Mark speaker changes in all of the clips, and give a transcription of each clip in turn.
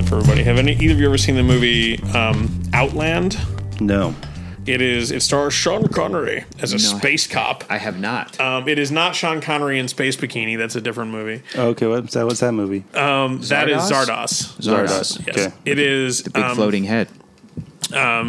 Speaker 1: Have any- either of you ever seen the movie um, Outland?
Speaker 2: No.
Speaker 1: It is. It stars Sean Connery as a
Speaker 3: I-
Speaker 1: space cop.
Speaker 3: I have not.
Speaker 1: Um, it is not Sean Connery in Space Bikini. That's a different movie.
Speaker 2: Okay, what's that? What's that movie?
Speaker 1: That is
Speaker 3: Zardoz?
Speaker 1: Zardos.
Speaker 3: Zardos.
Speaker 1: Uh, Yes.
Speaker 2: Okay.
Speaker 1: It is.
Speaker 3: Big
Speaker 1: um,
Speaker 3: floating head.
Speaker 1: I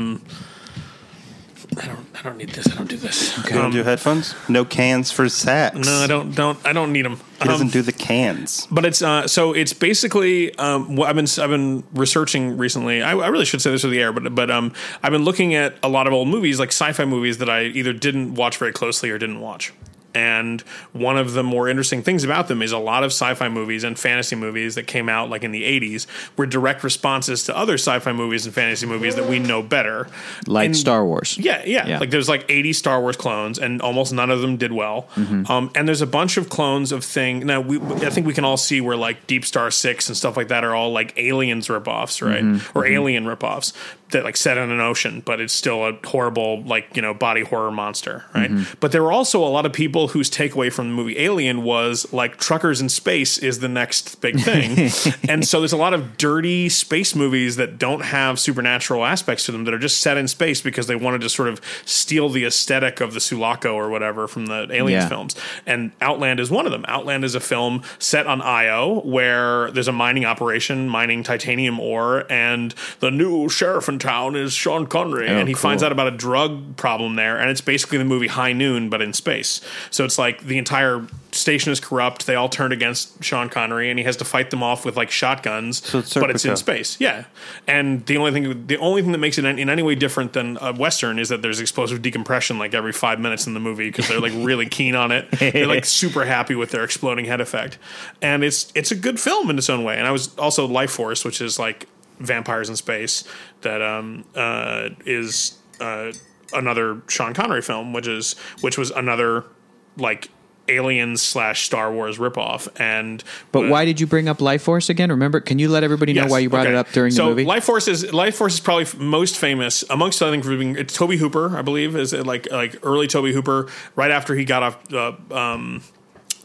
Speaker 1: don't. I don't need this. I don't do this.
Speaker 2: You don't do headphones? No cans for sax.
Speaker 1: um, No, I don't. Don't. I don't need Um, them.
Speaker 2: He doesn't do the cans.
Speaker 1: but it's uh, so it's basically um, what I've been I've been researching recently. I, I really should say this to the air, but but um, I've been looking at a lot of old movies, like sci-fi movies that I either didn't watch very closely or didn't watch. And one of the more interesting things about them is a lot of sci-fi movies and fantasy movies that came out like in the '80s were direct responses to other sci-fi movies and fantasy movies that we know better,
Speaker 3: Like
Speaker 1: And-
Speaker 3: Star Wars.
Speaker 1: yeah, yeah,
Speaker 3: Yeah.
Speaker 1: Like there's like 80 Star Wars clones, and almost none of them did well. Um, and there's a bunch of clones of thing. Now we, I think we can all see where like Deep Star Six and stuff like that are all like aliens ripoffs, right? Or alien ripoffs that like set in an ocean, but it's still a horrible like you know body horror monster, right? But there were also a lot of people whose takeaway from the movie Alien was like truckers in space is the next big thing, and so there's a lot of dirty space movies that don't have supernatural aspects to them that are just set in space because they wanted to sort of steal the aesthetic of the Sulaco or whatever from the Aliens
Speaker 3: Yeah.
Speaker 1: films. And Outland is one of them. Outland is a film set on Io where there's a mining operation mining titanium ore, and the new sheriff in town is Sean Connery, and he
Speaker 3: cool.
Speaker 1: finds out about a drug problem there, and it's basically the movie High Noon but in space. So it's like the entire station is corrupt. They all turned against Sean Connery, and he has to fight them off with like shotguns,
Speaker 2: it's
Speaker 1: but it's in
Speaker 2: Serpico.
Speaker 1: space space. Yeah, and the only thing the only thing that makes it in, in any way different than a western is that there's explosive decompression like every five minutes in the movie because they're like really keen on it. They're like super happy with their exploding head effect, and it's it's a good film in its own way. And I was also Life Force, which is like vampires in space that um uh is uh another Sean Connery film, which is which was another like. Aliens slash Star Wars ripoff, and
Speaker 3: But why did you bring up Life Force again? Remember, can you let everybody know
Speaker 1: Yes,
Speaker 3: why you brought
Speaker 1: okay.
Speaker 3: it up during
Speaker 1: so
Speaker 3: the movie?
Speaker 1: Life Force is Life Force is probably f- most famous amongst I think for being it's Toby Hooper I believe is it like like early Toby Hooper right after he got off uh, um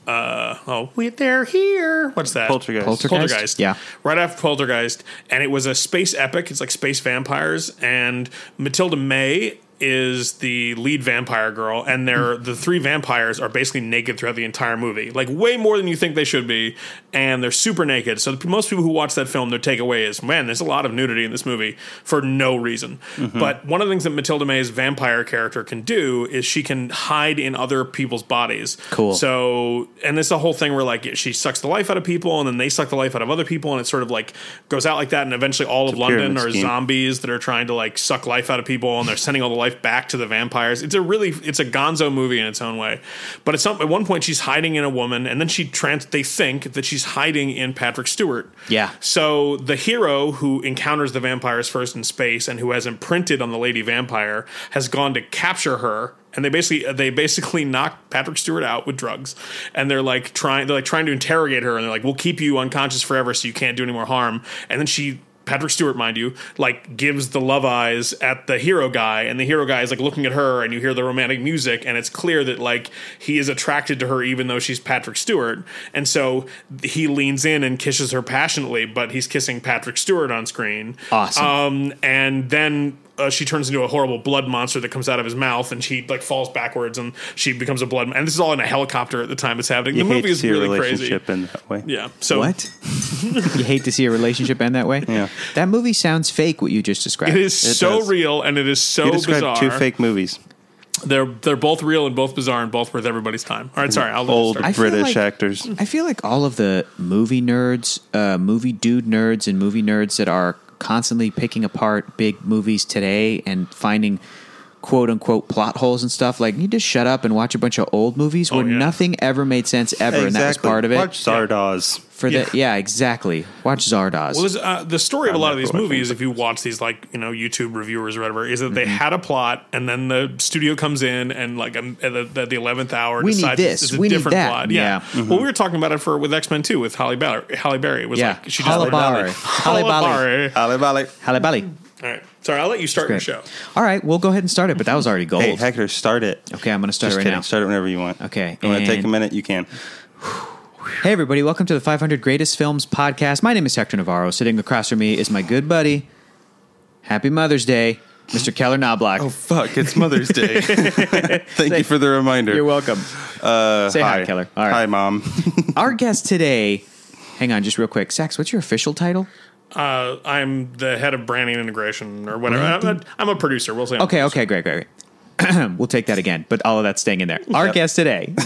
Speaker 1: uh oh we they're here what's that
Speaker 2: Poltergeist.
Speaker 1: Poltergeist.
Speaker 3: Yeah.
Speaker 1: Right after Poltergeist. And it was a space epic. It's like space vampires. And Matilda May is the lead vampire girl. And they're the three vampires are basically naked throughout the entire movie. Like way more than you think they should be. And they're super naked. So the- most people who watch that film, their takeaway is, man, there's a lot of nudity in this movie for no reason.
Speaker 2: Mm-hmm.
Speaker 1: But one of the things that Matilda May's vampire character can do is she can hide in other people's bodies.
Speaker 3: Cool.
Speaker 1: So so and it's the whole thing where like she sucks the life out of people and then they suck the life out of other people and it sort of like goes out like that and eventually all of london
Speaker 2: pyramid
Speaker 1: are
Speaker 2: scheme.
Speaker 1: zombies that are trying to like suck life out of people and they're sending all the life back to the vampires it's a really it's a gonzo movie in its own way but at some at one point she's hiding in a woman and then she trans they think that she's hiding in patrick stewart
Speaker 3: Yeah.
Speaker 1: so the hero who encounters the vampires first in space and who has imprinted on the lady vampire has gone to capture her. And they basically they basically knock Patrick Stewart out with drugs, and they're like trying they're like trying to interrogate her, and they're like, "We'll keep you unconscious forever, so you can't do any more harm." And then she Patrick Stewart, mind you, like gives the love eyes at the hero guy, and the hero guy is like looking at her, and you hear the romantic music, and it's clear that like he is attracted to her even though she's Patrick Stewart, and so he leans in and kisses her passionately, but he's kissing Patrick Stewart on screen.
Speaker 3: Awesome.
Speaker 1: Um, and then uh, she turns into a horrible blood monster that comes out of his mouth, and she like falls backwards, and she becomes a blood. And this is all in a helicopter at the time it's happening.
Speaker 2: You
Speaker 1: the
Speaker 2: hate
Speaker 1: movie
Speaker 2: to
Speaker 1: is
Speaker 2: see a
Speaker 1: really crazy.
Speaker 2: relationship in that way.
Speaker 1: Yeah. So
Speaker 3: what? you hate to see a relationship end that way?
Speaker 2: Yeah.
Speaker 3: That movie sounds fake, what you just described.
Speaker 1: It is
Speaker 2: It
Speaker 1: so
Speaker 2: does.
Speaker 1: real and it is so
Speaker 2: You described
Speaker 1: bizarre.
Speaker 2: two fake movies.
Speaker 1: They're they're both real and both bizarre and both worth everybody's time. All right, sorry, I'll let you
Speaker 2: Old
Speaker 1: start.
Speaker 3: I feel
Speaker 2: British
Speaker 3: like-
Speaker 2: actors.
Speaker 3: I feel like all of the movie nerds, uh, movie dude nerds, and movie nerds that are constantly picking apart big movies today and finding quote unquote plot holes and stuff like you need to shut up and watch a bunch of old movies where
Speaker 1: Oh, yeah.
Speaker 3: nothing ever made sense ever and that was part of it
Speaker 2: Watch Zardoz.
Speaker 3: for
Speaker 1: Yeah.
Speaker 3: the yeah exactly watch zardoz
Speaker 1: Well, this, uh, the story of a lot of
Speaker 2: not
Speaker 1: these
Speaker 2: going
Speaker 1: movies, if you watch these like you know YouTube reviewers or whatever, is that they
Speaker 3: Mm-hmm.
Speaker 1: had a plot and then the studio comes in and like um, at the- at the eleventh hour
Speaker 3: We need
Speaker 1: decides
Speaker 3: this,
Speaker 1: is a
Speaker 3: we need
Speaker 1: different
Speaker 3: that.
Speaker 1: plot. Yeah.
Speaker 3: Yeah. Mm-hmm.
Speaker 1: Well, we were talking about it for with X Men Two with Halle Berry. Halle Berry was
Speaker 3: yeah
Speaker 1: like she just
Speaker 3: halibari halibari
Speaker 1: Halle Berry.
Speaker 2: Ali Bali.
Speaker 3: halibari
Speaker 1: All right, sorry, I'll let you start your
Speaker 3: Great.
Speaker 1: show.
Speaker 3: all right we'll go ahead and start it but that was already gold
Speaker 2: Hey, Hector, start it.
Speaker 3: okay i'm gonna start
Speaker 2: Just
Speaker 3: it right
Speaker 2: kidding.
Speaker 3: now
Speaker 2: Start it whenever you want.
Speaker 3: Okay,
Speaker 2: You want to take a
Speaker 3: and-
Speaker 2: minute? You can.
Speaker 3: Hey, everybody, welcome to the 500 Greatest Films podcast. My name is Hector Navarro. Sitting across from me is my good buddy. Happy Mother's Day, Mr. Keller Knobloch.
Speaker 2: Oh fuck! It's Mother's Day. Thank you for the reminder.
Speaker 3: You're welcome.
Speaker 2: Uh,
Speaker 3: Say hi, Keller. All right.
Speaker 2: Hi, mom.
Speaker 3: Our guest today, hang on just real quick. Sax, what's your official title?
Speaker 1: Uh, I'm the head of branding integration or whatever. I'm a, I'm a producer. We'll say. I'm-
Speaker 3: Okay, okay, great, great, great. we'll take that again, but all of that's staying in there. Our
Speaker 2: Yep.
Speaker 3: guest today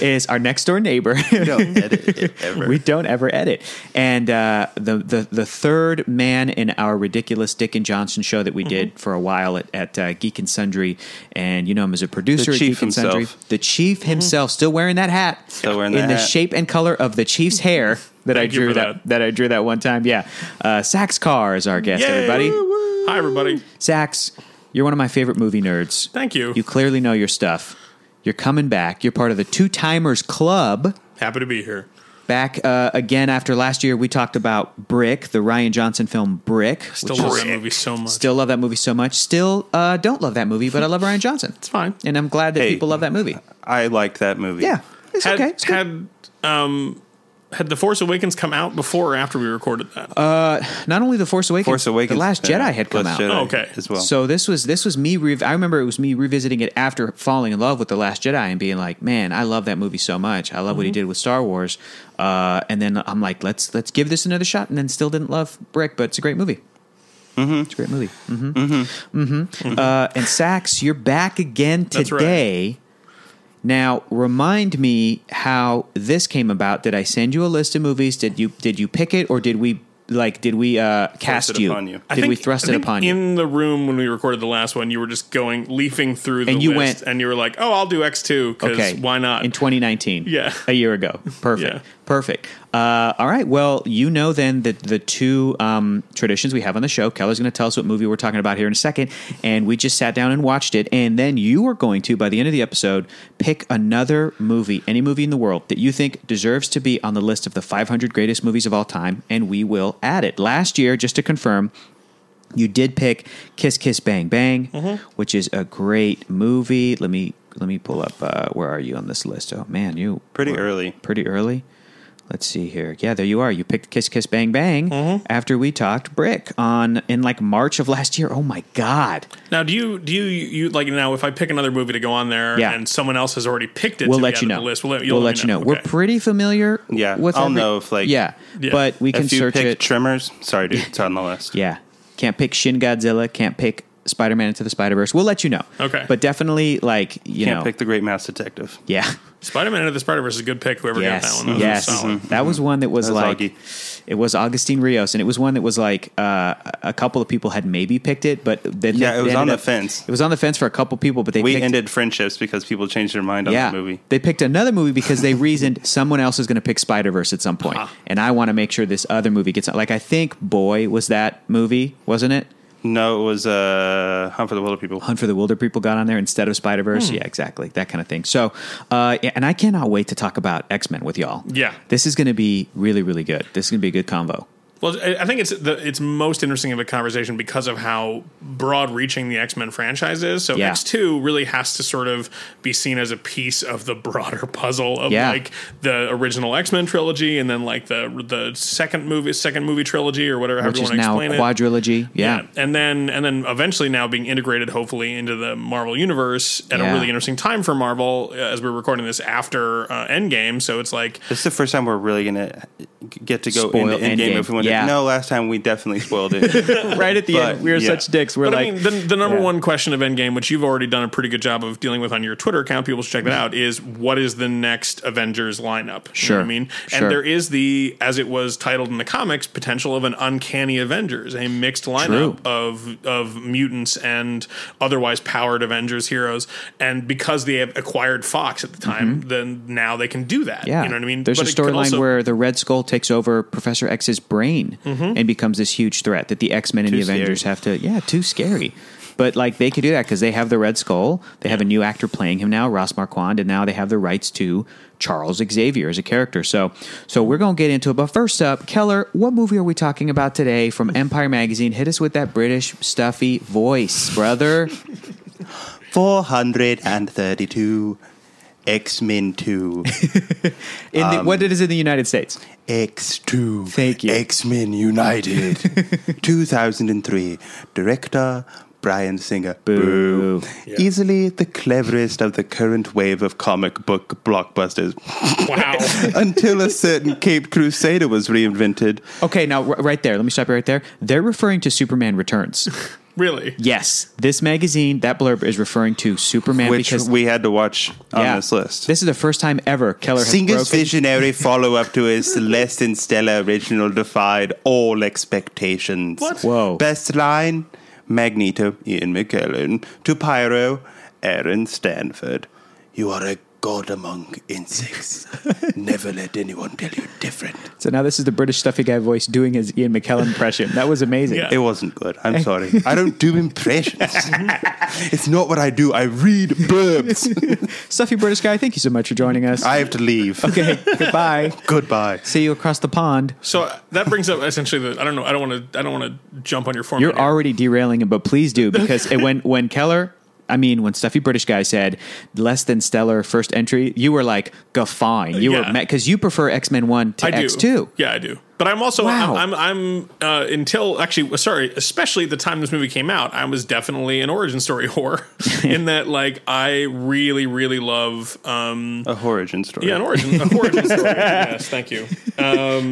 Speaker 3: is our next door neighbor.
Speaker 2: Don't edit it ever.
Speaker 3: we don't ever edit. And uh, the, the the third man in our ridiculous Dick and Johnson show that we did for a while at, at uh, Geek and Sundry, and you know him as a producer
Speaker 2: The
Speaker 3: at
Speaker 2: chief
Speaker 3: Geek and Sundry.
Speaker 2: himself.
Speaker 3: The chief himself, still wearing that hat,
Speaker 2: Still wearing
Speaker 3: in
Speaker 2: that
Speaker 3: the
Speaker 2: hat.
Speaker 3: shape and color of the chief's hair that I
Speaker 1: Thank you
Speaker 3: drew
Speaker 1: for
Speaker 3: that, that I drew that one time. Yeah, uh, Sax Carr is our guest.
Speaker 1: Yay!
Speaker 3: Everybody,
Speaker 1: Hi, everybody.
Speaker 3: Sax, you're one of my favorite movie nerds.
Speaker 1: Thank you.
Speaker 3: You clearly know your stuff. You're coming back. You're part of the Two Timers Club.
Speaker 1: Happy to be here.
Speaker 3: Back uh, again after last year, we talked about Brick, the Ryan Johnson film Brick.
Speaker 1: Still
Speaker 3: which is-
Speaker 1: love that movie so much.
Speaker 3: still love that movie so much. Still uh, don't love that movie, but I love Ryan Johnson. It's
Speaker 1: fine.
Speaker 3: and I'm glad that
Speaker 2: Hey.
Speaker 3: people love that movie.
Speaker 2: I like that movie.
Speaker 3: Yeah, it's
Speaker 1: had,
Speaker 3: okay. It's good.
Speaker 1: had um had the Force Awakens come out before or after we recorded that?
Speaker 3: Uh, Not only the Force Awakens,
Speaker 2: Force Awakens.
Speaker 3: the Last
Speaker 2: yeah,
Speaker 3: Jedi had come
Speaker 2: Last
Speaker 3: out.
Speaker 2: Jedi
Speaker 1: Oh, okay.
Speaker 2: As well.
Speaker 3: So this was this was me. Rev- I remember it was me revisiting it after falling in love with the Last Jedi and being like, "Man, I love that movie so much. I love what he
Speaker 2: Mm-hmm.
Speaker 3: did with Star Wars." Uh, and then I'm like, "Let's let's give this another shot." And then still didn't love Brick, but it's a great movie. It's a great movie. Mm-hmm. Mm-hmm.
Speaker 2: Mm-hmm.
Speaker 3: Uh, and Sax, you're back again
Speaker 1: That's right.
Speaker 3: today. Now, remind me how this came about. Did I send you a list of movies? Did you did you pick it, or did we like did we uh, cast
Speaker 2: it
Speaker 3: you?
Speaker 2: upon you.
Speaker 1: I
Speaker 3: Did we
Speaker 1: think-
Speaker 3: thrust
Speaker 1: I
Speaker 3: it
Speaker 1: think
Speaker 3: upon you?
Speaker 1: In the room when we recorded the last one, you were just going leafing through the
Speaker 3: And you
Speaker 1: list,
Speaker 3: went-
Speaker 1: and you were like, "Oh, I'll do X two because why not?"
Speaker 3: In 2019.
Speaker 1: Yeah.
Speaker 3: A year ago. Perfect.
Speaker 1: Yeah.
Speaker 3: Perfect. Uh, all right. Well, you know then that the two um, traditions we have on the show. Keller's going to tell us what movie we're talking about here in a second. And we just sat down and watched it. And then you are going to, by the end of the episode, pick another movie, any movie in the world that you think deserves to be on the list of the 500 greatest movies of all time. And we will add it. Last year, just to confirm, you did pick Kiss Kiss Bang Bang, which is a great movie. Let me let me pull up. Uh, where are you on this list? Oh man, you
Speaker 2: Pretty
Speaker 3: were
Speaker 2: early.
Speaker 3: Pretty early. Let's see here. Yeah, there you are. You picked Kiss Kiss Bang Bang
Speaker 1: Mm-hmm.
Speaker 3: after we talked Brick on in like March of last year. Oh my god.
Speaker 1: now, do you do you, you like now? If I pick another movie to go on there,
Speaker 3: Yeah.
Speaker 1: and someone else has already picked it,
Speaker 3: We'll
Speaker 1: to be
Speaker 3: let
Speaker 1: out
Speaker 3: you
Speaker 1: of
Speaker 3: know.
Speaker 1: The list. We'll let,
Speaker 3: We'll,
Speaker 1: you'll
Speaker 3: let you know. We're
Speaker 1: Okay.
Speaker 3: pretty familiar.
Speaker 2: Yeah,
Speaker 3: with
Speaker 2: I'll
Speaker 3: every-
Speaker 2: know if, like-
Speaker 3: yeah,
Speaker 1: Yeah.
Speaker 3: but we can
Speaker 2: if you
Speaker 3: search
Speaker 2: pick
Speaker 3: it.
Speaker 2: Tremors, sorry, dude, it's on the list.
Speaker 3: Yeah. Can't pick Shin Godzilla, can't pick Spider Man into the Spider Verse. We'll let you know.
Speaker 1: Okay.
Speaker 3: But definitely like you
Speaker 2: Can't
Speaker 3: know
Speaker 2: pick the Great Mouse Detective.
Speaker 3: Yeah.
Speaker 1: Spider-Man Into the Spider-Verse is a good pick. Whoever got
Speaker 3: Yes.
Speaker 1: that one, that was
Speaker 3: yes.
Speaker 1: solid.
Speaker 3: That was one that was,
Speaker 2: Mm-hmm. That was
Speaker 3: like
Speaker 2: Augie.
Speaker 3: it was Augustine Rios and it was one that was like uh, a couple of people had maybe picked it but then
Speaker 2: Yeah,
Speaker 3: they-
Speaker 2: it was
Speaker 3: they
Speaker 2: on
Speaker 3: ended
Speaker 2: the
Speaker 3: up-
Speaker 2: fence.
Speaker 3: It was on the fence for a couple people but they
Speaker 2: We
Speaker 3: picked,
Speaker 2: ended friendships because people changed their mind on
Speaker 3: yeah,
Speaker 2: the movie.
Speaker 3: They picked another movie because they reasoned someone else is going to pick Spider Verse at some point,
Speaker 1: Uh-huh.
Speaker 3: and I want to make sure this other movie gets like I think Boy was that movie, wasn't it?
Speaker 2: No, it was uh, Hunt for the Wilder People.
Speaker 3: Hunt for the Wilder People got on there instead of Spider Verse.
Speaker 1: Hmm.
Speaker 3: Yeah, exactly. That kind of thing. So, uh, yeah, and I cannot wait to talk about X Men with y'all.
Speaker 1: Yeah.
Speaker 3: This is going to be really, really good. This is going to be a good convo.
Speaker 1: Well, I I think it's the it's most interesting of a conversation because of how broad reaching the X Men franchise is. So
Speaker 3: Yeah.
Speaker 1: X two really has to sort of be seen as a piece of the broader puzzle of
Speaker 3: Yeah.
Speaker 1: like the original X Men trilogy, and then like the the second movie second movie trilogy or whatever.
Speaker 3: Which
Speaker 1: however you
Speaker 3: is
Speaker 1: wanna
Speaker 3: now
Speaker 1: explain it.
Speaker 3: quadrilogy. Yeah.
Speaker 1: and then and then eventually now being integrated hopefully into the Marvel universe at
Speaker 3: Yeah.
Speaker 1: a really interesting time for Marvel uh, as we're recording this after uh, Endgame. So it's like
Speaker 2: This is the first time we're really gonna get to go
Speaker 3: Spoil
Speaker 2: into Endgame,
Speaker 3: Endgame.
Speaker 2: if we want
Speaker 3: Yeah.
Speaker 2: to. No, last time we definitely spoiled it.
Speaker 3: Right at the
Speaker 2: But, yeah.
Speaker 3: dicks. We're
Speaker 1: But I mean, the, the number
Speaker 3: yeah.
Speaker 1: one question of Endgame, which you've already done a pretty good job of dealing with on your Twitter account, people should check that out, is what is the next Avengers lineup?
Speaker 3: Sure.
Speaker 1: You know what I mean,
Speaker 3: Sure.
Speaker 1: and there is the, as it was titled in the comics, potential of an uncanny Avengers, a mixed lineup
Speaker 3: True.
Speaker 1: of of mutants and otherwise powered Avengers heroes. And because they have acquired Fox at the time, then now they can do that.
Speaker 3: Mm-hmm. yeah.
Speaker 1: You know what I mean?
Speaker 3: There's
Speaker 1: But
Speaker 3: a
Speaker 1: it could
Speaker 3: storyline
Speaker 1: also-
Speaker 3: where the Red Skull takes over Professor X's brain and becomes this huge threat that the X Men and the
Speaker 2: scary.
Speaker 3: Avengers have to. Yeah, too scary. But like they could do that because they have the Red Skull. They have a new actor playing him now, Ross Marquand, and now they have the rights to Charles Xavier as a character. So, so we're gonna get into it. But first up, Keller, what movie are we talking about today from Empire Magazine? Hit us with that British stuffy voice, brother.
Speaker 2: Four hundred and thirty-two
Speaker 4: X Men Two,
Speaker 3: In the, what
Speaker 4: Um,
Speaker 3: it is in the United States?
Speaker 4: X Two.
Speaker 3: Thank you.
Speaker 4: X Men United, two thousand and three. Director Brian Singer.
Speaker 3: Boo.
Speaker 1: Yeah.
Speaker 4: Easily the cleverest of the current wave of comic book blockbusters.
Speaker 1: Wow.
Speaker 4: Until a certain Cape Crusader was reinvented,
Speaker 3: Okay, now r- right there. Let me stop you right there. They're referring to Superman Returns.
Speaker 1: really?
Speaker 3: yes, this magazine that blurb is referring to Superman
Speaker 4: which
Speaker 3: because
Speaker 4: we had to watch on
Speaker 3: yeah,
Speaker 4: this list.
Speaker 3: This is the first time ever Keller has
Speaker 4: Singer's
Speaker 3: broken-
Speaker 4: visionary follow up to his Celeste and Stella original defied all expectations.
Speaker 1: What?
Speaker 3: Whoa.
Speaker 4: Best line Magneto, Ian McKellen, to Pyro, Aaron Stanford. You are a god among insects. Never let anyone tell you different.
Speaker 3: So now this is the British stuffy guy voice doing his Ian McKellen impression. That was amazing.
Speaker 1: Yeah.
Speaker 4: It wasn't good. I'm sorry. I don't do impressions. it's not what I do. I read blurbs.
Speaker 3: Stuffy British guy, thank you so much for joining us.
Speaker 4: I have to leave.
Speaker 3: okay, goodbye.
Speaker 4: Goodbye.
Speaker 3: See you across the pond.
Speaker 1: So uh, that brings up essentially the I don't know I don't want to I don't want to jump on your form.
Speaker 3: You're already derailing it, but please do because it, when when Keller, I mean when stuffy British guy said less than stellar first entry, you were like guffawing. You
Speaker 1: Yeah.
Speaker 3: were because you prefer X Men One to
Speaker 1: I do.
Speaker 3: X Two.
Speaker 1: Yeah, I do. But I'm also
Speaker 3: Wow.
Speaker 1: I'm I'm, I'm uh, until actually sorry, especially at the time this movie came out, I was definitely an origin story whore in that like I really really love um
Speaker 4: A origin story.
Speaker 1: yeah an origin an origin story. Yes, thank you.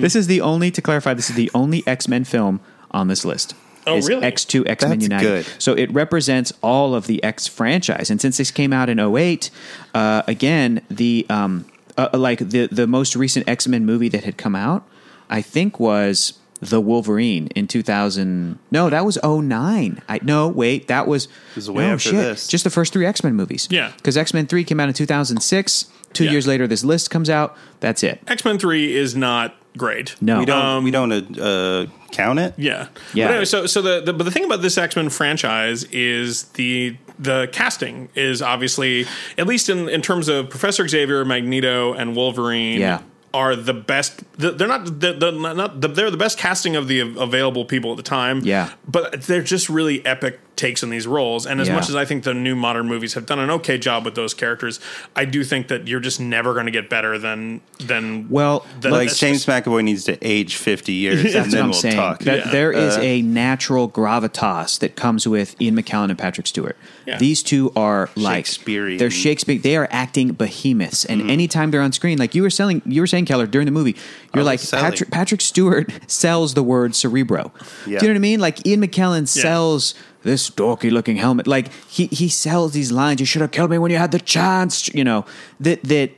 Speaker 3: This is the only to clarify. This is the only X Men film on this list.
Speaker 1: Oh,
Speaker 3: Is
Speaker 1: really?
Speaker 3: X Two X Men
Speaker 4: That's
Speaker 3: United.
Speaker 4: good.
Speaker 3: So it represents all of the X franchise, and since this came out in 08, uh, again the um, uh, like the the most recent X Men movie that had come out, I think was the Wolverine in 2000. No, that was 09. I no wait, that was,
Speaker 4: was way
Speaker 3: no,
Speaker 4: after
Speaker 3: shit.
Speaker 4: this.
Speaker 3: Just the first three X Men movies.
Speaker 1: Yeah.
Speaker 3: because X Men Three came out in 2006. Two
Speaker 1: Yeah.
Speaker 3: years later, this list comes out. That's it.
Speaker 1: X Men Three is not great.
Speaker 3: No,
Speaker 4: We don't,
Speaker 1: Um,
Speaker 4: we don't uh, count it.
Speaker 1: Yeah.
Speaker 3: Yeah.
Speaker 1: But anyway, so so the, the but the thing about this X Men franchise is the the casting is obviously at least in in terms of Professor Xavier, Magneto, and Wolverine.
Speaker 3: Yeah.
Speaker 1: Are the best? th- They're not. They're, they're not. They're the best casting of the av- available people at the time.
Speaker 3: Yeah.
Speaker 1: but they're just really epic takes on these roles. And as
Speaker 3: Yeah.
Speaker 1: much as I think the new modern movies have done an okay job with those characters, I do think that you're just never going to get better than than
Speaker 3: Well,
Speaker 1: than-
Speaker 4: like
Speaker 1: that's
Speaker 4: James McAvoy needs to age 50 years and
Speaker 3: That's what
Speaker 4: then
Speaker 3: I'm
Speaker 4: we'll
Speaker 3: saying.
Speaker 4: talk. Uh-huh.
Speaker 3: That
Speaker 1: Yeah.
Speaker 3: there is a natural gravitas that comes with Ian McKellen and Patrick Stewart.
Speaker 1: Yeah.
Speaker 3: These two are like
Speaker 4: Shakespearean. Mm-hmm.
Speaker 3: They're Shakespeare. They are acting behemoths, and anytime they're on screen, like you were selling, you were saying Keller during the movie, you're
Speaker 4: was
Speaker 3: like
Speaker 4: selling.
Speaker 3: Patrick. Patrick Stewart sells the word cerebro.
Speaker 4: Yeah.
Speaker 3: Do you know what I mean? Like Ian McKellen
Speaker 1: Yeah.
Speaker 3: sells this dorky looking helmet. Like he he sells these lines. You should have killed me when you had the chance. You know that that.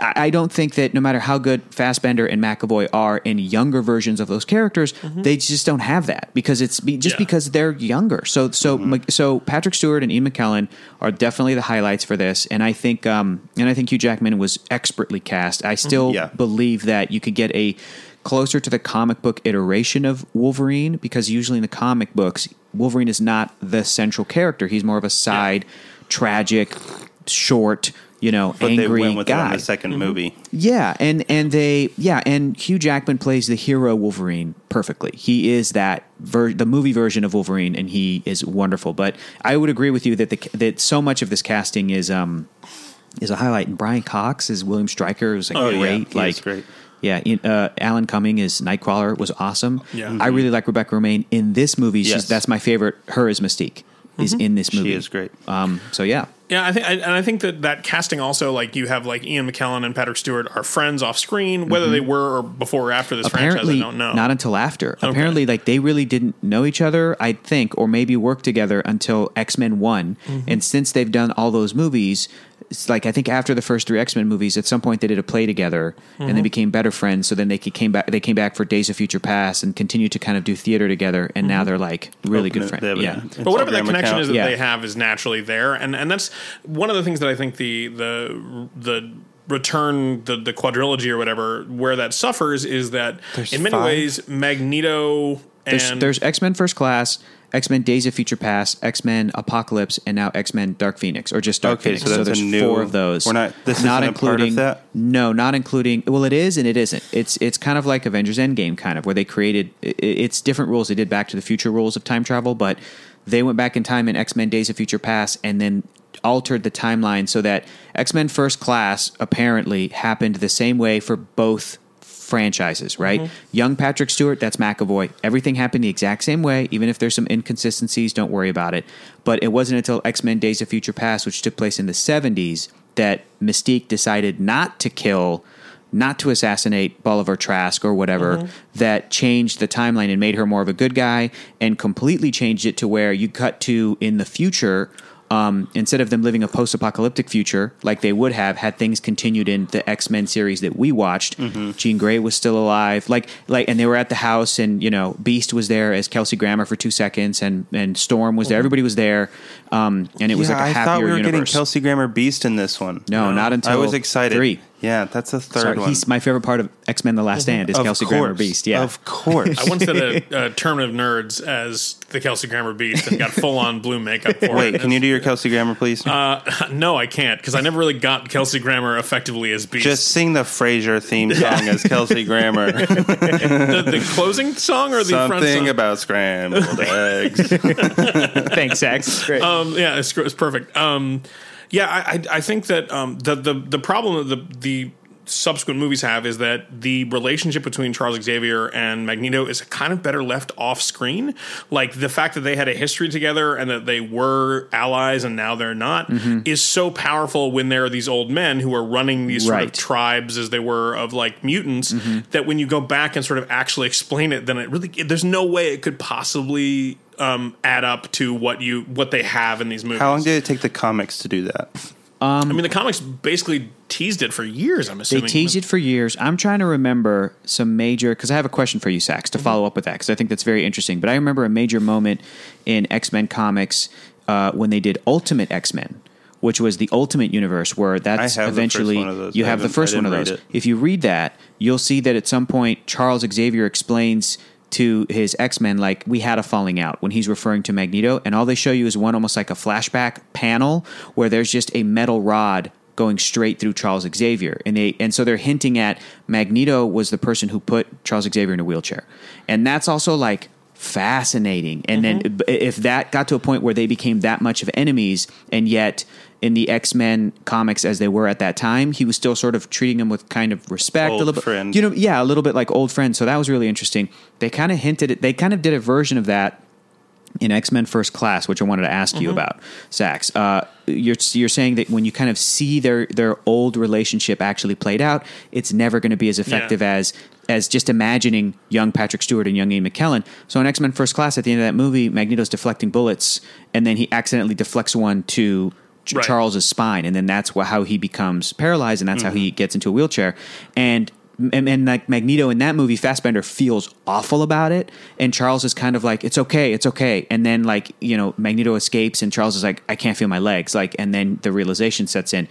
Speaker 3: I I don't think that no matter how good Fassbender and McAvoy are in younger versions of those characters, they just don't have that because it's be, just
Speaker 1: Mm-hmm. Yeah. Mm-hmm.
Speaker 3: because they're younger. So so Mc- so Patrick Stewart and Ian McKellen are definitely the highlights for this, and I think um and I think Hugh Jackman was expertly cast. I still
Speaker 4: Yeah.
Speaker 3: believe that you could get a closer to the comic book iteration of Wolverine because usually in the comic books Wolverine is not the central character. He's more of a side, tragic, short, you know,
Speaker 4: But
Speaker 3: angry
Speaker 4: they went with it on
Speaker 3: guy. Mm-hmm.
Speaker 4: the 2nd movie.
Speaker 3: Yeah, and and they yeah, and Hugh Jackman plays the hero Wolverine perfectly. He is that ver- the movie version of Wolverine, and he is wonderful. But I would agree with you that the that so much of this casting is um is a highlight. And Brian Cox is William Stryker was like
Speaker 4: Oh, yeah.
Speaker 3: great,
Speaker 4: He
Speaker 3: like
Speaker 4: is great.
Speaker 3: Yeah, in- uh, Alan Cumming is Nightcrawler was awesome.
Speaker 1: Yeah.
Speaker 3: I really like Rebecca Romaine in this movie. She's,
Speaker 4: Mm-hmm. Yes. Mm-hmm.
Speaker 3: that's my favorite. Her is Mystique is in this movie.
Speaker 4: is great.
Speaker 3: Um, so yeah,
Speaker 1: Yeah, I think, I, and I think that that casting also, like you have like Ian McKellen and Patrick Stewart are friends off screen, whether they were or before or after this
Speaker 3: Mm-hmm. apparently
Speaker 1: franchise, I don't know.
Speaker 3: not until after. Apparently, like they really didn't know each other, I think, or maybe work together until X Men One. And since they've done all those movies, it's like I think after the first three X Men movies, at some point they did a play together and they became better friends. So then they could- came back. They came back for Days of Future Past and continued to kind of do theater together. And now they're like really good
Speaker 4: Open it-
Speaker 3: friends.
Speaker 4: they
Speaker 3: Yeah.
Speaker 4: have an
Speaker 1: but whatever that
Speaker 4: Instagram
Speaker 1: connection
Speaker 4: account.
Speaker 1: is that
Speaker 3: Yeah.
Speaker 1: they have is naturally there, and and that's one of the things that I think the the the return the the quadrilogy or whatever where that suffers is that in many
Speaker 4: five?
Speaker 1: ways Magneto
Speaker 3: There's,
Speaker 1: and
Speaker 3: there's X Men First Class. X Men Days of Future Past, X Men Apocalypse, and now X Men Dark Phoenix, or just Dark
Speaker 4: Okay,
Speaker 3: Phoenix.
Speaker 4: so that's a
Speaker 3: there's
Speaker 4: new-
Speaker 3: four of those.
Speaker 4: we're not- this isn't a part of that?
Speaker 3: No, not including. Well, it is and it isn't. It's it's kind of like Avengers Endgame, kind of where they created. i- i- It's different rules. They did Back to the Future rules of time travel, but they went back in time in X Men Days of Future Past, and then altered the timeline so that X Men First Class apparently happened the same way for both franchises, right? Young Patrick Stewart, that's McAvoy. Everything happened the exact same way, even if there's some inconsistencies, don't worry about it. But it wasn't until X Men Days of Future Past, which took place in the 70s, that Mystique decided not to kill, not to assassinate Bolivar Trask or whatever, that changed the timeline and made her more of a good guy and completely changed it to where you cut to in the future. Um, instead of them living a post-apocalyptic future like they would have had things continued in the X-Men series that we watched,
Speaker 4: Mm-hmm.
Speaker 3: Jean Grey was still alive. Like, like, and they were at the house, and you know, Beast was there as Kelsey Grammer for two seconds, and and Storm was there. Everybody was there, um, and it was like a
Speaker 4: Mm-hmm. I
Speaker 3: happier
Speaker 4: thought we were getting
Speaker 3: universe.
Speaker 4: Kelsey Grammer Beast in this one.
Speaker 3: No, not until
Speaker 4: I was excited.
Speaker 3: three.
Speaker 4: Yeah, that's the third
Speaker 3: Sorry,
Speaker 4: one. Mm-hmm.
Speaker 3: he's my favorite part of X Men: The Last Stand is
Speaker 4: Of
Speaker 3: Kelsey Grammer
Speaker 4: course.
Speaker 3: Beast. Yeah,
Speaker 4: of course.
Speaker 1: I once did a, a tournament uh, of nerds as the Kelsey Grammer Beast and got full on blue makeup for it. Um,
Speaker 4: Wait, can you do your Kelsey Grammer, please?
Speaker 1: No, I can't because I never really got Kelsey Grammer effectively as Beast.
Speaker 4: Just sing the Frasier theme song as Kelsey Grammer.
Speaker 1: the, the closing song or the front song?
Speaker 4: Something about scrambled eggs.
Speaker 3: thanks, X. Great.
Speaker 1: um, yeah, it's, it's perfect. Um, yeah, I, I, I think that um, the, the the problem that the the subsequent movies have is that the relationship between Charles Xavier and Magneto is kind of better left off screen. Like the fact that they had a history together and that they were allies and now they're not is so powerful when there are these old men who are running these sort of
Speaker 3: Right.
Speaker 1: tribes as they were of like mutants that when you go back and sort of actually explain it then it really there's no way it could possibly um, add up to what you what they have in these movies.
Speaker 4: How long did it take the comics to do that?
Speaker 1: I mean, the comics basically teased it for years. I'm
Speaker 3: they
Speaker 1: assuming
Speaker 3: teased it for years. I'm trying to remember some major because I have a question for you, Sax, to follow up with that because I think that's very interesting. But I remember a major moment in X Men comics uh, when they did Ultimate X Men, which was the Ultimate Universe, where that's
Speaker 4: I have the first
Speaker 3: eventually
Speaker 4: one of those.
Speaker 3: you
Speaker 4: I
Speaker 3: have the
Speaker 4: haven't-
Speaker 3: first
Speaker 4: I
Speaker 3: one of
Speaker 4: didn't
Speaker 3: those.
Speaker 4: read it.
Speaker 3: If you read that, you'll see that at some point Charles Xavier explains to his X-Men like we had a falling out when he's referring to Magneto and all they show you is one almost like a flashback panel where there's just a metal rod going straight through Charles Xavier and they and so they're hinting at Magneto was the person who put Charles Xavier in a wheelchair. And that's also like fascinating. And
Speaker 4: Mm-hmm.
Speaker 3: then i- if that got to a point where they became that much of enemies, and yet in the X Men comics as they were at that time, he was still sort of treating them with kind of respect,
Speaker 4: Old
Speaker 3: a little bit,
Speaker 4: friend.
Speaker 3: you know, yeah, a little bit like old friend. So that was really interesting. They kind of hinted it. They kind of did a version of that. In X Men First Class, which I wanted to ask you
Speaker 4: Mm-hmm.
Speaker 3: about, Sax, uh, you're you're saying that when you kind of see their their old relationship actually played out, it's never going to be as effective as as just imagining young Patrick Stewart and young Ian McKellen. So in X Men First Class, at the end of that movie, Magneto's deflecting bullets, and then he accidentally deflects one to Ch-
Speaker 1: Right.
Speaker 3: Charles's spine, and then that's wha- how he becomes paralyzed, and that's how
Speaker 1: Mm-hmm.
Speaker 3: he gets into a wheelchair. And, and and like Magneto in that movie, Fassbender feels awful about it, and Charles is kind of like, "It's okay, it's okay." And then like you know, Magneto escapes, and Charles is like, "I can't feel my legs," like, and then the realization sets in.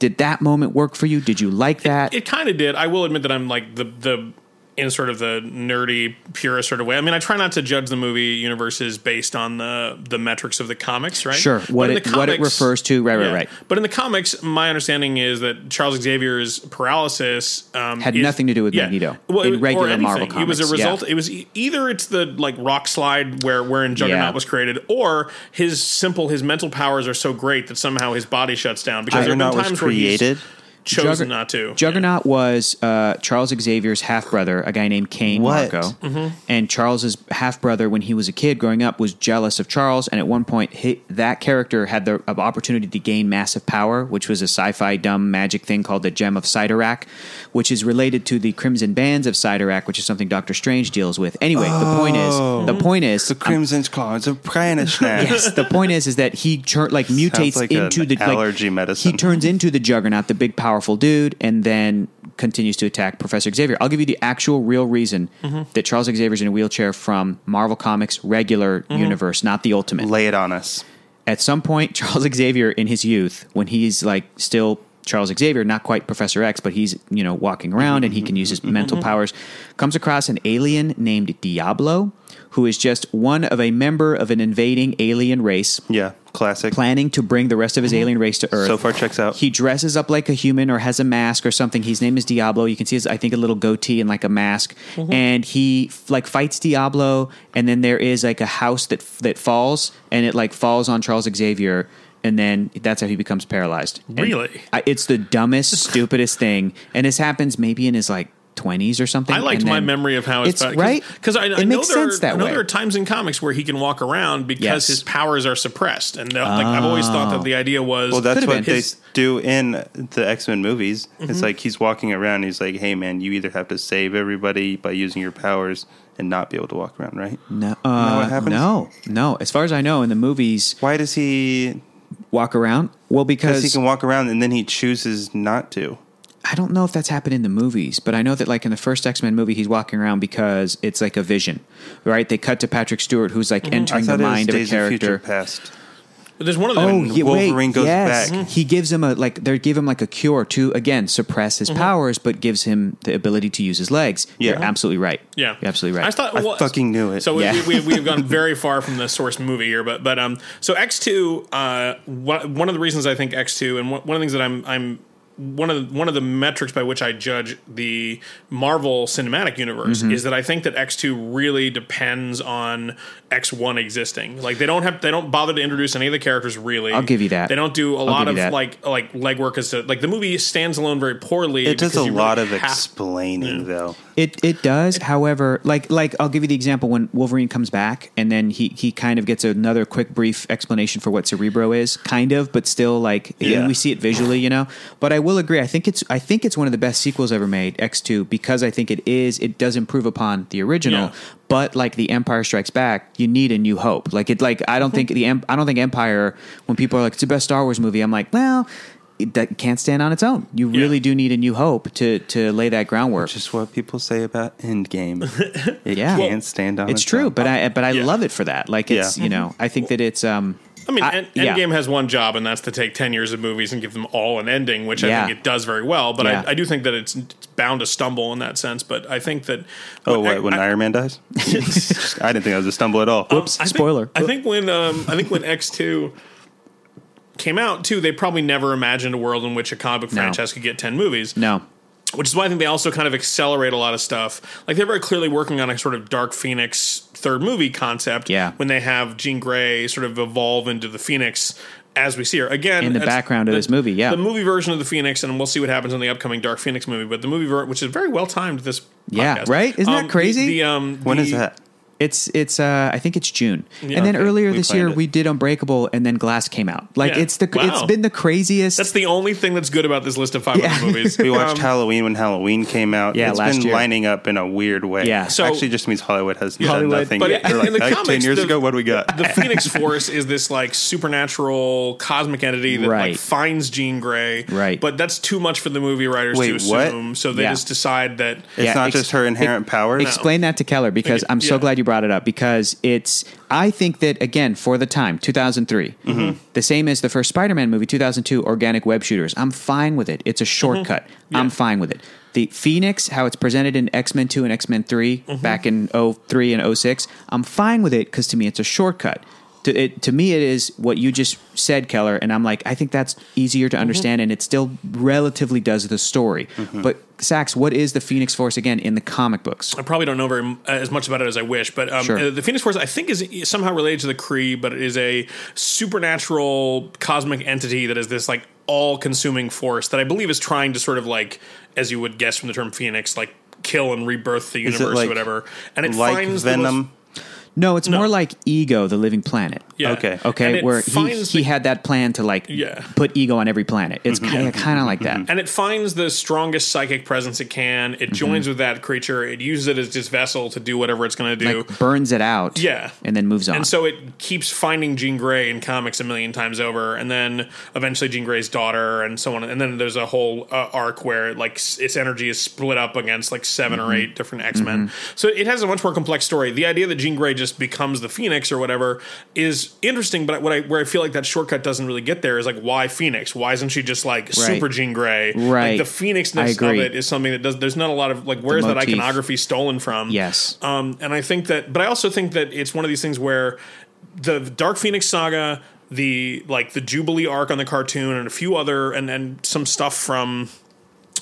Speaker 3: Did that moment work for you? Did you like that?
Speaker 1: it kind of did. I will admit that I'm like the the in sort of the nerdy purist sort of way. I mean, I try not to judge the movie universes based on the the metrics of the comics, right?
Speaker 3: sure,
Speaker 1: But
Speaker 3: what
Speaker 1: in
Speaker 3: it
Speaker 1: the
Speaker 3: what it
Speaker 1: comics-
Speaker 3: refers to, right, right,
Speaker 1: Yeah.
Speaker 3: right,
Speaker 1: But in the comics, my understanding is that Charles Xavier's paralysis um,
Speaker 3: Had
Speaker 1: is-
Speaker 3: nothing to do with Magneto in
Speaker 1: it- or
Speaker 3: regular Marvel
Speaker 1: anything. It was a
Speaker 3: comics, yeah.
Speaker 1: result. It was e- either it's the like rock slide where wherein Juggernaut
Speaker 3: Yeah.
Speaker 1: was created, or his simple his mental powers are so great that somehow his body shuts down. Because there have been
Speaker 4: Juggernaut
Speaker 1: times
Speaker 4: was
Speaker 1: where he's
Speaker 4: created.
Speaker 1: chosen
Speaker 3: Jugger-
Speaker 1: not to.
Speaker 3: Juggernaut was uh, Charles Xavier's half brother, a guy named Cain
Speaker 4: What?
Speaker 3: Marco,
Speaker 1: Mm-hmm.
Speaker 3: and Charles's half brother, when he was a kid growing up, was jealous of Charles, and at one point, he, that character had the uh, opportunity to gain massive power, which was a sci-fi dumb magic thing called the Gem of Sidorak, which is related to the Crimson Bands of Sidorak, which is something Doctor Strange deals with. Anyway, the point is, the point is,
Speaker 4: Oh. The Crimson Claws of Pranishnap.
Speaker 3: yes, the point is, is that he tur- like mutates
Speaker 4: like
Speaker 3: into
Speaker 4: an
Speaker 3: the like,
Speaker 4: allergy medicine.
Speaker 3: He turns into the Juggernaut, the big powerful dude, and then continues to attack Professor Xavier. I'll give you the actual real reason that Charles Xavier's in a wheelchair from Marvel Comics regular universe, not the Ultimate.
Speaker 4: Lay it on us.
Speaker 3: At some point, Charles Xavier in his youth, when he's like still. Charles Xavier, not quite Professor X, but he's you know walking around and he can use his mental powers. Comes across an alien named Diablo, who is just one of a member of an invading alien race
Speaker 4: Yeah, classic.
Speaker 3: planning to bring the rest of his
Speaker 1: Mm-hmm.
Speaker 3: alien race to Earth.
Speaker 4: So far, checks out.
Speaker 3: He dresses up like a human or has a mask or something. His name is Diablo. You can see his, I think, a little goatee and like a mask.
Speaker 1: Mm-hmm.
Speaker 3: And he f- like fights Diablo, and then there is like a house that f- that falls, and it like falls on Charles Xavier, and then that's how he becomes paralyzed. And
Speaker 1: Really?
Speaker 3: I, it's the dumbest, stupidest thing. And this happens maybe in his like twenties or something.
Speaker 1: I liked
Speaker 3: and
Speaker 1: my
Speaker 3: then-
Speaker 1: memory of how it's,
Speaker 3: It's- right?
Speaker 1: because I,
Speaker 3: It
Speaker 1: I know
Speaker 3: makes
Speaker 1: there
Speaker 3: sense
Speaker 1: are,
Speaker 3: that
Speaker 1: I know
Speaker 3: way.
Speaker 1: there are times in comics where he can walk around because
Speaker 3: Yes. Oh.
Speaker 1: his powers are suppressed, and uh, like I've always thought that the idea was
Speaker 4: Well, that's
Speaker 3: Could've
Speaker 4: what
Speaker 3: been. Mm-hmm.
Speaker 4: they
Speaker 1: His-
Speaker 4: do in the X Men movies. It's like he's walking around. He's like, "Hey, man, you either have to save everybody by using your powers and not be able to walk around, right?"
Speaker 3: No,
Speaker 4: that what
Speaker 3: uh,
Speaker 4: happens?
Speaker 3: no, no. As far as I know, in the movies,
Speaker 4: Why does he?
Speaker 3: walk around. Well, because
Speaker 4: Because he can walk around, and then he chooses not to.
Speaker 3: I don't know if that's happened in the movies, but I know that like in the first X Men movie, he's walking around because it's like a vision, right? They cut to Patrick Stewart, who's
Speaker 1: Mm-hmm.
Speaker 3: like
Speaker 4: I
Speaker 3: entering the
Speaker 4: thought it was
Speaker 3: mind of a
Speaker 4: Days of Future
Speaker 3: character.
Speaker 4: Past.
Speaker 1: there's one of the
Speaker 3: Oh,
Speaker 4: When
Speaker 3: yeah, wait,
Speaker 4: Wolverine goes
Speaker 3: yes.
Speaker 1: Mm-hmm.
Speaker 4: back. Mhm.
Speaker 3: He gives him a like they give him like a cure to again suppress
Speaker 1: Mm-hmm.
Speaker 3: his powers, but gives him the ability to use his legs.
Speaker 4: Yeah.
Speaker 3: You're absolutely right.
Speaker 1: Yeah,
Speaker 3: You're absolutely
Speaker 1: I
Speaker 3: right.
Speaker 1: thought
Speaker 4: I
Speaker 1: well,
Speaker 4: fucking knew it.
Speaker 1: So we-
Speaker 3: Yeah.
Speaker 1: we, we, we have gone very far from the source movie here, but but um, so X two, uh, one one of the reasons I think X two, and one one of the things that I'm I'm one of the, one of the metrics by which I judge the Marvel Cinematic Universe
Speaker 3: Mm-hmm.
Speaker 1: is that I think that X two really depends on X one existing. Like they don't have they don't bother to introduce any of the characters really.
Speaker 3: I'll give you that.
Speaker 1: They don't do a lot
Speaker 3: give
Speaker 1: of
Speaker 3: you that.
Speaker 1: like like legwork as to like the movie stands alone very poorly.
Speaker 4: It does
Speaker 1: because
Speaker 4: a
Speaker 1: you really
Speaker 4: lot of
Speaker 1: have-
Speaker 4: explaining, though.
Speaker 3: It it does. However, like like I'll give you the example when Wolverine comes back and then he he kind of gets another quick brief explanation for what Cerebro is, kind of, but still like
Speaker 4: Yeah.
Speaker 3: we see it visually, you know. But I will agree. I think it's I think it's one of the best sequels ever made, X two, because I think it is. It does improve upon the original.
Speaker 1: Yeah.
Speaker 3: But like the Empire Strikes Back, you need a new hope. Like it, like I don't think the Em- I don't think Empire. When people are like, "It's the best Star Wars movie," I'm like, "Well, it that can't stand on its own. You
Speaker 1: Yeah.
Speaker 3: really do need a new hope to to lay that groundwork."
Speaker 4: Just what people say about Endgame. It
Speaker 3: Yeah.
Speaker 4: can't stand on.
Speaker 3: it's true,
Speaker 4: own.
Speaker 3: but I but I
Speaker 1: Yeah.
Speaker 3: love it for that. Like it's
Speaker 4: Yeah.
Speaker 3: you know I think that it's um
Speaker 1: I mean, End,
Speaker 3: yeah.
Speaker 1: Endgame has one job, and that's to take ten years of movies and give them all an ending, which
Speaker 3: Yeah.
Speaker 1: I think it does very well. But
Speaker 3: Yeah.
Speaker 1: I, I do think that it's, it's bound to stumble in that sense. But I think that
Speaker 4: oh, what,
Speaker 1: I-
Speaker 4: when
Speaker 1: I-
Speaker 4: Iron Man dies? I didn't think that was a stumble at all.
Speaker 3: Um,
Speaker 4: Whoops.
Speaker 1: I think-
Speaker 3: spoiler.
Speaker 1: I think when um, I think when X two came out too, they probably never imagined a world in which a comic book
Speaker 3: No.
Speaker 1: franchise could get ten movies.
Speaker 3: no
Speaker 1: which is why I think they also kind of accelerate a lot of stuff. Like they're very clearly working on a sort of Dark Phoenix third movie concept.
Speaker 3: Yeah.
Speaker 1: when they have Jean Grey sort of evolve into the Phoenix as we see her again
Speaker 3: In the
Speaker 1: that's-
Speaker 3: background of this movie, yeah.
Speaker 1: the movie version of the Phoenix, and we'll see what happens in the upcoming Dark Phoenix movie. But the movie, ver- which is very well timed, this
Speaker 3: Yeah,
Speaker 1: podcast.
Speaker 3: right? Isn't that
Speaker 1: the-
Speaker 3: crazy?
Speaker 1: The, um,
Speaker 4: When
Speaker 1: the-
Speaker 4: is that?
Speaker 3: it's it's uh I think it's June and then
Speaker 4: Okay,
Speaker 3: earlier
Speaker 4: we
Speaker 3: this year
Speaker 4: planned it.
Speaker 3: we did Unbreakable and then Glass came out. Like
Speaker 1: Yeah.
Speaker 3: it's the
Speaker 1: Wow.
Speaker 3: it's been the craziest.
Speaker 1: That's the only thing that's good about this list of 500
Speaker 3: Yeah.
Speaker 1: movies.
Speaker 4: We watched Halloween when Halloween came out.
Speaker 3: um, Yeah,
Speaker 4: it's
Speaker 3: last
Speaker 4: been
Speaker 3: year.
Speaker 4: lining up in a weird way.
Speaker 3: Yeah.
Speaker 1: So-
Speaker 4: actually, just means Hollywood has
Speaker 3: Hollywood,
Speaker 4: done nothing.
Speaker 1: but
Speaker 4: yet.
Speaker 1: in-
Speaker 4: They're
Speaker 1: in the
Speaker 4: "Hey, ten
Speaker 1: comics,
Speaker 4: years
Speaker 1: the-
Speaker 4: ago, what do we got?
Speaker 1: the Phoenix Force is this like supernatural cosmic entity that
Speaker 3: Right.
Speaker 1: like finds Jean Grey.
Speaker 3: Right.
Speaker 1: But that's too much for the movie writers
Speaker 4: Wait,
Speaker 1: to
Speaker 4: what?
Speaker 1: assume. So they
Speaker 3: Yeah.
Speaker 1: just decide that
Speaker 4: it's
Speaker 3: Yeah,
Speaker 4: not
Speaker 3: ex-
Speaker 4: just her inherent power.
Speaker 3: Explain that to Keller because
Speaker 1: Okay,
Speaker 3: I'm so
Speaker 1: yeah.
Speaker 3: glad you brought it up because it's I think that again for the time 2003
Speaker 1: Mm-hmm.
Speaker 3: the same as the first Spider-Man movie 2002 organic web shooters I'm fine with it it's a
Speaker 1: Mm-hmm.
Speaker 3: shortcut I'm fine with it the Phoenix how it's presented in X-Men 2 and X-Men 3
Speaker 1: Mm-hmm.
Speaker 3: back in 03 and 06 I'm fine with it cuz to me it's a shortcut to, it, to me, it is what you just said, Keller, and I'm like, I think that's easier
Speaker 1: Mm-hmm.
Speaker 3: to understand, and it still relatively does the story. But Sax, what is the Phoenix Force again in the comic books?
Speaker 1: I probably don't know very uh, as much about it as I wish, but um,
Speaker 3: Sure.
Speaker 1: uh, the Phoenix Force I think is somehow related to the Kree, but it is a supernatural cosmic entity that is this like all-consuming force that I believe is trying to sort of like, as you would guess from the term Phoenix, like kill and rebirth the
Speaker 4: it
Speaker 1: universe
Speaker 4: like-
Speaker 1: or whatever. And it
Speaker 4: like
Speaker 1: finds the most-
Speaker 4: Venom.
Speaker 3: No, it's more like Ego, the living planet.
Speaker 1: yeah.
Speaker 4: Okay.
Speaker 1: And
Speaker 3: Okay,
Speaker 1: it
Speaker 3: where he,
Speaker 1: finds
Speaker 3: he
Speaker 1: the-
Speaker 3: had that plan to like
Speaker 1: Yeah. Mm-hmm.
Speaker 3: put ego on every planet. It's kind of kind of like that.
Speaker 1: and it finds the strongest psychic presence it can. It joins with that creature. It uses it as its vessel to do whatever it's going to do.
Speaker 3: Like burns it out.
Speaker 1: Yeah.
Speaker 3: and then moves on.
Speaker 1: and so it keeps finding Jean Grey in comics a million times over, and then eventually Jean Grey's daughter, and so on. And then there's a whole uh, arc where like s- its energy
Speaker 3: Mm-hmm.
Speaker 1: is split up against like 7 or eight different X Men. So it has a much more complex story. The idea that Jean Grey just just becomes the Phoenix or whatever is interesting. But what I where I feel like that shortcut doesn't really get there is like why Phoenix? Why isn't she just like Super Jean Grey?
Speaker 3: Right.
Speaker 1: Like, the Phoenix
Speaker 3: I
Speaker 1: of
Speaker 3: agree.
Speaker 1: it is something that does. There's not a lot of like where's that
Speaker 3: motif.
Speaker 1: iconography stolen from?
Speaker 3: Yes.
Speaker 1: Um, and I think that, but I also think that it's one of these things where the Dark Phoenix saga, the like the Jubilee arc on the cartoon, and a few other, and and some stuff from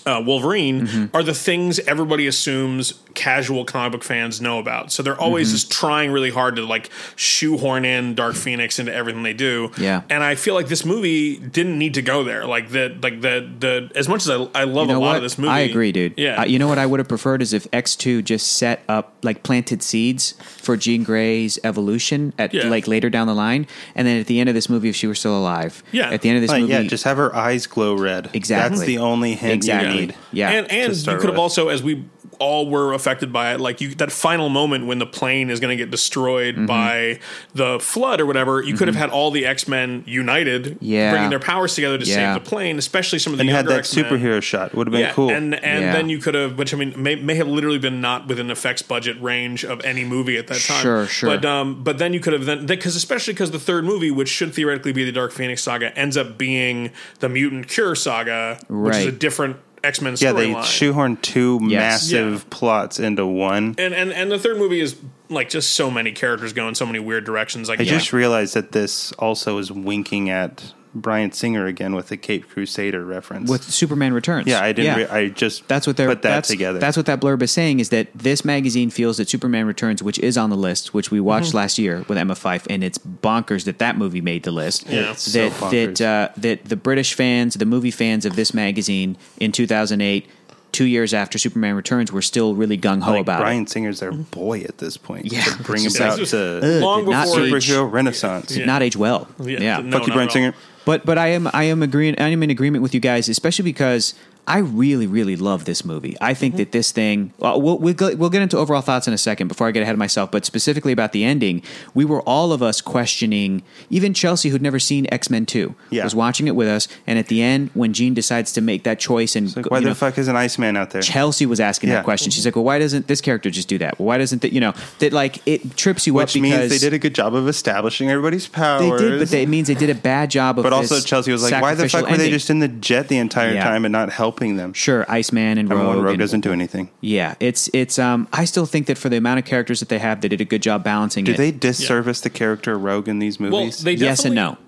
Speaker 1: uh, Wolverine
Speaker 3: Mm-hmm.
Speaker 1: are the things everybody assumes casual comic book fans know about. So they're always
Speaker 3: Mm-hmm.
Speaker 1: just trying really hard to like shoehorn in Dark Phoenix into everything they do.
Speaker 3: Yeah.
Speaker 1: and I feel like this movie didn't need to go there. Like the like the the as much as I, I love
Speaker 3: You
Speaker 1: a
Speaker 3: know
Speaker 1: lot
Speaker 3: what?
Speaker 1: of this movie,
Speaker 3: I agree, dude.
Speaker 1: Yeah,
Speaker 3: Uh, you know what I would have preferred is if X two just set up like planted seeds for Jean Grey's evolution at
Speaker 1: Yeah.
Speaker 3: like later down the line, and then at the end of this movie, if she were still alive,
Speaker 1: Yeah.
Speaker 3: at the end of this
Speaker 4: Like,
Speaker 3: movie,
Speaker 4: yeah, just have her eyes glow red.
Speaker 3: Exactly.
Speaker 4: That's the only hint
Speaker 3: Exactly.
Speaker 4: you need.
Speaker 3: Yeah.
Speaker 1: and and you
Speaker 4: start
Speaker 1: could have
Speaker 4: with.
Speaker 1: also, as we all were affected by it, like you that final moment when the plane is going to get destroyed
Speaker 4: Mm-hmm.
Speaker 1: by the flood or whatever. You could have had all the X Men united,
Speaker 3: Yeah.
Speaker 1: bringing their powers together to
Speaker 3: Yeah.
Speaker 1: save the plane, especially some of the
Speaker 4: And had
Speaker 1: younger
Speaker 4: that
Speaker 1: X-Men.
Speaker 4: superhero shot. Would have been
Speaker 1: Yeah,
Speaker 4: cool.
Speaker 1: and and
Speaker 3: Yeah.
Speaker 1: then you could have, which I mean, may, may have literally been not within effects budget range of any movie at that time.
Speaker 3: Sure, sure.
Speaker 1: But um, but then you could have then because especially because the third movie, which should theoretically be the Dark Phoenix saga, ends up being the Mutant Cure saga, which is a
Speaker 3: Right.
Speaker 1: different X Men
Speaker 4: yeah,
Speaker 1: storyline.
Speaker 4: they shoehorned two
Speaker 3: Yes.
Speaker 4: massive plots into one.
Speaker 1: and and and the third movie is like just so many characters go in so many weird directions. Like
Speaker 4: I
Speaker 1: yeah.
Speaker 4: just realized that this also is winking at Brian Singer again with the Cape Crusader reference.
Speaker 3: with Superman Returns.
Speaker 4: yeah, I didn't. Re- I just
Speaker 3: that's what they're
Speaker 4: put that
Speaker 3: that's,
Speaker 4: together.
Speaker 3: That's what that blurb is saying is that this magazine feels that Superman Returns, which is on the list, which we watched last year with Emma Fife, and it's bonkers that that movie made the list.
Speaker 1: Yeah, it's
Speaker 4: so
Speaker 3: that
Speaker 4: bonkers.
Speaker 3: that uh, that the British fans, the movie fans of this magazine in 2008, two years after Superman Returns, were still really gung ho
Speaker 4: like
Speaker 3: about. it. Mm-hmm.
Speaker 4: Brian Singer's their boy at this point.
Speaker 3: Yeah.
Speaker 4: to bring
Speaker 3: It's
Speaker 4: him out
Speaker 1: just-
Speaker 4: to
Speaker 1: long
Speaker 3: did not
Speaker 1: before
Speaker 3: age.
Speaker 4: superhero renaissance.
Speaker 3: Did not age well. Yeah,
Speaker 1: no, not
Speaker 4: Fuck you, Brian
Speaker 1: at all.
Speaker 4: Singer.
Speaker 3: But but I am I am agreeing I am in agreement with you guys, especially because I really really love this movie. I
Speaker 4: Mm-hmm.
Speaker 3: think that this thing well, we'll we'll, go, we'll get into overall thoughts in a second before I get ahead of myself. But specifically about the ending, we were all of us questioning. Even Chelsea, who'd never seen X Men Two,
Speaker 4: Yeah.
Speaker 3: was watching it with us. And at the end, when Jean decides to make that choice and
Speaker 4: Like,
Speaker 3: go-
Speaker 4: why
Speaker 3: you
Speaker 4: the
Speaker 3: know,
Speaker 4: fuck is an Iceman out there?
Speaker 3: Chelsea was asking
Speaker 4: Yeah. Mm-hmm.
Speaker 3: that question. She's like, "Well, why doesn't this character just do that? Well, why doesn't that? You know, that like it trips you up
Speaker 4: Which means
Speaker 3: because
Speaker 4: they did a good job of establishing everybody's
Speaker 3: They
Speaker 4: powers.
Speaker 3: did, but they, it means they did a bad job of.
Speaker 4: But also,
Speaker 3: this
Speaker 4: Chelsea was like, "Why the fuck
Speaker 3: sacrificial
Speaker 4: were they
Speaker 3: ending."
Speaker 4: just in the jet the entire
Speaker 3: Yeah.
Speaker 4: time and not helping them?"
Speaker 3: sure Iceman and
Speaker 4: Number
Speaker 3: Rogue,
Speaker 4: one, Rogue
Speaker 3: and-
Speaker 4: doesn't do anything.
Speaker 3: yeah it's it's um I still think that for the amount of characters that they have they did a good job balancing
Speaker 4: Do
Speaker 3: it
Speaker 4: they disservice the character Rogue in these
Speaker 1: Well,
Speaker 4: movies?
Speaker 1: they
Speaker 3: Yes and
Speaker 1: definitely-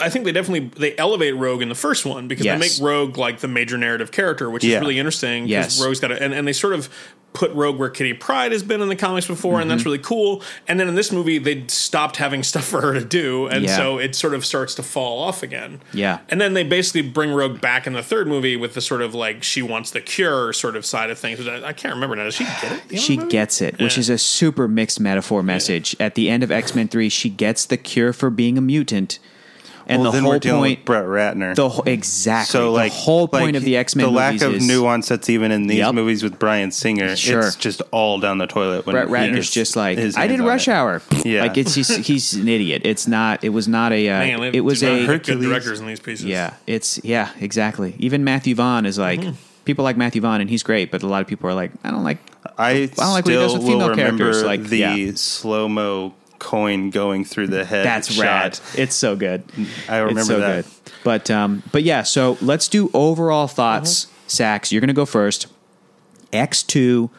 Speaker 1: I think they definitely they elevate Rogue in the first one because they
Speaker 3: Yes.
Speaker 1: make Rogue like the major narrative character, which
Speaker 4: Yeah.
Speaker 1: is really interesting. 'cause
Speaker 3: Yes.
Speaker 1: Rogue's got a, and and they sort of put Rogue where Kitty Pride has been in the comics before, and
Speaker 3: Mm-hmm.
Speaker 1: that's really cool. And then in this movie, they stopped having stuff for her to do, and
Speaker 3: Yeah.
Speaker 1: so it sort of starts to fall off again.
Speaker 3: Yeah.
Speaker 1: and then they basically bring Rogue back in the third movie with the sort of like she wants the cure sort of side of things. which I, I can't remember now. Does she get it?
Speaker 3: she gets it which
Speaker 1: Yeah.
Speaker 3: is a super mixed metaphor message at the end of X-Men 3 she gets the cure for being a mutant and
Speaker 4: well,
Speaker 3: the
Speaker 4: then
Speaker 3: whole
Speaker 4: we're dealing with
Speaker 3: point
Speaker 4: Brett Ratner.
Speaker 3: the whole, exactly
Speaker 4: so like
Speaker 3: the whole point
Speaker 4: like,
Speaker 3: of the X-Men
Speaker 4: the lack
Speaker 3: movies
Speaker 4: of
Speaker 3: is
Speaker 4: nuance that's even in these
Speaker 3: Yep.
Speaker 4: movies with Brian Singer,
Speaker 3: Sure.
Speaker 4: it's just all down the toilet. When
Speaker 3: Brett
Speaker 4: he
Speaker 3: Ratner's
Speaker 4: gets
Speaker 3: just like
Speaker 4: his
Speaker 3: I
Speaker 4: hands
Speaker 3: did
Speaker 4: on
Speaker 3: rush
Speaker 4: it.
Speaker 3: hour
Speaker 4: Yeah.
Speaker 3: like it's he's, he's an idiot it's not it was not a uh,
Speaker 1: Man, they
Speaker 3: it was
Speaker 1: do not
Speaker 3: a
Speaker 1: pick
Speaker 4: Hercules.
Speaker 1: good directors in these pieces.
Speaker 3: Yeah, it's yeah, exactly. Even Matthew Vaughn is like
Speaker 4: Mm-hmm.
Speaker 3: people like Matthew Vaughn and he's great, but a lot of people are like, I don't like.
Speaker 4: I,
Speaker 3: I don't like what he
Speaker 4: still
Speaker 3: does with female
Speaker 4: will remember
Speaker 3: characters, like,
Speaker 4: the
Speaker 3: yeah.
Speaker 4: slow mo coin going through the head.
Speaker 3: That's
Speaker 4: shot.
Speaker 3: rad. It's so good.
Speaker 4: I remember
Speaker 3: it's so
Speaker 4: that.
Speaker 3: Good. But um, but yeah. So let's do overall thoughts. Sax, you're gonna go first. X two.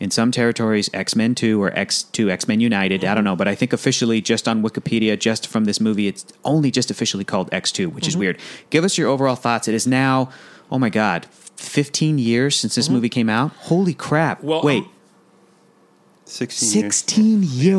Speaker 3: In some territories, X Men 2 or X2, X Men United, I don't know, but I think officially, just on Wikipedia, just from this movie, it's only just officially called X2, which is weird. Give us your overall thoughts. It is now, oh my God, 15 years since this movie came out. Holy crap.
Speaker 1: Well,
Speaker 3: Wait,
Speaker 1: I'm-
Speaker 4: 16 years.
Speaker 3: 16 year.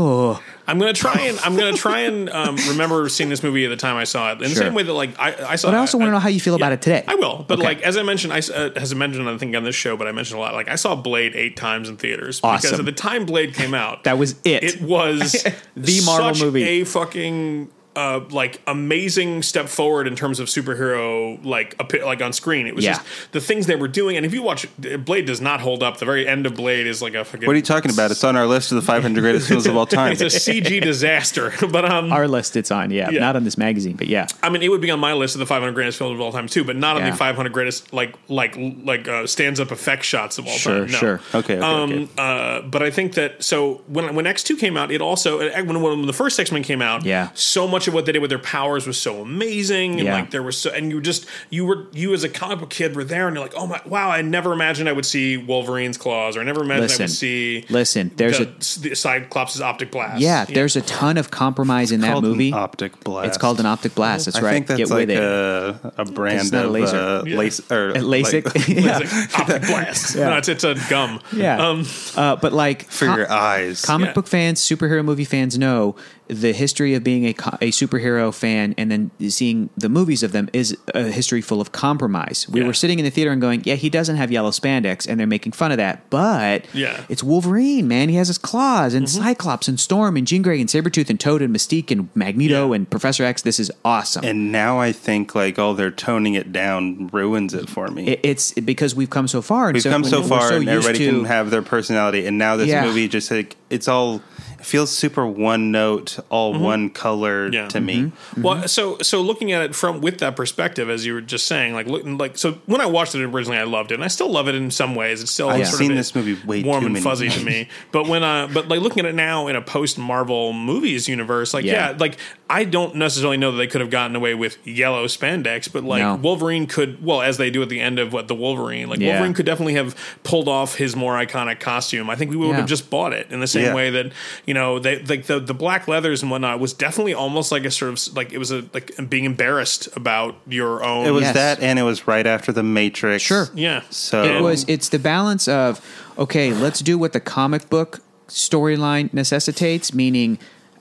Speaker 1: I'm gonna try and I'm gonna try and um, remember seeing this movie at the time I saw it. In the
Speaker 3: Sure.
Speaker 1: same way that like I, I saw,
Speaker 3: But I also want to know how you feel about it today.
Speaker 1: I will, but
Speaker 3: Okay.
Speaker 1: like as I mentioned, I s- uh, as I mentioned, I think on this show, but I mentioned a lot. Like I saw Blade eight times in theaters because
Speaker 3: Awesome.
Speaker 1: at the time Blade came out,
Speaker 3: That was it.
Speaker 1: it was
Speaker 3: The Marvel
Speaker 1: such
Speaker 3: movie.
Speaker 1: a fucking uh, like amazing step forward in terms of superhero like appe- like on screen. It was
Speaker 3: Yeah.
Speaker 1: just the things they were doing. And if you watch Blade, does not hold up. The very end of Blade is like a fucking.
Speaker 2: What are you talking about? It's on our list of the 500 greatest films of all time.
Speaker 1: It's a CG disaster. but um,
Speaker 3: Our list it's on, yeah,
Speaker 1: Yeah.
Speaker 3: Not on this magazine, but yeah.
Speaker 1: I mean, it would be on my list of the 500 greatest films of all time too, but not on
Speaker 3: Yeah.
Speaker 1: the 500 greatest like like like uh, stands up effect shots of all
Speaker 3: Sure,
Speaker 1: time. No.
Speaker 3: sure.
Speaker 2: Okay, okay,
Speaker 1: Um, Uh, but I think that so when when X two came out, it also uh, when when the first X Men came out,
Speaker 3: Yeah.
Speaker 1: so much of what they did with their powers was so amazing, and
Speaker 3: Yeah.
Speaker 1: like there was so and you just you were you as a comic book kid were there, and you're like, oh my wow, I never imagined I would see Wolverine's claws, or I never imagined I
Speaker 3: Listen.
Speaker 1: would see
Speaker 3: Listen, there's
Speaker 1: the,
Speaker 3: a
Speaker 1: the Cyclops' optic blast.
Speaker 3: yeah, there's a ton of compromise in that
Speaker 2: called an
Speaker 3: movie.
Speaker 2: optic blast.
Speaker 3: It's called an optic blast. That's
Speaker 2: I
Speaker 3: right.
Speaker 2: think that's
Speaker 3: Get
Speaker 2: like
Speaker 3: with it.
Speaker 2: a, a brand
Speaker 3: not a
Speaker 2: of
Speaker 3: laser.
Speaker 2: Uh,
Speaker 1: Yeah.
Speaker 2: lace or
Speaker 3: At LASIK.
Speaker 2: like-
Speaker 3: yeah.
Speaker 1: It's like optic blast. No, it's, it's a gum.
Speaker 3: Yeah.
Speaker 1: Um,
Speaker 3: uh, but like
Speaker 2: for
Speaker 3: com-
Speaker 2: your eyes.
Speaker 3: comic
Speaker 1: Yeah.
Speaker 3: book fans, superhero movie fans know the history of being a, co- a superhero fan and then seeing the movies of them is a history full of compromise. We
Speaker 1: Yeah.
Speaker 3: were sitting in the theater and going, "Yeah, he doesn't have yellow spandex," and they're making fun of that. But
Speaker 1: Yeah.
Speaker 3: it's Wolverine, man. He has his claws and
Speaker 4: Mm-hmm.
Speaker 3: Cyclops and Storm and Jean Grey and Sabretooth and Toad and Mystique and Magneto
Speaker 1: Yeah.
Speaker 3: and Professor X. This is awesome.
Speaker 2: and
Speaker 4: Now I think like oh they're toning it down ruins it for me.
Speaker 3: It- it's because we've come so far. And
Speaker 4: We've come
Speaker 3: when
Speaker 4: so
Speaker 3: we're
Speaker 4: far, and
Speaker 3: used
Speaker 4: everybody
Speaker 3: to-
Speaker 4: can have their personality. And now this
Speaker 3: Yeah.
Speaker 4: movie just like it's all it feels super one note, all
Speaker 3: Mm-hmm.
Speaker 4: one color
Speaker 1: Yeah.
Speaker 4: to me.
Speaker 1: Well, so so looking at it from with that perspective, as you were just saying, like look, like so when I watched it originally, I loved it, and I still love it in some ways. It's still
Speaker 4: I've
Speaker 1: sort
Speaker 4: seen
Speaker 1: of a-
Speaker 4: this movie way
Speaker 1: warm
Speaker 4: too
Speaker 1: and
Speaker 4: many
Speaker 1: fuzzy to me. But when uh, but like looking at it now in a post Marvel movies universe, like yeah.
Speaker 3: Yeah.
Speaker 1: like I don't necessarily know that they could have gotten away with yellow spandex, but like
Speaker 3: No.
Speaker 1: Wolverine could, well, as they do at the end of what the Wolverine, like
Speaker 3: Yeah.
Speaker 1: Wolverine could definitely have pulled off his more iconic costume. I think we would
Speaker 3: Yeah.
Speaker 1: have just bought it in the same
Speaker 4: Yeah.
Speaker 1: way that you know they like the the black leathers and whatnot was definitely almost like a sort of like it was a like being embarrassed about your own.
Speaker 4: It was
Speaker 3: Yes.
Speaker 4: that, and it was right after the Matrix.
Speaker 3: Sure.
Speaker 1: yeah.
Speaker 4: So-
Speaker 1: And-
Speaker 3: it was it's the balance of okay let's do what the comic book storyline necessitates meaning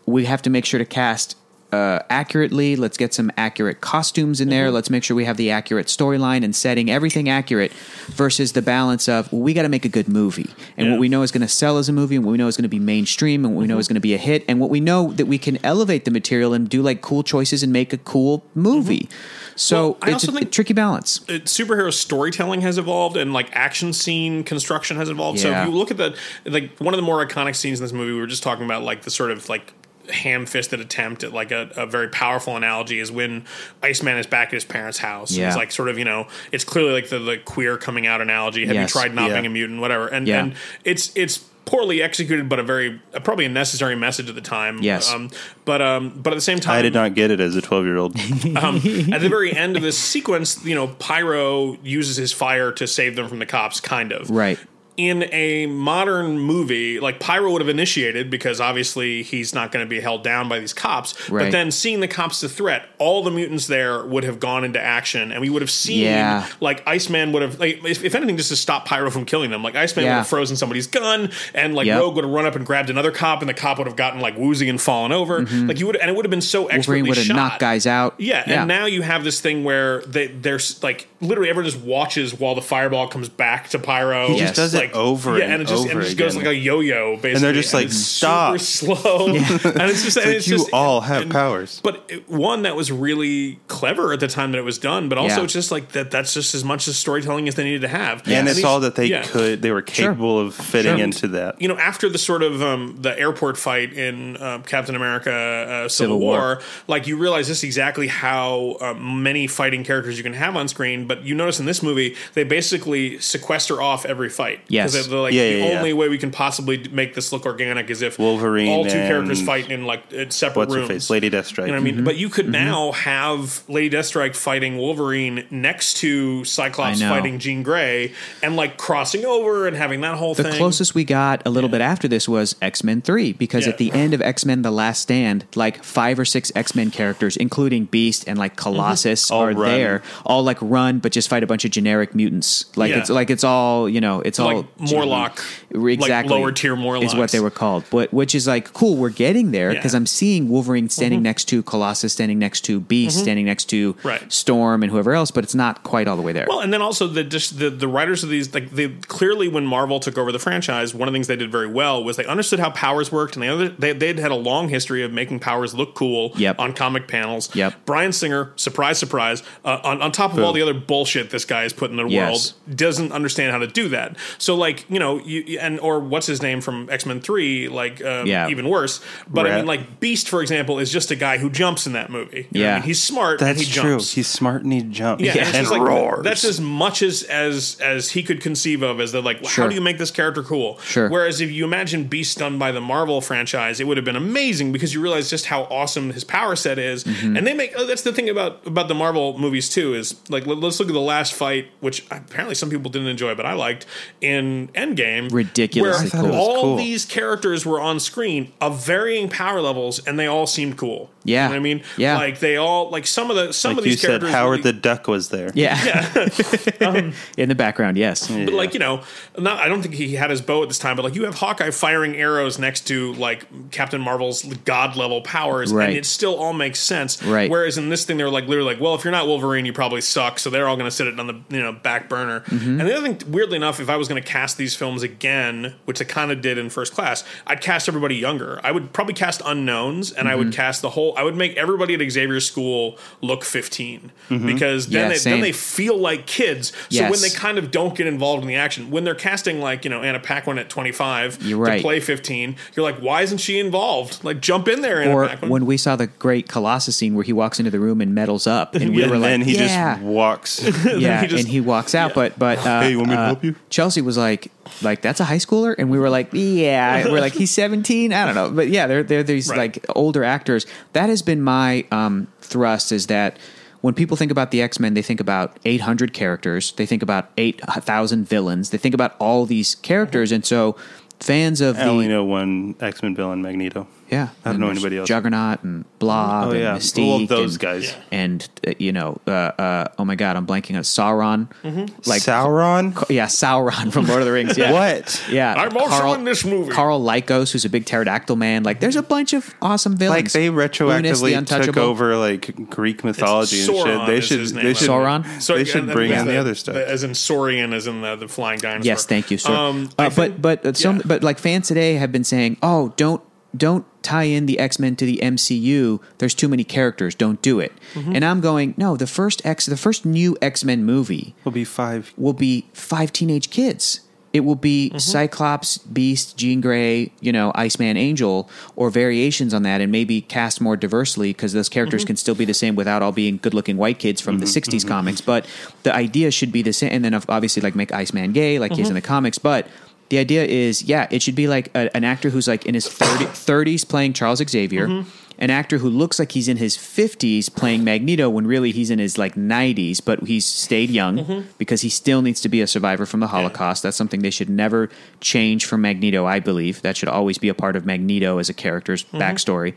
Speaker 3: we have to make sure to cast uh, accurately let's get some accurate costumes in there
Speaker 1: Mm-hmm.
Speaker 3: let's make sure we have the accurate storyline and setting everything accurate versus the balance of well, we got to make a good movie and
Speaker 1: Yeah. Mm-hmm.
Speaker 3: what we know is going to sell as a movie and what we know is going to be mainstream and what we know is going to be a hit and what we know that we can elevate the material and do like cool choices and make a cool movie so
Speaker 1: Mm-hmm. Well, I
Speaker 3: it's a,
Speaker 1: also think-
Speaker 3: a tricky balance
Speaker 1: it- superhero storytelling has evolved and like action scene construction has evolved. So
Speaker 3: Yeah.
Speaker 1: if you look at the like one of the more iconic scenes in this movie, we were just talking about like the sort of like ham-fisted attempt at like a, a very powerful analogy is when Iceman is back at his parents' house.
Speaker 3: Yeah.
Speaker 1: It's like sort of, you know, it's clearly like the, the queer coming out analogy. Have
Speaker 3: Yes.
Speaker 1: you tried not
Speaker 4: Yeah.
Speaker 1: being a mutant? Whatever. And
Speaker 3: Yeah.
Speaker 1: and it's it's poorly executed but a very uh, probably a necessary message at the time.
Speaker 3: Yes.
Speaker 1: Um but um but at the same time
Speaker 4: I did not get it as a twelve year old.
Speaker 1: um, at the very end of this sequence, you know, Pyro uses his fire to save them from the cops, kind of.
Speaker 3: right
Speaker 1: In a modern movie, like Pyro would have initiated because obviously he's not going to be held down by these cops. But
Speaker 3: Right.
Speaker 1: then seeing the cops the threat, all the mutants there would have gone into action and we would have seen
Speaker 3: Yeah.
Speaker 1: like Iceman would have, like, if, if anything, just to stop Pyro from killing them. Like Iceman would
Speaker 3: Yeah.
Speaker 1: have frozen somebody's gun and like
Speaker 3: Yep.
Speaker 1: Rogue would have run up and grabbed another cop and the cop would have gotten like woozy and fallen over. Like you would, and it would have been so expertly
Speaker 3: Mm-hmm. Wolverine would have
Speaker 1: shot.
Speaker 3: knocked guys out.
Speaker 1: Yeah, and now you have this thing where they there's like literally everyone just watches while the fireball comes back to Pyro. He
Speaker 3: just
Speaker 4: does it over and
Speaker 1: it just,
Speaker 4: over
Speaker 1: it just goes
Speaker 4: again.
Speaker 1: like a yo-yo basically.
Speaker 4: they're just like,
Speaker 1: it's
Speaker 4: "Stop."
Speaker 1: super slow, and it's just and it's
Speaker 4: you
Speaker 1: just-
Speaker 4: all have
Speaker 1: and-
Speaker 4: powers.
Speaker 1: But it- one that was really clever at the time that it was done, but also
Speaker 3: Yeah.
Speaker 1: it's just like that. That's just as much as storytelling as they needed to have,
Speaker 4: And it's
Speaker 1: these-
Speaker 4: all that they
Speaker 1: yeah
Speaker 4: could, they were capable of fitting
Speaker 3: Sure.
Speaker 4: into that.
Speaker 1: you know, after the sort of um, the airport fight in uh, Captain America uh, Civil,
Speaker 3: Civil
Speaker 1: War,
Speaker 3: War.
Speaker 1: like you realize this is exactly how uh, many fighting characters you can have on screen. But you notice in this movie, they basically sequester off every fight.
Speaker 3: Yes.
Speaker 1: 'Cause they're like
Speaker 4: Yeah,
Speaker 1: the
Speaker 4: yeah, yeah.
Speaker 1: only way we can possibly d- make this look organic is if
Speaker 4: Wolverine
Speaker 1: all two
Speaker 4: and
Speaker 1: characters fight in like in separate
Speaker 4: What's her
Speaker 1: rooms.
Speaker 4: face? Lady Mm-hmm. Deathstrike.
Speaker 1: You know what I mean? But you could now have Lady Deathstrike fighting Wolverine next to Cyclops
Speaker 3: I know.
Speaker 1: fighting Jean Grey, and like crossing over and having that whole
Speaker 3: the
Speaker 1: thing.
Speaker 3: closest we got a little bit after this was X Men Three, because
Speaker 1: Yeah.
Speaker 3: at the end of X Men: The Last Stand, like five or six X Men characters, including Beast and like
Speaker 1: Mm-hmm.
Speaker 3: Colossus,
Speaker 4: All
Speaker 3: are
Speaker 4: run.
Speaker 3: there, all like run, but just fight a bunch of generic mutants. Like
Speaker 1: Yeah.
Speaker 3: it's like it's all you know, it's all
Speaker 1: like Morlock,
Speaker 3: exactly
Speaker 1: like lower tier Morlocks
Speaker 3: is what they were called. But which is like cool. We're getting there because
Speaker 1: Yeah. Mm-hmm.
Speaker 3: I'm seeing Wolverine standing next to Colossus, standing next to Beast, standing next to
Speaker 1: Right.
Speaker 3: Storm, and whoever else. But it's not quite all the way there.
Speaker 1: Well, and then also the just the, the writers of these like they clearly when Marvel took over the franchise, one of the things they did very well was they understood how powers worked, and they other they they'd had a long history of making powers look cool
Speaker 3: Yep.
Speaker 1: on comic panels.
Speaker 3: Yep.
Speaker 1: Brian Singer, surprise, surprise, uh, on on top of all the other bullshit this guy has put in the
Speaker 3: Yes.
Speaker 1: world, doesn't understand how to do that. So like you know you you- and or what's his name from X Men Three, like um,
Speaker 3: Yeah.
Speaker 1: even worse. But I
Speaker 4: Rat.
Speaker 1: mean like Beast for example is just a guy who jumps in that movie. You know what I
Speaker 3: Yeah.
Speaker 1: mean? he's smart and
Speaker 4: That's
Speaker 1: he
Speaker 4: true.
Speaker 1: jumps.
Speaker 4: He's smart and he jumps.
Speaker 1: Yeah, and,
Speaker 4: and
Speaker 1: it's just like,
Speaker 4: roars.
Speaker 1: That's as much as as as he could conceive of as the like.
Speaker 3: Sure.
Speaker 1: How do you make this character cool?
Speaker 3: Sure.
Speaker 1: Whereas if you imagine Beast done by the Marvel franchise, it would have been amazing because you realize just how awesome his power set is.
Speaker 4: Mm-hmm.
Speaker 1: And they make oh, that's the thing about about the Marvel movies too is like let, us look at the last fight, which apparently some people didn't enjoy, but I liked in Endgame.
Speaker 3: Ridiculously
Speaker 1: where
Speaker 3: I thought it was
Speaker 1: all
Speaker 4: cool.
Speaker 1: these characters were on screen of varying power levels, and they all seemed cool.
Speaker 3: Yeah.
Speaker 1: you know what I mean,
Speaker 3: Yeah.
Speaker 1: like they all like some of the some
Speaker 4: like
Speaker 1: of
Speaker 4: you
Speaker 1: these
Speaker 4: said,
Speaker 1: characters.
Speaker 4: Howard
Speaker 1: really-
Speaker 4: the Duck was there.
Speaker 3: yeah, in the background, yes.
Speaker 1: But like you know, not I don't think he had his bow at this time. But like you have Hawkeye firing arrows next to like Captain Marvel's god level powers,
Speaker 3: Right.
Speaker 1: and it still all makes sense.
Speaker 3: Right.
Speaker 1: Whereas in this thing, they're like literally like, well, if you're not Wolverine, you probably suck. So they're all going to sit it on the you know back burner.
Speaker 3: Mm-hmm.
Speaker 1: And the other thing, weirdly enough, if I was going to cast these films again, which I kind of did in First Class, I'd cast everybody younger. I would probably cast unknowns, and I
Speaker 3: Mm-hmm.
Speaker 1: would cast the whole. I would make everybody at Xavier's school look 15 because then
Speaker 3: Mm-hmm. Yeah,
Speaker 1: they, then
Speaker 3: same.
Speaker 1: they feel like kids. So when
Speaker 3: Yes.
Speaker 1: they kind of don't get involved in the action. When they're casting like you know Anna Paquin at 25
Speaker 3: You're right.
Speaker 1: to play 15, you're like, why isn't she involved? Like, jump in there, Anna
Speaker 3: Or
Speaker 1: Paquin.
Speaker 3: when we saw the great Colossus scene where he walks into the room and medals up, and we
Speaker 4: and
Speaker 3: were
Speaker 4: then
Speaker 3: like,
Speaker 4: he
Speaker 3: yeah.
Speaker 4: just walks. yeah, Uh,
Speaker 3: yeah,
Speaker 1: he just-
Speaker 3: and he walks out. But but uh,
Speaker 4: Hey, you want me to
Speaker 3: uh,
Speaker 4: help you?
Speaker 3: Chelsea was like, like that's a high schooler, and we were like, yeah, we're like he's seventeen. I don't know, but yeah, they're they're these
Speaker 1: Right.
Speaker 3: like older actors. That has been my um, thrust is that. When people think about the X Men, they think about 800 characters. They think about 8,000 villains. They think about all these characters. And so, fans of
Speaker 4: I only
Speaker 3: the.
Speaker 4: know one X Men villain, Magneto.
Speaker 3: Yeah.
Speaker 4: I don't
Speaker 3: and
Speaker 4: know
Speaker 3: there's
Speaker 4: anybody else.
Speaker 3: Juggernaut and Blob
Speaker 4: Oh,
Speaker 3: and
Speaker 4: yeah.
Speaker 3: Mystique.
Speaker 4: Well, those
Speaker 3: and-
Speaker 4: guys.
Speaker 3: And, uh, you know, uh, uh, oh my God, I'm blanking on Sauron.
Speaker 4: Mm-hmm.
Speaker 3: Like,
Speaker 4: Sauron.
Speaker 3: yeah, Sauron from Lord of the Rings. Yeah.
Speaker 4: What?
Speaker 3: Yeah.
Speaker 1: I'm also in this movie.
Speaker 3: Carl Lycos, who's a big pterodactyl man. Like, there's a bunch of awesome villains.
Speaker 4: Like they
Speaker 3: Lunas, the
Speaker 4: retroactively took
Speaker 3: Untouchable.
Speaker 4: over like Greek mythology and
Speaker 1: Sauron
Speaker 4: shit. They
Speaker 1: is
Speaker 4: should.
Speaker 1: his name,
Speaker 4: They
Speaker 1: I
Speaker 4: should.
Speaker 1: believe.
Speaker 3: Sauron?
Speaker 1: So,
Speaker 4: They should
Speaker 1: and- and
Speaker 4: bring
Speaker 1: that's
Speaker 4: in the other stuff.
Speaker 1: As in Saurian, as in the, the flying dinosaur.
Speaker 3: Yes, thank you, sir.
Speaker 1: Um,
Speaker 3: Uh,
Speaker 1: I
Speaker 3: but
Speaker 1: think-
Speaker 3: but uh, some
Speaker 1: yeah.
Speaker 3: but like fans today have been saying, oh, don't don't tie in the X Men to the MCU. There's too many characters. Don't do it.
Speaker 4: Mm-hmm.
Speaker 3: And I'm going, no. The first X, the first new X Men movie
Speaker 4: Will be five.
Speaker 3: will be five teenage kids. It will be Cyclops, Beast, Jean Grey, you know, Iceman, Angel, or variations on that, and maybe cast more diversely because those characters can still be the same without all being good looking white kids from the 60s comics. But the idea should be the same. And then of- obviously, like, make Iceman gay, like he is in the comics. But the idea is, yeah, it should be like a, an actor who's like in his 30, 30s playing Charles Xavier. An actor who looks like he's in his 50s playing Magneto when really he's in his like 90s, but he's stayed young because he still needs to be a survivor from the Holocaust. That's something they should never change for Magneto, I believe. That should always be a part of Magneto as a character's backstory.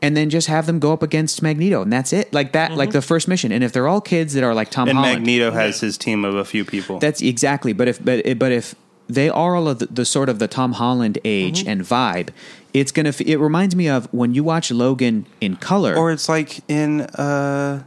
Speaker 3: And then just have them go up against Magneto, and that's it. Like that, like the first mission. And if they're all kids that are like Tom
Speaker 4: And
Speaker 3: Holland,
Speaker 4: Magneto has his team of a few people.
Speaker 3: that's exactly. But if but eh, but if they are all of the, the sort of the Tom Holland age and vibe, it's gonna. f- It reminds me of when you watch Logan in color.
Speaker 4: or it's like in uh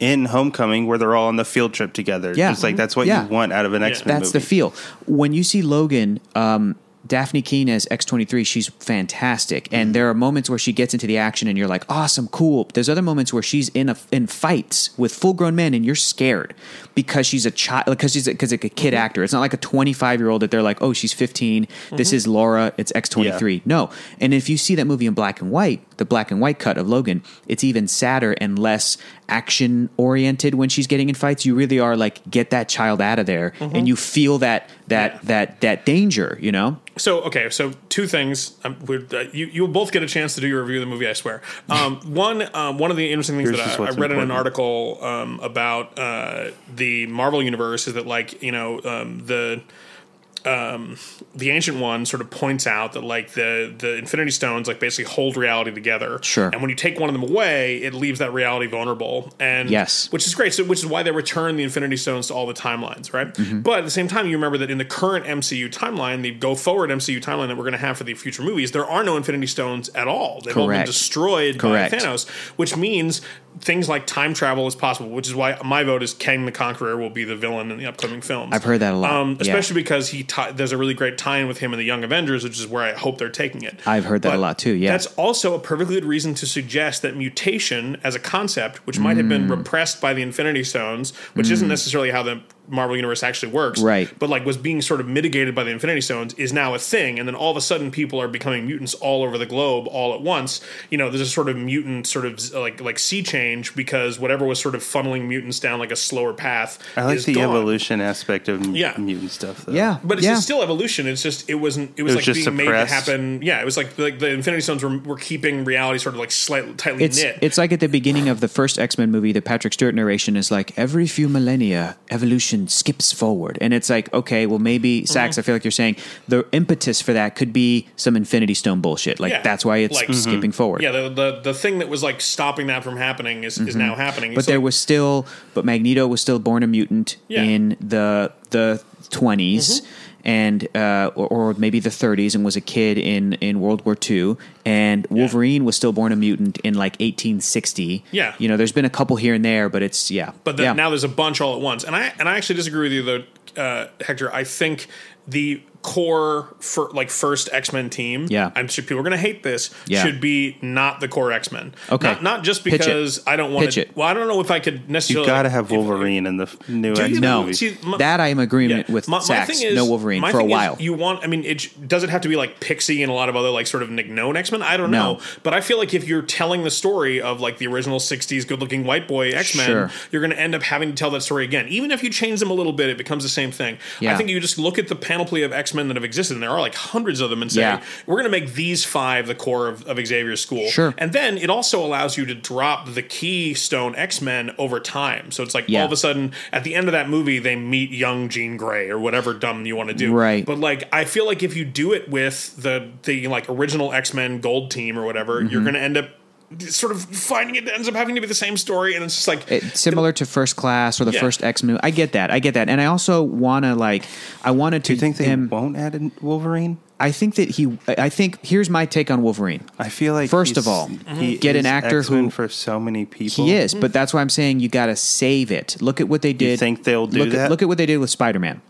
Speaker 4: in Homecoming where they're all on the field trip together.
Speaker 3: Yeah.
Speaker 4: Just like that's what
Speaker 3: Yeah.
Speaker 4: you want out of an X Men
Speaker 3: that's
Speaker 4: movie.
Speaker 3: the feel. When you see Logan, um, Daphne Keene as X twenty three, she's fantastic, and there are moments where she gets into the action, and you're like, awesome, cool. There's other moments where she's in a in fights with full grown men, and you're scared because she's a child, because she's because like a kid actor. It's not like a twenty five year old that they're like, oh, she's 15 This is Laura. It's X twenty three. No, and if you see that movie in black and white, the black and white cut of Logan, it's even sadder and less action oriented when she's getting in fights. You really are like, get that child out of there, and you feel that that
Speaker 1: Mm-hmm. Yeah.
Speaker 3: that that danger. You know,
Speaker 1: So okay, so two things. Um, we're, uh, you you will both get a chance to do your review of the movie. I swear. Um, one um, one of the interesting things
Speaker 4: Here's
Speaker 1: that
Speaker 4: just
Speaker 1: I, I
Speaker 4: what's
Speaker 1: read in an
Speaker 4: important.
Speaker 1: article um, about uh, the Marvel universe is that like you know um, the um, the ancient one sort of points out that like the the infinity stones like basically hold reality together
Speaker 3: Sure.
Speaker 1: and when you take one of them away it leaves that reality vulnerable and
Speaker 3: Yes.
Speaker 1: which is great so which is why they return the infinity stones to all the timelines right
Speaker 3: Mm-hmm.
Speaker 1: but at the same time you remember that in the current mcu timeline the go forward mcu timeline that we're going to have for the future movies there are no infinity stones at all they've all been
Speaker 3: Correct.
Speaker 1: destroyed
Speaker 3: Correct.
Speaker 1: by thanos which means things like time travel is possible which is why my vote is kang the conqueror will be the villain in the upcoming films
Speaker 3: I've heard that a lot.
Speaker 1: um,
Speaker 3: Yeah.
Speaker 1: especially because he ti there's a really great tie-in with him in the Young Avengers, which is where I hope they're taking it.
Speaker 3: I've heard that a lot too, yeah.
Speaker 1: that's also a perfectly good reason to suggest that mutation as a concept, which might have
Speaker 4: Hmm.
Speaker 1: been repressed by the Infinity Stones, which isn't necessarily how the Marvel Universe actually works,
Speaker 3: Right.
Speaker 1: But like was being sort of mitigated by the Infinity Stones is now a thing, and then all of a sudden people are becoming mutants all over the globe all at once. You know, there's a sort of mutant sort of z- like like sea change because whatever was sort of funneling mutants down like a slower path.
Speaker 4: I like
Speaker 1: is
Speaker 4: the
Speaker 1: gone.
Speaker 4: evolution aspect of m-
Speaker 1: Yeah.
Speaker 4: mutant stuff, though.
Speaker 3: yeah,
Speaker 1: But it's
Speaker 3: yeah.
Speaker 1: still evolution. It's just it wasn't. It was, like
Speaker 4: was just
Speaker 1: being
Speaker 4: suppressed.
Speaker 1: made to happen. Yeah, it was like like the Infinity Stones were, were keeping reality sort of like slightly tightly
Speaker 3: it's
Speaker 1: knit.
Speaker 3: it's like at the beginning of the first X Men movie, the Patrick Stewart narration is like every few millennia, evolution skips forward, and it's like okay, well
Speaker 1: Mm-hmm.
Speaker 3: maybe Sax, I feel like you're saying the impetus for that could be some Infinity Stone bullshit, like
Speaker 1: Yeah.
Speaker 3: that's why it's
Speaker 1: Like- mm-hmm.
Speaker 3: skipping forward.
Speaker 1: yeah, the, the the thing that was like stopping that from happening is, is now happening.
Speaker 3: Mm-hmm. but
Speaker 1: It's
Speaker 3: there
Speaker 1: like-
Speaker 3: was still, but Magneto was still born a mutant
Speaker 1: Yeah. Mm-hmm.
Speaker 3: in the the 20s and uh, or, or maybe the 30s, and was a kid in in World War II. And Wolverine was still born a mutant in like 1860.
Speaker 1: Yeah.
Speaker 3: you know, there's been a couple here and there, but it's yeah.
Speaker 1: but then
Speaker 3: yeah.
Speaker 1: now there's a bunch all at once. And I and I actually disagree with you though, uh, Hector. I think the core for like first X Men team.
Speaker 3: Yeah.
Speaker 1: I'm sure people are going to hate this.
Speaker 3: Yeah.
Speaker 1: should be not the core X Men.
Speaker 3: Okay.
Speaker 1: not, not just
Speaker 3: Pitch it.
Speaker 1: because I don't want
Speaker 3: Pitch
Speaker 1: to.
Speaker 3: it.
Speaker 1: Well, I don't know if I could necessarily.
Speaker 4: You gotta
Speaker 1: like,
Speaker 4: have Wolverine in the f- new
Speaker 1: Do you
Speaker 4: X-Men
Speaker 3: no,
Speaker 1: know-
Speaker 4: movie.
Speaker 1: see, my-
Speaker 3: that I am agreement
Speaker 1: Yeah.
Speaker 3: with
Speaker 1: My- my
Speaker 3: Sax.
Speaker 1: thing is-
Speaker 3: no Wolverine
Speaker 1: my
Speaker 3: for a
Speaker 1: thing is
Speaker 3: while.
Speaker 1: You want, I mean, it j- doesn't have to be like Pixie and a lot of other like sort of like, known X Men. I don't
Speaker 3: No.
Speaker 1: know, but I feel like if you're telling the story of like the original '60s good-looking white boy X Men,
Speaker 3: Sure.
Speaker 1: you're going to end up having to tell that story again. Even if you change them a little bit, it becomes the same thing.
Speaker 3: Yeah.
Speaker 1: I think you just look at the panoply of X Men that have existed, and there are like hundreds of them, and say
Speaker 3: Yeah.
Speaker 1: we're going to make these five the core of, of Xavier's school.
Speaker 3: Sure.
Speaker 1: and then it also allows you to drop the keystone X Men over time. So it's like
Speaker 3: Yeah.
Speaker 1: all of a sudden at the end of that movie they meet young Jean Grey or whatever dumb you want to do.
Speaker 3: Right.
Speaker 1: But like I feel like if you do it with the the like original X Men Gold Team or whatever, you're
Speaker 3: Mm-hmm.
Speaker 1: going to end up sort of finding it ends up having to be the same story, and it's just like
Speaker 3: It- similar to First Class or the
Speaker 1: Yeah.
Speaker 3: first X Men. I get that. I get that, and I also want to like. I wanted to
Speaker 4: you think they
Speaker 3: him-
Speaker 4: won't add in Wolverine?
Speaker 3: I think that he. I think here's my take on Wolverine.
Speaker 4: I feel like
Speaker 3: First
Speaker 4: he's-
Speaker 3: of all,
Speaker 1: Mm-hmm.
Speaker 4: he
Speaker 3: get an
Speaker 4: is
Speaker 3: actor
Speaker 4: X-Men
Speaker 3: who-
Speaker 4: for so many people.
Speaker 3: He is, but that's why I'm saying you got to save it. Look at what they did.
Speaker 4: think they'll do
Speaker 3: look At,
Speaker 4: that?
Speaker 3: look at what they did with Spider Man.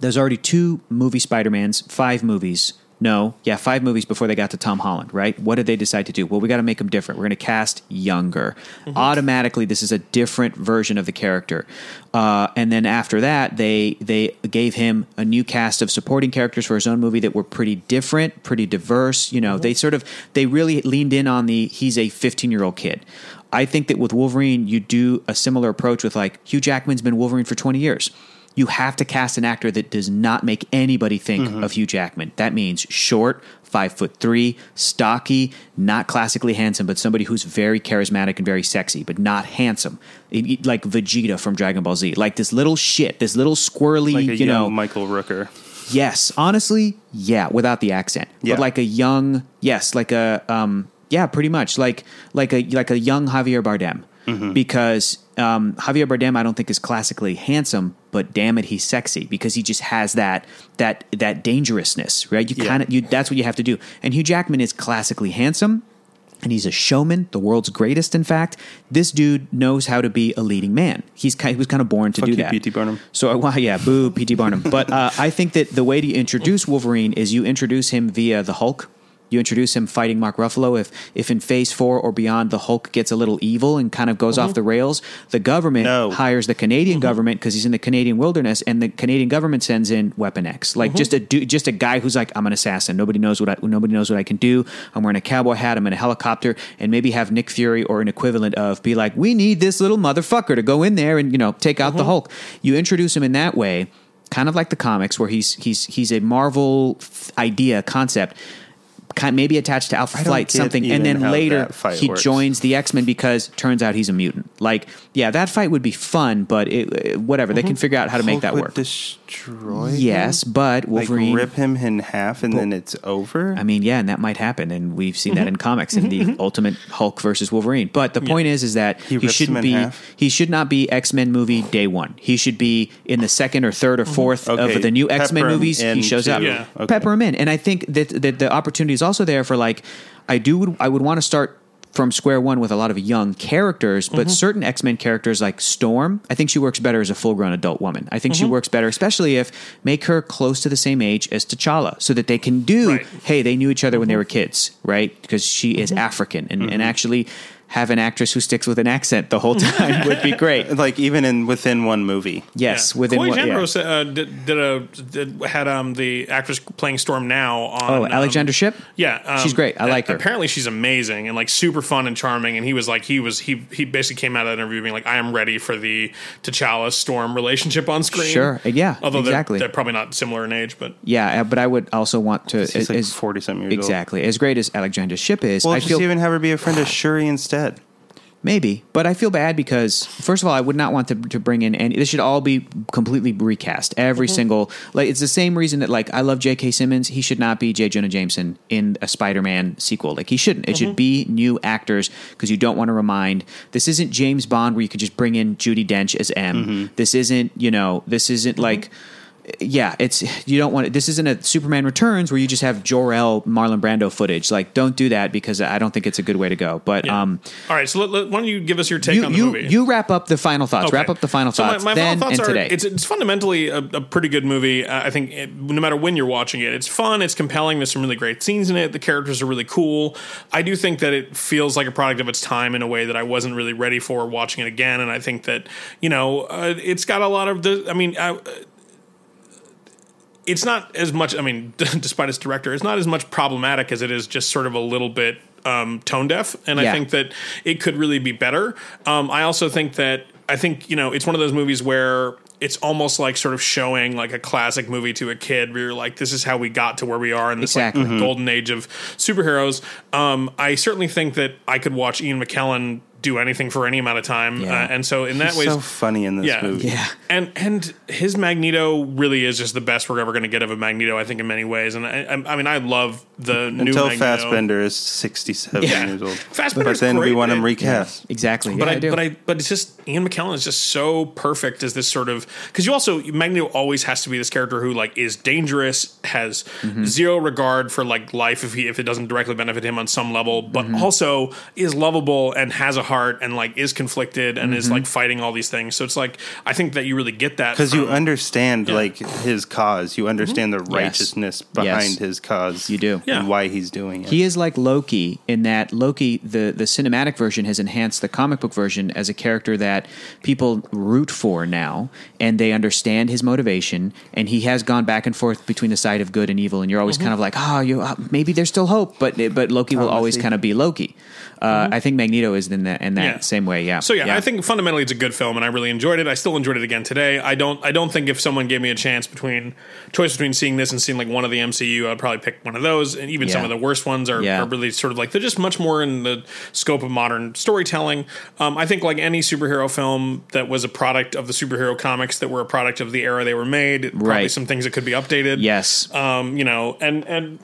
Speaker 3: There's already two movie Spider Mans, five movies. No, yeah, five movies before they got to Tom Holland, right? What did they decide to do? Well, we got to make them different. We're going to cast younger. Automatically, this is a different version of the character. Uh, and then after that, they they gave him a new cast of supporting characters for his own movie that were pretty different, pretty diverse. You know, they sort of they really leaned in on the he's a 15 year old kid. I think that with Wolverine, you do a similar approach with like Hugh Jackman's been Wolverine for 20 years. You have to cast an actor that does not make anybody think
Speaker 4: Mm-hmm.
Speaker 3: of Hugh Jackman. That means short, five foot three, stocky, not classically handsome, but somebody who's very charismatic and very sexy, but not handsome. It- it- like Vegeta from Dragon Ball Z. Like this little shit, this little squirrely,
Speaker 4: like a
Speaker 3: you
Speaker 4: young
Speaker 3: know.
Speaker 4: Michael Rooker.
Speaker 3: Yes, honestly, yeah, without the accent,
Speaker 4: Yeah.
Speaker 3: but like a young, yes, like a, um, yeah, pretty much like like a like a young Javier Bardem,
Speaker 4: Mm-hmm.
Speaker 3: because um, Javier Bardem I don't think is classically handsome, but damn it, he's sexy because he just has that that that dangerousness, right? You
Speaker 4: Yeah.
Speaker 3: kind of you that's what you have to do, and Hugh Jackman is classically handsome. And he's a showman, the world's greatest. In fact, this dude knows how to be a leading man. He's ki- he was kind of born to
Speaker 4: Fuck
Speaker 3: do
Speaker 4: you,
Speaker 3: that.
Speaker 4: P.T. Barnum.
Speaker 3: So uh, well, yeah, boo, P.T. Barnum. But uh, I think that the way to introduce Wolverine is you introduce him via the Hulk. You introduce him fighting Mark Ruffalo. If if in Phase Four or beyond, the Hulk gets a little evil and kind of goes off the rails, the government
Speaker 4: No.
Speaker 3: hires the Canadian
Speaker 4: Mm-hmm.
Speaker 3: government because he's in the Canadian wilderness, and the Canadian government sends in Weapon X, like
Speaker 4: Mm-hmm.
Speaker 3: just a du- just a guy who's like, I'm an assassin. Nobody knows what I nobody knows what I can do. I'm wearing a cowboy hat. I'm in a helicopter, and maybe have Nick Fury or an equivalent of be like, we need this little motherfucker to go in there and you know take out the
Speaker 4: Mm-hmm.
Speaker 3: Hulk. You introduce him in that way, kind of like the comics where he's he's he's a Marvel f- idea concept kind maybe attached to Alpha
Speaker 4: don't
Speaker 3: Flight
Speaker 4: get
Speaker 3: something,
Speaker 4: even
Speaker 3: and then
Speaker 4: how
Speaker 3: later
Speaker 4: that fight
Speaker 3: he
Speaker 4: works.
Speaker 3: joins the X Men because turns out he's a mutant. Like, yeah, that fight would be fun, but it, uh, whatever they can figure out how to make
Speaker 4: Hulk
Speaker 3: that
Speaker 4: would
Speaker 3: work.
Speaker 4: Destroy. him?
Speaker 3: Yes, but
Speaker 4: Like
Speaker 3: Wolverine.
Speaker 4: rip him in half and then it's over.
Speaker 3: I mean, yeah, and that might happen, and we've seen that in comics in the Ultimate Hulk versus Wolverine. But the point is, is that he,
Speaker 4: rips him
Speaker 3: shouldn't
Speaker 4: in
Speaker 3: be.
Speaker 4: half.
Speaker 3: He should not be X Men movie day one. He should be in the second or third or fourth
Speaker 4: Okay,
Speaker 3: of the new
Speaker 4: pepper
Speaker 3: X Men
Speaker 4: him
Speaker 3: movies. He
Speaker 4: into-
Speaker 3: shows up.
Speaker 1: Yeah.
Speaker 4: okay.
Speaker 3: Pepper him in, and I think that that the opportunity is also there for like, I do. would- I would want to start. From square one with a lot of young characters, but certain X Men characters like Storm, I think she works better as a full grown adult woman. I think she works better, especially if make her close to the same age as T'Challa, so that they can do
Speaker 1: Right.
Speaker 3: hey, they knew each other when
Speaker 1: Mm-hmm.
Speaker 3: they were kids, right? Because she is African and, and actually have an actress who sticks with an accent the whole time would be great.
Speaker 4: like even in within one movie.
Speaker 3: Yes,
Speaker 1: Yeah.
Speaker 3: within
Speaker 1: Koi
Speaker 3: one. yeah.
Speaker 1: Jenro said, uh, did, did a did, had um the actress playing Storm now on
Speaker 3: Oh,
Speaker 1: um,
Speaker 3: Alexander Ship?
Speaker 1: Yeah, um,
Speaker 3: She's great. I
Speaker 1: a-
Speaker 3: like her.
Speaker 1: Apparently, she's amazing and like super fun and charming. And he was like, he was he he basically came out of that interview being like, I am ready for the T'Challa Storm relationship on screen.
Speaker 3: Sure. Yeah,
Speaker 1: Although they're-
Speaker 3: exactly.
Speaker 1: they're, probably not similar in age, but
Speaker 3: Yeah, uh, but I would also want to.
Speaker 4: He's like
Speaker 3: as-
Speaker 4: forty something years old.
Speaker 3: Exactly. As great as Alexander Ship is,
Speaker 4: Well,
Speaker 3: I
Speaker 4: just
Speaker 3: feel
Speaker 4: even have her be a friend of Shuri instead.
Speaker 3: Maybe, but I feel bad because first of all, I would not want to, to bring in any. This should all be completely recast. Every single like it's the same reason that like I love J.K. Simmons. He should not be J. Jonah Jameson in a Spider-Man sequel. Like he shouldn't. It should be new actors because you don't want to remind. This isn't James Bond where you could just bring in Judy Dench as M. This isn't you know. This isn't like yeah, it's you don't want it. This isn't a Superman Returns where you just have Jor El Marlon Brando footage. Like, don't do that because I don't think it's a good way to go. But
Speaker 1: yeah.
Speaker 3: um,
Speaker 1: all right. So let, let- why don't you give us your take
Speaker 3: you
Speaker 1: on the
Speaker 3: you,
Speaker 1: movie?
Speaker 3: you wrap up the final thoughts.
Speaker 1: Okay.
Speaker 3: Wrap up the final
Speaker 1: So my-
Speaker 3: thoughts.
Speaker 1: my,
Speaker 3: then
Speaker 1: final thoughts
Speaker 3: and
Speaker 1: are
Speaker 3: today.
Speaker 1: It's, it's fundamentally a, a pretty good movie. Uh, I think it, no matter when you're watching it, it's fun. It's compelling. There's some really great scenes in it. The characters are really cool. I do think that it feels like a product of its time in a way that I wasn't really ready for watching it again. And I think that you know uh, it's got a lot of the. I mean. I, it's not as much. I mean, despite its director, it's not as much problematic as it is just sort of a little bit um, tone deaf, and
Speaker 3: Yeah.
Speaker 1: I think that it could really be better. Um, I also think that I think you know it's one of those movies where it's almost like sort of showing like a classic movie to a kid where you're like this is how we got to where we are in this like,
Speaker 3: Exactly. Mm-hmm.
Speaker 1: golden age of superheroes um, i certainly think that i could watch ian mckellen do anything for any amount of time
Speaker 3: Yeah.
Speaker 1: uh, and so in that way
Speaker 4: So funny in this
Speaker 1: yeah.
Speaker 4: movie.
Speaker 3: Yeah.
Speaker 1: And and his Magneto really is just the best we're ever going to get of a Magneto, I think, in many ways. And I, I, I mean, I love the new
Speaker 4: Until
Speaker 1: Magneto.
Speaker 4: Fassbender is sixty-seven
Speaker 1: Yeah.
Speaker 4: years old.
Speaker 1: Fassbender's
Speaker 4: but then we
Speaker 1: great
Speaker 4: want
Speaker 1: in
Speaker 4: him
Speaker 1: it.
Speaker 4: recast.
Speaker 3: exactly.
Speaker 1: But
Speaker 3: Yeah,
Speaker 1: I,
Speaker 3: do.
Speaker 1: but I but it's just Ian McKellen is just so perfect as this sort of because you also Magneto always has to be this character who like is dangerous has
Speaker 4: Mm-hmm.
Speaker 1: zero regard for like life if he if it doesn't directly benefit him on some level but
Speaker 4: Mm-hmm.
Speaker 1: also is lovable and has a heart and like is conflicted
Speaker 4: Mm-hmm.
Speaker 1: and is like fighting all these things so it's like I think that you really get that
Speaker 4: Because you
Speaker 1: from-
Speaker 4: understand like his cause,
Speaker 1: Mm-hmm.
Speaker 4: you understand the
Speaker 3: Yes.
Speaker 4: righteousness behind
Speaker 3: Yes.
Speaker 4: his cause.
Speaker 3: You do.
Speaker 4: and
Speaker 1: Yeah.
Speaker 4: why he's doing it.
Speaker 3: He is like Loki in that Loki, the, the cinematic version, has enhanced the comic book version as a character that people root for now, and they understand his motivation. And he has gone back and forth between the side of good and evil, and you're
Speaker 1: Mm-hmm.
Speaker 3: always kind of like, oh, you uh, maybe there's still hope, but but Loki
Speaker 4: Oh,
Speaker 3: will always kind of be Loki. Uh, I think Magneto is in that in that
Speaker 1: Mm-hmm. Yeah.
Speaker 3: same way. Yeah.
Speaker 1: So yeah, I think fundamentally it's a good film, and I really enjoyed it. I still enjoyed it again today. I don't. I don't think if someone gave me a chance between choice between seeing this and seeing like one of the MCU, I'd probably pick one of those. And even some
Speaker 3: Yeah.
Speaker 1: of the worst ones are,
Speaker 3: Yeah.
Speaker 1: are really sort of like they're just much more in the scope of modern storytelling. Um, I think like any superhero film that was a product of the superhero comics that were a product of the era they were made, probably
Speaker 3: Right.
Speaker 1: some things that could be updated.
Speaker 3: yes.
Speaker 1: Um, you know, and and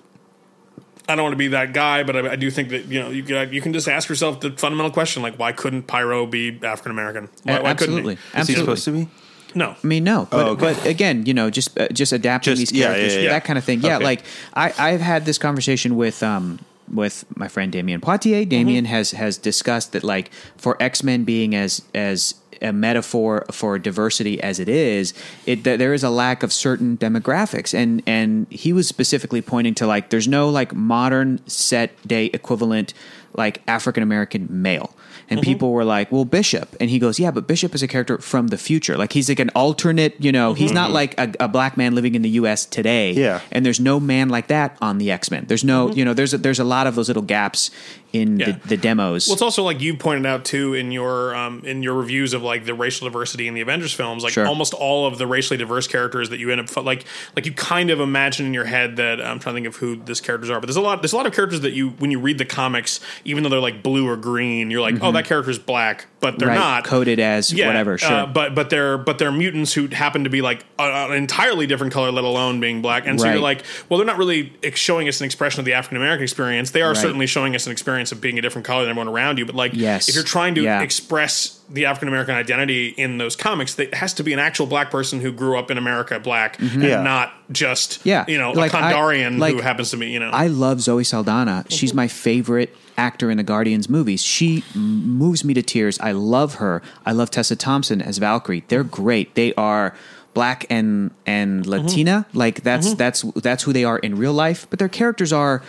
Speaker 1: I don't want to be that guy, but I, I do think that you know you can, you can just ask yourself the fundamental question like why couldn't Pyro be African American? Why, why couldn't he?
Speaker 3: absolutely.
Speaker 4: Is he
Speaker 3: absolutely.
Speaker 4: supposed to be?
Speaker 1: No,
Speaker 3: I mean, no, but,
Speaker 4: Oh, okay.
Speaker 3: but again, you know, just uh, just adapting
Speaker 4: Just-
Speaker 3: these
Speaker 4: yeah,
Speaker 3: characters,
Speaker 4: yeah, yeah.
Speaker 3: that kind of thing. Yeah,
Speaker 4: Okay.
Speaker 3: like I, I've had this conversation with um with my friend Damien Poitier. Damien has has discussed that like for X Men being as as a metaphor for diversity as it is, it th- there is a lack of certain demographics, and and he was specifically pointing to like there's no like modern set day equivalent like African American male. And people were like, "Well, Bishop," and he goes, "Yeah, but Bishop is a character from the future. Like he's like an alternate. You know, he's not like a, a black man living in the U.S. today.
Speaker 4: Yeah.
Speaker 3: and there's no man like that on the X Men. There's no, you know, there's a, there's a lot of those little gaps in
Speaker 1: Mm-hmm. Yeah.
Speaker 3: the, the demos.
Speaker 1: Well, it's also like you pointed out too in your um, in your reviews of like the racial diversity in the Avengers films. Like
Speaker 3: Sure.
Speaker 1: almost all of the racially diverse characters that you end up fo- like like you kind of imagine in your head that I'm trying to think of who these characters are. But there's a lot there's a lot of characters that you when you read the comics, even though they're like blue or green, you're like, oh, that character's black, but they're
Speaker 3: Mm-hmm. right,
Speaker 1: not.
Speaker 3: coded as
Speaker 1: Yeah,
Speaker 3: whatever. Sure,
Speaker 1: uh, but but they're but they're mutants who happen to be like a- an entirely different color, let alone being black. And so
Speaker 3: Right.
Speaker 1: you're like, well, they're not really ex- showing us an expression of the African American experience. They are
Speaker 3: Right.
Speaker 1: certainly showing us an experience of being a different color than everyone around you. But like,
Speaker 3: Yes.
Speaker 1: if you're trying to
Speaker 3: Yeah.
Speaker 1: express the African American identity in those comics, that has to be an actual black person who grew up in America, black, and
Speaker 4: Yeah.
Speaker 1: not just
Speaker 3: Mm-hmm. Yeah.
Speaker 1: you know,
Speaker 3: Like,
Speaker 1: a
Speaker 3: I-
Speaker 1: Kondarian
Speaker 3: like,
Speaker 1: who happens to be you know.
Speaker 3: I love Zoe Saldana. She's my favorite actor in the Guardians movies. She m- moves me to tears. I love her. I love Tessa Thompson as Valkyrie. They're great. They are black and and
Speaker 1: Mm-hmm.
Speaker 3: Latina. Like that's that's that's who they are in real life. But their characters are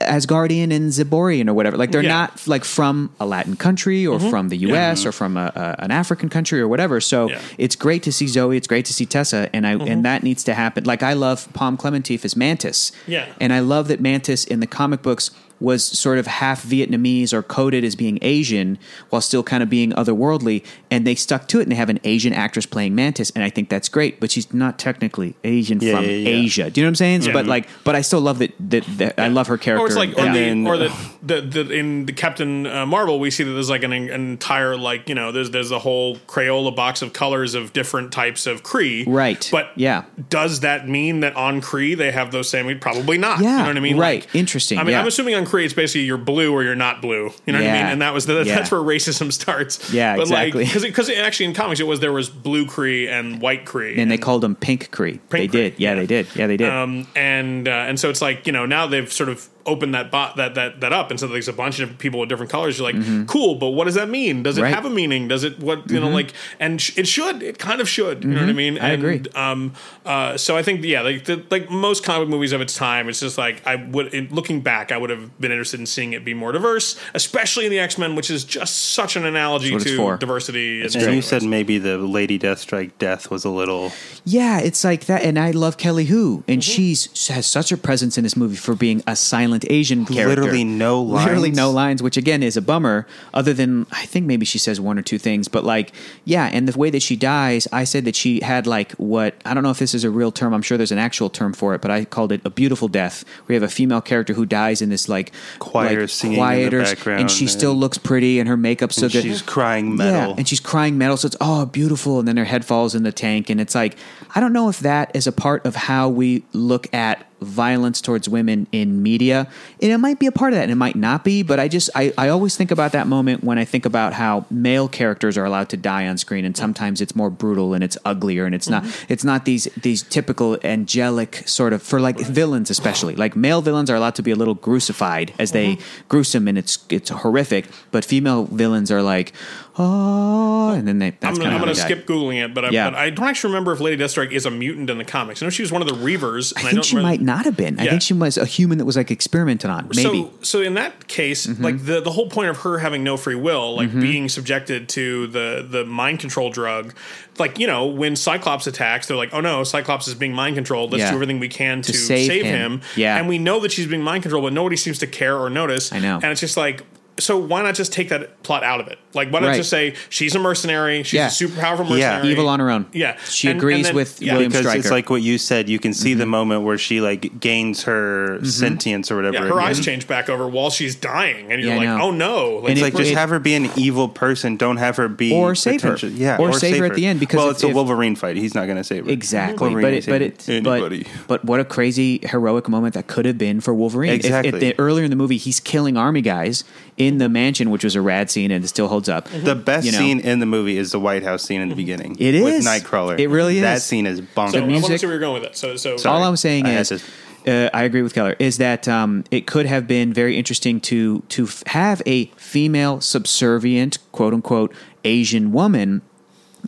Speaker 3: Asgardian and Ziborian or whatever. Like they're
Speaker 1: Yeah. Mm-hmm.
Speaker 3: not like from a Latin country or from the U.S. or from a, a, an African country or whatever. So
Speaker 1: Yeah. Mm-hmm.
Speaker 3: it's great to see Zoe. It's great to see Tessa, and I and that needs to happen. Like I love Palm Clementif as Mantis.
Speaker 1: Yeah.
Speaker 3: and I love that Mantis in the comic books was sort of half Vietnamese or coded as being Asian while still kind of being otherworldly, and they stuck to it and they have an Asian actress playing Mantis, and I think that's great. But she's not technically Asian from
Speaker 4: yeah, yeah.
Speaker 3: Asia. Do you know what I'm saying?
Speaker 1: Yeah.
Speaker 3: But like, but I still love that. That, that I love her character.
Speaker 1: Or it's like, or,
Speaker 3: Yeah.
Speaker 1: the,
Speaker 4: then-
Speaker 1: or the, the, the in the Captain uh, Marvel, we see that there's like an, an entire like you know there's there's a whole Crayola box of colors of different types of Cree,
Speaker 3: Right.
Speaker 1: But
Speaker 3: Yeah.
Speaker 1: does that mean that on Cree they have those same? Probably not.
Speaker 3: Yeah,
Speaker 1: you know what I mean.
Speaker 3: right.
Speaker 1: Like,
Speaker 3: Interesting,
Speaker 1: I mean,
Speaker 3: yeah.
Speaker 1: I'm assuming on Cree it's basically you're blue or you're not blue. You know what I mean?
Speaker 3: Yeah.
Speaker 1: And that was the,
Speaker 3: Yeah.
Speaker 1: that's where racism starts.
Speaker 3: Yeah, exactly.
Speaker 1: Because because actually in comics it was there was blue Cree and white Cree,
Speaker 3: and they called them Pink Cree.
Speaker 1: Cree,
Speaker 3: they did. Yeah, they did. Yeah, they did.
Speaker 1: um, and uh, and so it's like you know now they've sort of opened that bo- that that that up, and so there's a bunch of people with different colors. You're like, cool, but what does that mean? Does it
Speaker 3: Mm-hmm. Right. Mm-hmm.
Speaker 1: have a meaning? Does it what you know like? And sh- it should. It kind of should. You know what I mean?
Speaker 3: I
Speaker 1: and,
Speaker 3: agree.
Speaker 1: Um, uh, so I think yeah, like the, like most comic movies of its time, it's just like I would in, looking back, I would have been interested in seeing it be more diverse, especially in the X Men, which is just such an analogy
Speaker 3: That's what it's
Speaker 1: to
Speaker 3: for.
Speaker 1: diversity. in so
Speaker 4: And
Speaker 1: many
Speaker 4: you
Speaker 1: ways.
Speaker 4: said maybe the Lady Deathstrike death was a little.
Speaker 3: yeah, it's like that. And I love Kelly Hu,
Speaker 4: Mm-hmm.
Speaker 3: and she's has such a presence in this movie for being a silent Asian character.
Speaker 4: Literally no lines.
Speaker 3: Literally no lines, which again is a bummer. Other than I think maybe she says one or two things, but like yeah, and the way that she dies, I said that she had like what I don't know if this is a real term. I'm sure there's an actual term for it, but I called it a beautiful death. We have a female character who dies in this like
Speaker 4: Choir
Speaker 3: like,
Speaker 4: singing in the
Speaker 3: quieter- and
Speaker 4: background,
Speaker 3: she still
Speaker 4: and-
Speaker 3: looks pretty, and her makeup's so good.
Speaker 4: She's crying metal.
Speaker 3: Yeah, and she's crying metal, so it's oh beautiful, and then her head falls in the tank, and it's like I don't know if that is a part of how we look at violence towards women in media, and it might be a part of that, and it might not be, but I just I, I always think about that moment when I think about how male characters are allowed to die on screen, and sometimes it's more brutal and it's uglier, and it's not
Speaker 4: Mm-hmm.
Speaker 3: it's not these these typical angelic sort of for like villains especially like male villains are allowed to be a little grucified as they
Speaker 4: Mm-hmm.
Speaker 3: gruesome and it's it's horrific, but female villains are like oh, and then they. That's
Speaker 1: I'm gonna, I'm
Speaker 3: kind
Speaker 1: gonna
Speaker 3: of
Speaker 1: skip googling it, but I,
Speaker 3: Yeah.
Speaker 1: but I don't actually remember if Lady Deathstrike is a mutant in the comics. I know she was one of the Reavers. And
Speaker 3: I
Speaker 1: I,
Speaker 3: think
Speaker 1: don't
Speaker 3: she
Speaker 1: remember-
Speaker 3: might not have been. I
Speaker 1: Yeah.
Speaker 3: think she was a human that was like experimented on. Maybe. Mm-hmm.
Speaker 1: So, so in that case, like the the whole point of her having no free will, like being subjected to the the mind control drug, like you know when Cyclops attacks, they're like, oh no, Cyclops is being mind controlled. Let's
Speaker 3: Yeah.
Speaker 1: do everything we can to,
Speaker 3: save
Speaker 1: save,
Speaker 3: him.
Speaker 1: him.
Speaker 3: Yeah.
Speaker 1: and we know that she's being mind controlled, but nobody seems to care or notice.
Speaker 3: I know.
Speaker 1: and it's just like. So why not just take that plot out of it? Like why not
Speaker 3: Right.
Speaker 1: just say she's a mercenary, she's
Speaker 3: Yeah.
Speaker 1: a super powerful
Speaker 4: Yeah.
Speaker 1: mercenary,
Speaker 3: Evil on her own.
Speaker 1: Yeah.
Speaker 3: She
Speaker 1: And- and
Speaker 3: agrees
Speaker 1: then-
Speaker 3: with
Speaker 1: yeah.
Speaker 3: William
Speaker 4: because
Speaker 3: Stryker.
Speaker 4: it's like what you said. You can see
Speaker 3: Mm-hmm.
Speaker 4: the moment where she like gains her sentience or whatever.
Speaker 1: Yeah, her
Speaker 4: again.
Speaker 1: eyes change back over while she's dying, and you're
Speaker 3: Yeah, I
Speaker 1: like,
Speaker 3: know.
Speaker 1: "Oh no!" Like,
Speaker 3: And
Speaker 4: It's
Speaker 3: it-
Speaker 4: like just
Speaker 3: it-
Speaker 4: have her be an evil person. Don't have her be
Speaker 3: Or save her.
Speaker 4: pretentious. Yeah,
Speaker 3: Or save her at the end, because
Speaker 4: well,
Speaker 3: if-
Speaker 4: it's a
Speaker 3: if-
Speaker 4: Wolverine fight. He's not going to save her.
Speaker 3: Exactly,
Speaker 4: Wolverine
Speaker 3: but
Speaker 4: ain't
Speaker 3: it, but
Speaker 4: saving
Speaker 3: it, but,
Speaker 4: anybody.
Speaker 3: but what a crazy heroic moment that could have been for Wolverine. If- if
Speaker 4: Exactly.
Speaker 3: the- earlier in the movie, he's killing army guys in the mansion, which was a rad scene and it still holds up.
Speaker 1: Mm-hmm.
Speaker 4: The best
Speaker 3: you know. Mm-hmm.
Speaker 4: scene in the movie is the White House scene in the beginning.
Speaker 3: It
Speaker 4: with
Speaker 3: is.
Speaker 4: Nightcrawler.
Speaker 3: It really
Speaker 4: That
Speaker 3: is.
Speaker 4: scene is bonkers.
Speaker 1: so I want to
Speaker 3: music-
Speaker 1: see where you're going with it. So, so
Speaker 3: All I'm saying
Speaker 4: I had
Speaker 3: is,
Speaker 4: to-
Speaker 3: uh, I agree with Keller. Is that um, it could have been very interesting to to f- have a female subservient, quote unquote, Asian woman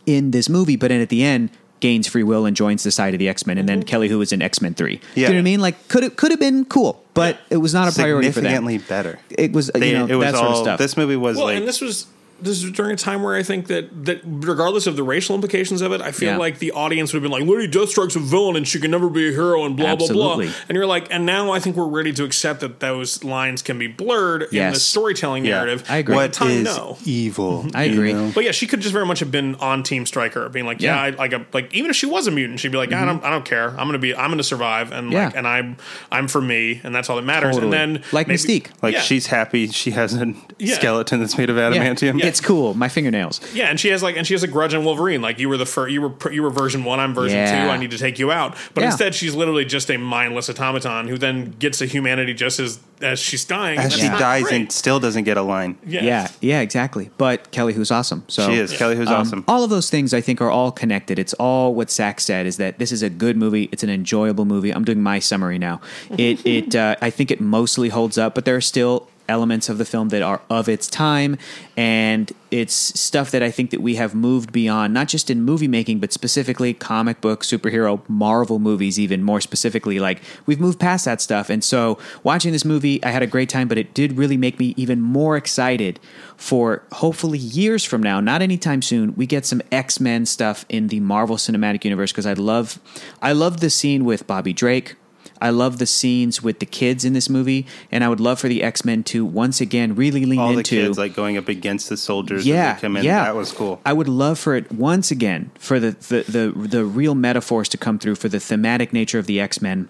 Speaker 3: in this movie, but then at the end gains free will and joins the side of the X Men, and then Kelly, who is in X Men Three, Do you know
Speaker 4: Yeah.
Speaker 3: what I mean? Like could it could have been cool, but it was not a priority for them.
Speaker 4: Significantly better.
Speaker 3: It was uh,
Speaker 4: They-
Speaker 3: you know
Speaker 4: it was
Speaker 3: that
Speaker 4: all.
Speaker 3: sort of stuff.
Speaker 4: This movie was
Speaker 1: well,
Speaker 4: like
Speaker 1: and this was this was during a time where I think that that regardless of the racial implications of it, I feel
Speaker 3: Yeah.
Speaker 1: like the audience would have been like, Lady Deathstroke's a villain and she can never be a hero and blah blah
Speaker 3: Absolutely.
Speaker 1: blah. And you're like, and now I think we're ready to accept that those lines can be blurred in the
Speaker 3: Yes.
Speaker 1: storytelling
Speaker 4: Yeah.
Speaker 1: narrative.
Speaker 3: I agree.
Speaker 1: At the
Speaker 4: What
Speaker 1: time,
Speaker 4: is
Speaker 1: no.
Speaker 4: evil?
Speaker 3: I
Speaker 4: you
Speaker 3: agree.
Speaker 4: know?
Speaker 1: But yeah, she could just very much have been on Team Striker, being like, yeah,
Speaker 3: Yeah. Mm-hmm.
Speaker 1: I, like, a, like even if she was a mutant, she'd be like, I don't, I don't care. I'm gonna be, I'm gonna survive, and like,
Speaker 3: Yeah.
Speaker 1: and I'm, I'm for me, and that's all that matters.
Speaker 3: Totally.
Speaker 1: And then
Speaker 3: Like
Speaker 1: maybe-
Speaker 3: Mystique.
Speaker 4: Like
Speaker 1: Yeah.
Speaker 4: she's happy she has a
Speaker 1: Yeah.
Speaker 4: skeleton that's made of adamantium.
Speaker 3: It's cool. My fingernails.
Speaker 1: Yeah, and she has like, and she has a grudge on Wolverine. Like you were the first, you were pr- you were version one. I'm version
Speaker 3: Yeah.
Speaker 1: two. I need to take you out. But
Speaker 3: Yeah.
Speaker 1: instead, she's literally just a mindless automaton who then gets a humanity just as as she's dying.
Speaker 4: As
Speaker 1: That's
Speaker 4: she
Speaker 1: not
Speaker 4: dies
Speaker 1: great.
Speaker 4: and still doesn't get a line.
Speaker 1: yeah.
Speaker 3: Yeah, yeah, exactly. But Kelly, who's awesome. So
Speaker 4: She is. Kelly, who's
Speaker 3: um,
Speaker 4: awesome.
Speaker 3: All of those things I think are all connected. It's all what Zach said is that this is a good movie. It's an enjoyable movie. I'm doing my summary now. It it uh, I think it mostly holds up, but there are still elements of the film that are of its time and it's stuff that I think that we have moved beyond not just in movie making but specifically comic book superhero Marvel movies even more specifically like we've moved past that stuff and so watching this movie I had a great time but it did really make me even more excited for hopefully years from now, not anytime soon, we get some X Men stuff in the Marvel Cinematic Universe because I love, I love the scene with Bobby Drake. I love the scenes with the kids in this movie, and I would love for the X Men to once again really lean
Speaker 4: All
Speaker 3: into
Speaker 4: the kids like going up against the soldiers.
Speaker 3: yeah,
Speaker 4: as they come in.
Speaker 3: yeah,
Speaker 4: that was cool.
Speaker 3: I would love for it once again for the the the, the real metaphors to come through for the thematic nature of the X Men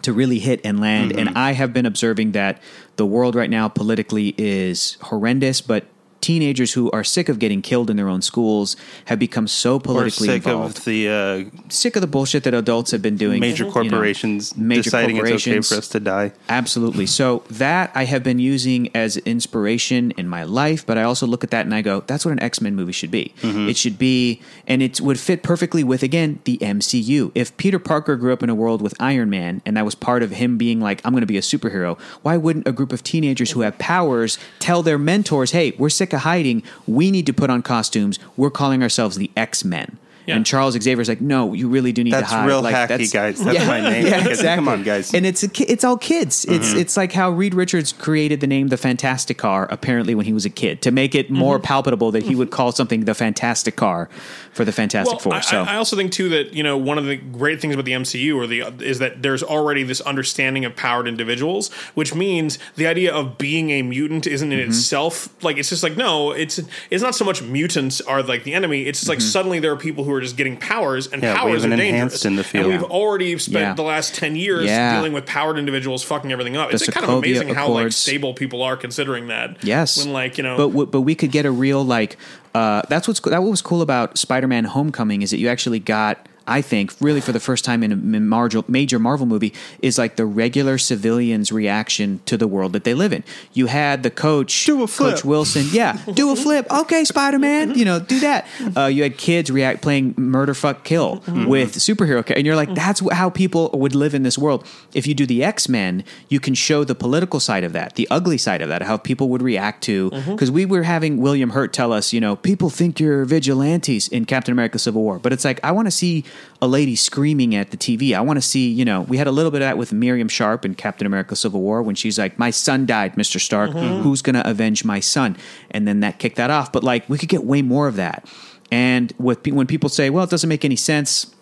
Speaker 3: to really hit and land.
Speaker 4: Mm-hmm.
Speaker 3: And I have been observing that the world right now politically is horrendous, but teenagers who are sick of getting killed in their own schools have become so
Speaker 4: We're
Speaker 3: politically
Speaker 4: sick
Speaker 3: involved.
Speaker 4: of the
Speaker 3: sick of the bullshit that adults have been
Speaker 4: uh,
Speaker 3: doing.
Speaker 4: major
Speaker 3: you know,
Speaker 4: corporations deciding it's okay for us to die.
Speaker 3: Absolutely. So that I have been using as inspiration in my life, but I also look at that and I go, that's what an X Men movie should be.
Speaker 4: Mm-hmm.
Speaker 3: It should be, and it would fit perfectly with again the MCU. If Peter Parker grew up in a world with Iron Man, and that was part of him being like, I'm going to be a superhero. Why wouldn't a group of teenagers who have powers tell their mentors, Hey, we're sick of hiding. We need to put on costumes. We're calling ourselves the X Men.
Speaker 1: Yeah.
Speaker 3: And Charles Xavier's like, no, you really do need
Speaker 4: That's
Speaker 3: to hide.
Speaker 4: real
Speaker 3: like,
Speaker 4: hacky,
Speaker 3: that's-
Speaker 4: guys. That's my name.
Speaker 3: yeah,
Speaker 4: Because-
Speaker 3: exactly.
Speaker 4: Come on, guys.
Speaker 3: And it's a, ki- it's all kids.
Speaker 4: Mm-hmm.
Speaker 3: It's it's like how Reed Richards created the name the Fantastic Car apparently when he was a kid to make it
Speaker 1: Mm-hmm.
Speaker 3: more palpable that he would call something the Fantastic Car for the Fantastic Four.
Speaker 1: I, I-
Speaker 3: so
Speaker 1: I also think too that you know one of the great things about the MCU or the is that there's already this understanding of powered individuals, which means the idea of being a mutant isn't in
Speaker 3: Mm-hmm.
Speaker 1: itself like it's just like no, it's it's not so much mutants are like the enemy. It's just
Speaker 3: Mm-hmm.
Speaker 1: like suddenly there are people who are just getting powers and
Speaker 4: Yeah, we
Speaker 1: powers
Speaker 4: have
Speaker 1: are
Speaker 4: an
Speaker 1: dangerous.
Speaker 4: enhanced in the field.
Speaker 1: And we've already spent
Speaker 3: Yeah.
Speaker 1: the last ten years
Speaker 3: Yeah.
Speaker 1: dealing with powered individuals fucking everything up. It's kind of
Speaker 3: Sokovia
Speaker 1: amazing how like
Speaker 3: Accords.
Speaker 1: stable people are considering that.
Speaker 3: Yes.
Speaker 1: when like you know
Speaker 3: but w- but we could get a real like uh, that's what's that what was cool about Spider-Man: Homecoming is that you actually got I think really for the first time in a m- margin- major Marvel movie is like the regular civilians' reaction to the world that they live in. You had the coach,
Speaker 4: Do a flip.
Speaker 3: Coach Wilson, yeah, do a flip, okay, Spider-Man, you know, do that. Uh, you had kids react playing murder, fuck, kill with superhero, ca- and you're like, that's wh- how people would live in this world. If you do the X-Men, you can show the political side of that, the ugly side of that, how people would react to because we were having William Hurt tell us, you know, people think you're vigilantes in Captain America: Civil War, but it's like I want to see a lady screaming at the TV. I want to see, you know, we had a little bit of that with Miriam Sharp in Captain America: Civil War when she's like, "My son died, Mister Stark. Who's going to avenge my son?" And then that kicked that off. But like, we could get way more of that. And with when people say, "Well, it doesn't make any sense."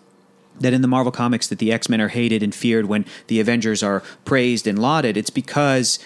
Speaker 3: that in the Marvel comics that the X-Men are hated and feared when the Avengers are praised and lauded it's because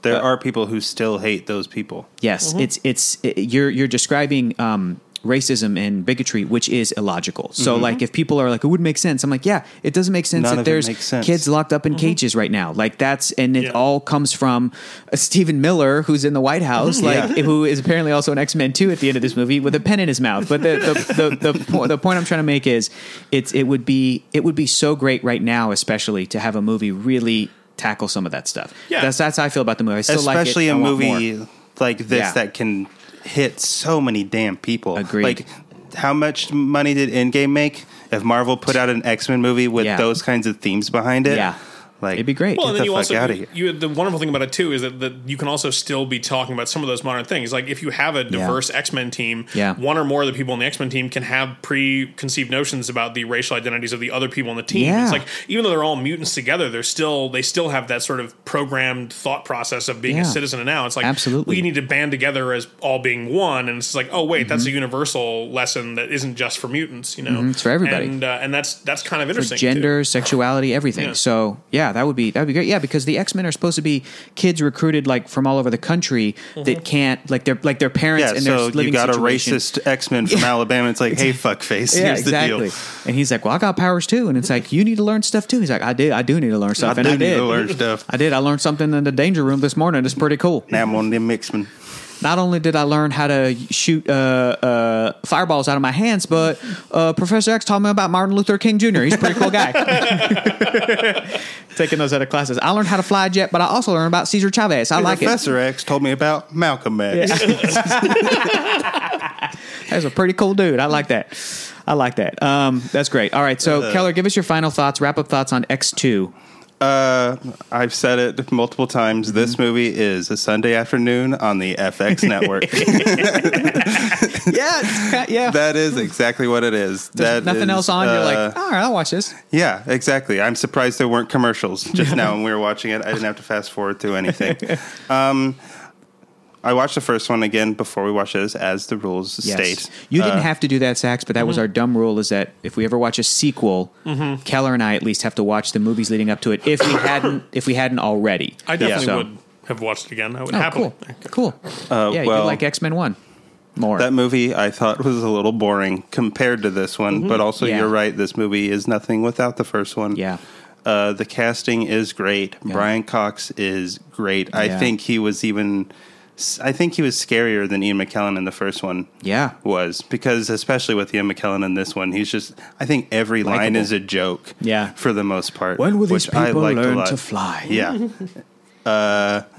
Speaker 4: There
Speaker 3: uh,
Speaker 4: are people who still hate those people.
Speaker 3: Yes, it's it's i you're you're describing um, racism and bigotry, which is illogical. So like, if people are like, it would make sense. I'm like, yeah, it doesn't make sense
Speaker 4: Mm-hmm. None of
Speaker 3: that
Speaker 4: it
Speaker 3: there's
Speaker 4: makes sense. Mm-hmm.
Speaker 3: kids locked up in cages right now. Like that's and it
Speaker 1: Yeah.
Speaker 3: all comes from uh, Stephen Miller, who's in the White
Speaker 4: Mm-hmm.
Speaker 3: House, like who is apparently also an X Men two at the end of this movie with a pen in his mouth. But the the the, the, po- the point I'm trying to make is, it's it would be it would be so great right now, especially to have a movie really tackle some of that stuff.
Speaker 1: Yeah.
Speaker 3: That's that's how I feel about the movie. I still
Speaker 4: Especially
Speaker 3: like it. I
Speaker 4: a
Speaker 3: want more.
Speaker 4: movie like this
Speaker 3: Yeah.
Speaker 4: that can hit so many damn people.
Speaker 3: Agreed.
Speaker 4: Like, how much money did Endgame make? If Marvel put out an X Men movie with
Speaker 3: Yeah.
Speaker 4: those kinds of themes behind it,
Speaker 3: Yeah.
Speaker 4: Like
Speaker 3: It'd be great.
Speaker 4: Get
Speaker 1: Well, and then
Speaker 4: the
Speaker 1: you
Speaker 4: fuck
Speaker 1: also
Speaker 4: out of here.
Speaker 1: you the wonderful thing about it too is that, that you can also still be talking about some of those modern things. Like if you have a diverse X Men team,
Speaker 3: Yeah.
Speaker 1: one or more of the people in the X Men team can have preconceived notions about the racial identities of the other people on the team.
Speaker 3: Yeah.
Speaker 1: It's like even though they're all mutants together, they're still they still have that sort of programmed thought process of being
Speaker 3: Yeah.
Speaker 1: a citizen. And now it's like
Speaker 3: Absolutely.
Speaker 1: we need to band together as all being one. And it's like oh wait, that's a universal lesson that isn't just for mutants. You know,
Speaker 3: Mm-hmm. it's for everybody.
Speaker 1: and, uh, and that's that's kind of interesting.
Speaker 3: for
Speaker 1: too.
Speaker 3: gender, sexuality, everything.
Speaker 1: Yeah.
Speaker 3: So yeah, that would be that would be great. Yeah, because the X Men are supposed to be kids recruited like from all over the country that can't like their like their parents
Speaker 4: Mm-hmm. Yeah,
Speaker 3: and their
Speaker 4: so you
Speaker 3: living
Speaker 4: got
Speaker 3: situation.
Speaker 4: a racist X Men from Alabama. It's like, hey, fuckface,
Speaker 3: Yeah,
Speaker 4: here's
Speaker 3: exactly.
Speaker 4: the deal.
Speaker 3: And he's like, "Well, I got powers too." And it's like, "You need to learn stuff too." He's like, "I did. I do need to learn stuff."
Speaker 4: I
Speaker 3: and
Speaker 4: do
Speaker 3: I
Speaker 4: need
Speaker 3: did.
Speaker 4: to learn stuff.
Speaker 3: I did. I learned something in the danger room this morning. It's pretty cool.
Speaker 4: Now I'm on them X Men.
Speaker 3: Not only did I learn how to shoot uh, uh, fireballs out of my hands, but uh, Professor X taught me about Martin Luther King Jr. He's a pretty cool guy. Taking those other classes, I learned how to fly a jet, but I also learned about Cesar Chavez. I like it.
Speaker 4: Professor X told me about Malcolm X.
Speaker 3: That's a pretty cool dude. I like that. I like that. Um, that's great. All right,
Speaker 4: Uh-huh.
Speaker 3: so Keller, give us your final thoughts, wrap up thoughts on X two.
Speaker 4: Uh, I've said it multiple
Speaker 3: Mm-hmm.
Speaker 4: times. This movie is a Sunday afternoon on the FX network.
Speaker 3: Yeah, yeah.
Speaker 4: that is exactly what it is. That
Speaker 3: There's
Speaker 4: is,
Speaker 3: nothing else on. You're
Speaker 4: uh,
Speaker 3: like, all right, I'll watch this.
Speaker 4: Yeah, exactly. I'm surprised there weren't commercials just now when we were watching it. I didn't have to fast forward through anything. um, I watched the first one again before we watched this, as the rules state.
Speaker 3: You
Speaker 1: Uh,
Speaker 3: didn't have to do that, Sax, but that
Speaker 1: Mhm.
Speaker 3: was our dumb rule: is that if we ever watch a sequel,
Speaker 1: Mm-hmm.
Speaker 3: Keller and I at least have to watch the movies leading up to it. If we hadn't, if we hadn't already,
Speaker 1: I definitely
Speaker 3: So-
Speaker 1: would have watched it again. I would
Speaker 3: Oh,
Speaker 1: happily.
Speaker 3: cool, cool. yeah, you
Speaker 4: Uh, well-
Speaker 3: like X Men One more?
Speaker 4: That movie I thought was a little boring compared to this one, but also
Speaker 3: Mm-hmm. Yeah.
Speaker 4: you're right. This movie is nothing without the first one.
Speaker 3: Yeah.
Speaker 4: Uh, the casting is great. Brian Cox is great. I
Speaker 3: Yeah.
Speaker 4: think he was even, I think he was scarier than Ian McKellen in the first one.
Speaker 3: Yeah.
Speaker 4: was because especially with Ian Mckellen in this one, he's just. I think every line
Speaker 3: Likeable.
Speaker 4: is a joke.
Speaker 3: Yeah.
Speaker 4: for the most part.
Speaker 3: When will these
Speaker 4: which I
Speaker 3: people
Speaker 4: liked a
Speaker 3: learn
Speaker 4: lot.
Speaker 3: to fly?
Speaker 4: Yeah,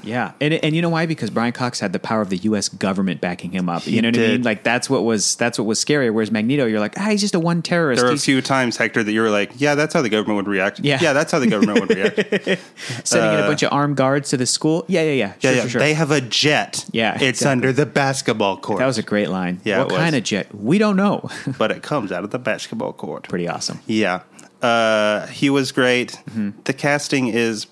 Speaker 3: yeah, and and you know why? Because Brian Cox had the power of the U.S. government backing him up. you know what I
Speaker 4: did.
Speaker 3: mean? Like that's what was that's what was scary. Whereas Magneto, you're like, ah, he's just a one terrorist.
Speaker 4: there were a
Speaker 3: He's-
Speaker 4: few times Hector that you were like, "Yeah, that's how the government would react."
Speaker 3: Yeah.
Speaker 4: yeah, that's how the government would react.
Speaker 3: sending in a bunch of armed guards to the school. Yeah, yeah, yeah.
Speaker 4: uh,
Speaker 3: Sure,
Speaker 4: yeah, yeah.
Speaker 3: sure, sure.
Speaker 4: They have a jet.
Speaker 3: Yeah,
Speaker 4: it's
Speaker 3: exactly.
Speaker 4: under the basketball court,
Speaker 3: that was a great line.
Speaker 4: Yeah,
Speaker 3: what
Speaker 4: it was.
Speaker 3: kind of jet? We don't know.
Speaker 4: but it comes out of the basketball court.
Speaker 3: Pretty awesome.
Speaker 4: Yeah, uh, he was great.
Speaker 3: Mm-hmm.
Speaker 4: The casting is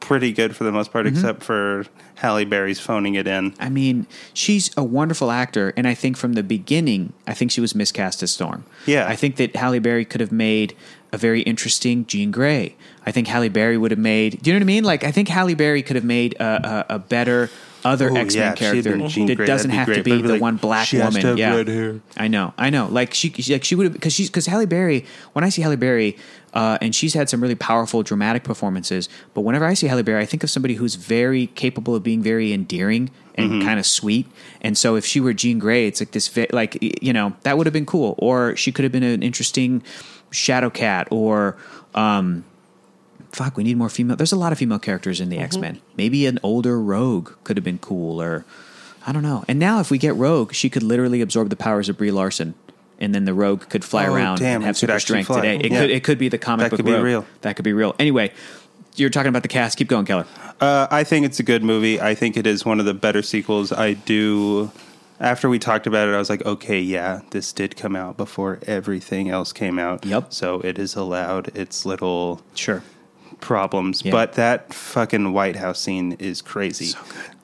Speaker 4: pretty good for the most part, except for Halle Berry's phoning it in.
Speaker 3: I mean, she's a wonderful actor, and I think from the beginning, I think she was miscast as Storm.
Speaker 4: Yeah.
Speaker 3: I think that Halle Berry could have made a very interesting Jean Grey. I think Halle Berry would have made. Do you know what I mean? Like, I think Halle Berry could have made a, a, a better other
Speaker 4: Ooh,
Speaker 3: X Men
Speaker 4: yeah, if she had
Speaker 3: character
Speaker 4: been Jean
Speaker 3: that
Speaker 4: Grey,
Speaker 3: doesn't
Speaker 4: that'd be great,
Speaker 3: have to
Speaker 4: but
Speaker 3: be
Speaker 4: it'd be
Speaker 3: the
Speaker 4: like,
Speaker 3: one black
Speaker 4: she has
Speaker 3: woman.
Speaker 4: to have
Speaker 3: yeah,
Speaker 4: red hair.
Speaker 3: I know, I know. Like she, she like she would have because she's because Halle Berry. When I see Halle Berry, uh, and she's had some really powerful dramatic performances. But whenever I see Halle Berry, I think of somebody who's very capable of being very endearing and
Speaker 4: Mm-hmm.
Speaker 3: kind of sweet. And so if she were Jean Grey, it's like this, ve- like y- you know, that would have been cool. Or she could have been an interesting Shadow Cat or. um Fuck, we need more female. There's a lot of female characters in the
Speaker 4: Mm-hmm.
Speaker 3: X Men. Maybe an older Rogue could have been cool, or I don't know. And now, if we get Rogue, she could literally absorb the powers of Brie Larson, and then the Rogue could fly
Speaker 4: Oh,
Speaker 3: around
Speaker 4: damn,
Speaker 3: and
Speaker 4: it
Speaker 3: have
Speaker 4: could
Speaker 3: super
Speaker 4: actually
Speaker 3: strength
Speaker 4: fly.
Speaker 3: today. It
Speaker 4: Yeah.
Speaker 3: could it could be the comic
Speaker 4: That
Speaker 3: book
Speaker 4: could be
Speaker 3: Rogue.
Speaker 4: real.
Speaker 3: That could be real. Anyway, you're talking about the cast. Keep going, Keller.
Speaker 4: Uh, I think it's a good movie. I think it is one of the better sequels. I do. After we talked about it, I was like, okay, yeah, this did come out before everything else came out.
Speaker 3: Yep.
Speaker 4: So it is allowed its little
Speaker 3: Sure.
Speaker 4: problems.
Speaker 3: Yeah.
Speaker 4: But that fucking White House scene is crazy.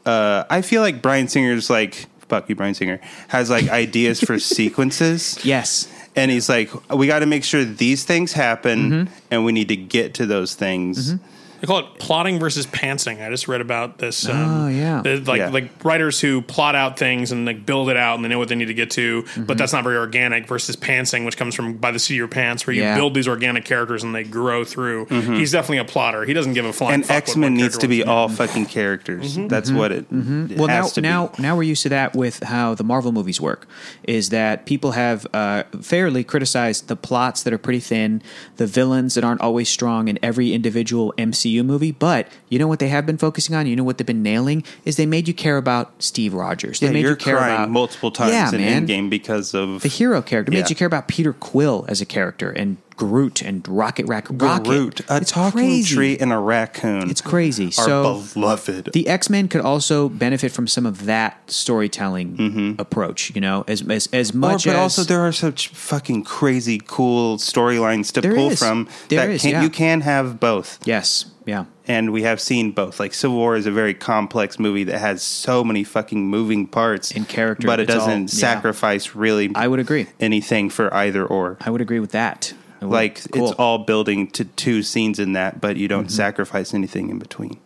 Speaker 4: Uh, I feel like Brian Singer's like, fuck you, Brian Singer, has like ideas for sequences.
Speaker 3: Yes.
Speaker 4: and he's like, we got to make sure these things happen
Speaker 3: Mm-hmm.
Speaker 4: and we need to get to those things.
Speaker 1: They call it plotting versus pantsing. I just read about this. um,
Speaker 3: Oh, yeah.
Speaker 1: the- like
Speaker 4: Yeah.
Speaker 1: like writers who plot out things and like build it out and they know what they need to get to,
Speaker 3: Mm-hmm.
Speaker 1: but that's not very organic. Versus pantsing, which comes from by the seat of your pants, where you
Speaker 3: Yeah. Mm-hmm.
Speaker 1: build these organic characters and they grow through. He's definitely a plotter. He doesn't give a flying.
Speaker 4: and
Speaker 1: fuck what
Speaker 4: X Men
Speaker 1: one
Speaker 4: needs
Speaker 1: character
Speaker 4: to be
Speaker 1: wants
Speaker 4: all fucking characters. That's what it, it
Speaker 3: Mm-hmm. well now
Speaker 4: has to
Speaker 3: now
Speaker 4: be.
Speaker 3: now we're used to that with how the marvel movies work is that people have uh, fairly criticized the plots that are pretty thin the villains that aren't always strong in every individual mcu movie but you know what they have been focusing on you know what they've been nailing is they made you care about steve rogers they
Speaker 4: Yeah,
Speaker 3: made
Speaker 4: you're
Speaker 3: you care
Speaker 4: crying
Speaker 3: about
Speaker 4: multiple times
Speaker 3: yeah,
Speaker 4: in
Speaker 3: man
Speaker 4: Endgame because of
Speaker 3: the hero character. It
Speaker 4: Yeah.
Speaker 3: made you care about Peter Quill as a character and Groot and Rocket Rack Rocket.
Speaker 4: Groot, a
Speaker 3: it's
Speaker 4: talking
Speaker 3: crazy.
Speaker 4: tree and a raccoon.
Speaker 3: It's crazy.
Speaker 4: Our
Speaker 3: so
Speaker 4: beloved.
Speaker 3: the X Men could also benefit from some of that storytelling
Speaker 4: Mm-hmm.
Speaker 3: approach. You know, as as as
Speaker 4: Or-
Speaker 3: much
Speaker 4: but
Speaker 3: as
Speaker 4: also there are such fucking crazy cool storylines to
Speaker 3: There
Speaker 4: pull
Speaker 3: is.
Speaker 4: from
Speaker 3: There
Speaker 4: that
Speaker 3: is,
Speaker 4: can,
Speaker 3: yeah.
Speaker 4: you can have both
Speaker 3: yes, yeah,
Speaker 4: and we have seen both like civil war is a very complex movie that has so many fucking moving parts
Speaker 3: And character,
Speaker 4: but it
Speaker 3: it's all-
Speaker 4: doesn't
Speaker 3: yeah.
Speaker 4: sacrifice really
Speaker 3: I would agree.
Speaker 4: anything for either or
Speaker 3: I would agree with that. I would-
Speaker 4: like
Speaker 3: cool. Mm-hmm.
Speaker 4: it's all building to two scenes in that but you don't sacrifice anything in between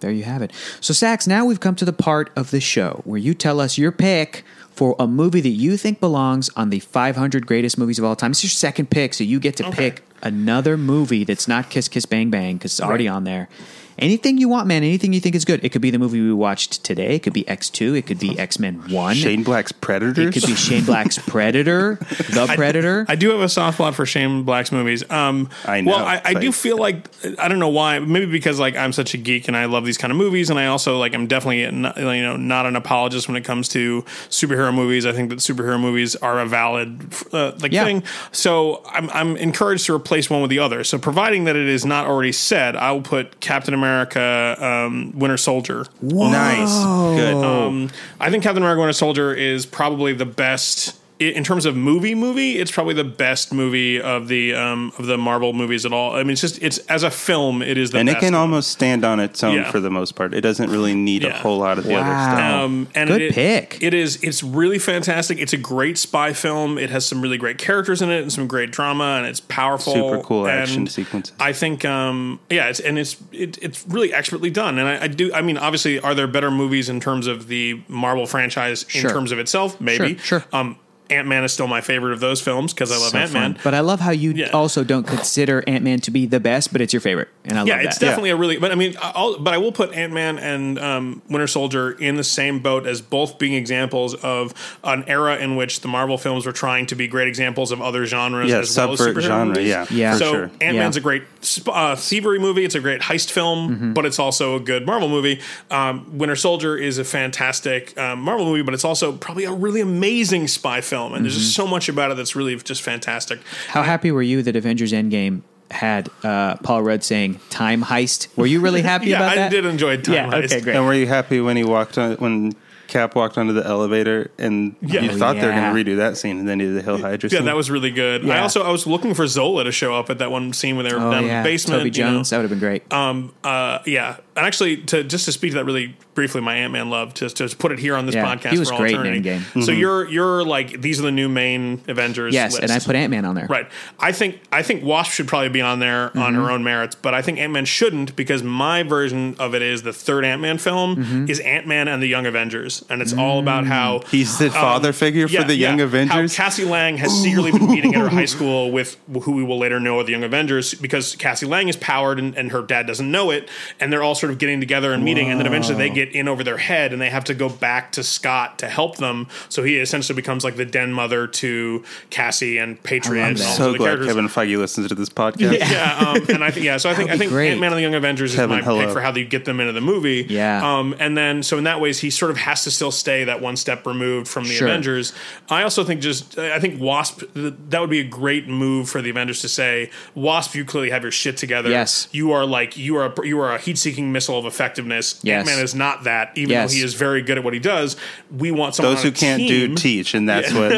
Speaker 3: There you have it. So, Sax, now we've come to the part of the show where you tell us your pick for a movie that you think belongs on the 500 greatest movies of all time. It's your second pick, so you get to
Speaker 1: Okay.
Speaker 3: pick another movie that's not Kiss Kiss Bang Bang because it's already on there. Anything you want, man. Anything you think is good. It could be the movie we watched today. It could be X two. It could be X Men one.
Speaker 4: shane black's
Speaker 3: it
Speaker 4: predators
Speaker 3: could be Shane Black's Predator, The Predator.
Speaker 1: I do have a soft spot for Shane Black's movies. Um,
Speaker 4: I know.
Speaker 1: Well, I, I do
Speaker 4: Like-
Speaker 1: feel like I don't know why. Maybe because like I'm such a geek and I love these kind of movies, and I also like I'm definitely not, you know not an apologist when it comes to superhero movies. I think that superhero movies are a valid uh, like
Speaker 3: Yeah.
Speaker 1: thing. So I'm I'm encouraged to replace one with the other. So providing that it is not already said, I will put Captain America, um, Winter Soldier.
Speaker 4: nice good
Speaker 1: Um, I think Captain America: Winter Soldier is probably the best i- in terms of movie. Movie, it's probably the best movie of the um, of the Marvel movies at all. I mean, it's just it's as a film, it is the
Speaker 4: and it
Speaker 1: best.
Speaker 4: can almost stand on its own
Speaker 1: Yeah.
Speaker 4: for the most part. It doesn't really need a
Speaker 1: Yeah.
Speaker 4: whole lot of the other stuff.
Speaker 3: Wow.
Speaker 1: um, and
Speaker 3: Good
Speaker 1: it,
Speaker 3: pick.
Speaker 1: It is. It's really fantastic. It's a great spy film. It has some really great characters in it and some great drama, and it's powerful.
Speaker 4: Super cool
Speaker 1: And
Speaker 4: action sequences.
Speaker 1: I think, um, yeah, it's and it's it, it's really expertly done. And I, I do. I mean, obviously, are there better movies in terms of the Marvel franchise
Speaker 3: Sure.
Speaker 1: in terms of itself? Maybe.
Speaker 3: Sure, sure.
Speaker 1: Um, Ant Man is still my favorite of those films because I love
Speaker 3: So
Speaker 1: Ant Man.
Speaker 3: fun. But I love how you
Speaker 1: Yeah.
Speaker 3: also don't consider Ant Man to be the best, but it's your favorite, and I love
Speaker 1: Yeah,
Speaker 3: that.
Speaker 1: it's definitely a really. But I mean, I'll, but I will put Ant Man and um, Winter Soldier in the same boat as both being examples of an era in which the Marvel films were trying to be great examples of other genres.
Speaker 4: Yeah,
Speaker 1: as well as
Speaker 4: subvert
Speaker 1: superhero
Speaker 4: genre,
Speaker 1: movies.
Speaker 4: yeah,
Speaker 3: Yeah. for
Speaker 1: so
Speaker 4: sure.
Speaker 1: Ant Man's
Speaker 3: Yeah.
Speaker 1: a great sp- uh, thievery movie. It's a great heist film, but it's also a good Marvel movie. Um, Winter Soldier is a fantastic um, Marvel movie, but it's also probably a really amazing spy film. And there's just so much about it that's really just fantastic.
Speaker 3: How happy were you that Avengers Endgame had uh, Paul Rudd saying "time heist"? Were you really happy
Speaker 1: Yeah,
Speaker 3: about
Speaker 1: I
Speaker 3: that?
Speaker 1: did enjoy Time
Speaker 3: Yeah,
Speaker 1: Heist.
Speaker 3: okay, great.
Speaker 4: And were you happy when he walked on when Cap walked onto the elevator and
Speaker 1: Yeah.
Speaker 4: you
Speaker 1: Oh,
Speaker 4: thought they were
Speaker 3: yeah.
Speaker 4: going to redo that scene and then do the Hill Hydra
Speaker 1: Yeah,
Speaker 4: scene?
Speaker 1: that was really good. I
Speaker 3: Hmm. Yeah.
Speaker 1: also I was looking for Zola to show up at that one scene when they were
Speaker 3: Oh
Speaker 1: down
Speaker 3: yeah,
Speaker 1: in the basement.
Speaker 3: Toby
Speaker 1: you know.
Speaker 3: Jones. That would have been great.
Speaker 1: Um, uh, yeah, and actually, to just to speak to that really briefly, my Ant Man love to to put it here on this
Speaker 3: Yeah,
Speaker 1: podcast.
Speaker 3: he was
Speaker 1: for all
Speaker 3: great in
Speaker 1: eternity.
Speaker 3: Endgame. Mm-hmm.
Speaker 1: So you're you're like these are the new main Avengers.
Speaker 3: yes, and I
Speaker 1: list.
Speaker 3: put Ant Man on there.
Speaker 1: Right. I think I think Wasp should probably be on there on
Speaker 3: Mm-hmm.
Speaker 1: her own merits, but I think Ant Man shouldn't because my version of it is the third Ant Man film
Speaker 3: Mm-hmm.
Speaker 1: is Ant Man and the Young Avengers, and
Speaker 3: Mm.
Speaker 1: it's all about how
Speaker 4: He's the father figure for the Young Avengers.
Speaker 1: um, how Cassie Lang has secretly been meeting at her high school with who we will later know are the Young Avengers because Cassie Lang is powered and, and her dad doesn't know it. And they're all sort of getting together and meeting. And then eventually they get in over their head and they have to go back to Scott to help them. So he essentially becomes like the den mother to Cassie and Patriot and all
Speaker 4: so
Speaker 1: the
Speaker 4: glad
Speaker 1: characters.
Speaker 4: Kevin Feige listens to this podcast.
Speaker 1: yeah, um, and I think yeah, so I think I
Speaker 3: That'd be
Speaker 1: think
Speaker 3: great.
Speaker 1: Ant Man and the Young Avengers is
Speaker 4: Kevin,
Speaker 1: my
Speaker 4: hello.
Speaker 1: pick for how you get them into the movie.
Speaker 3: Yeah.
Speaker 1: um, and then so in that ways he sort of has to still stay that one step removed from the
Speaker 3: Sure.
Speaker 1: Avengers. I also think just I think Wasp th- that would be a great move for the Avengers to say Wasp, you clearly have your shit together.
Speaker 3: Yes.
Speaker 1: you are like you are a, you are a heat seeking missile of effectiveness.
Speaker 3: Yes.
Speaker 1: Ant Man is not that, even
Speaker 3: Yes.
Speaker 1: though he is very good at what he does. We want someone
Speaker 4: Those
Speaker 1: on a
Speaker 4: who can't do
Speaker 1: team-
Speaker 4: teach, and that's what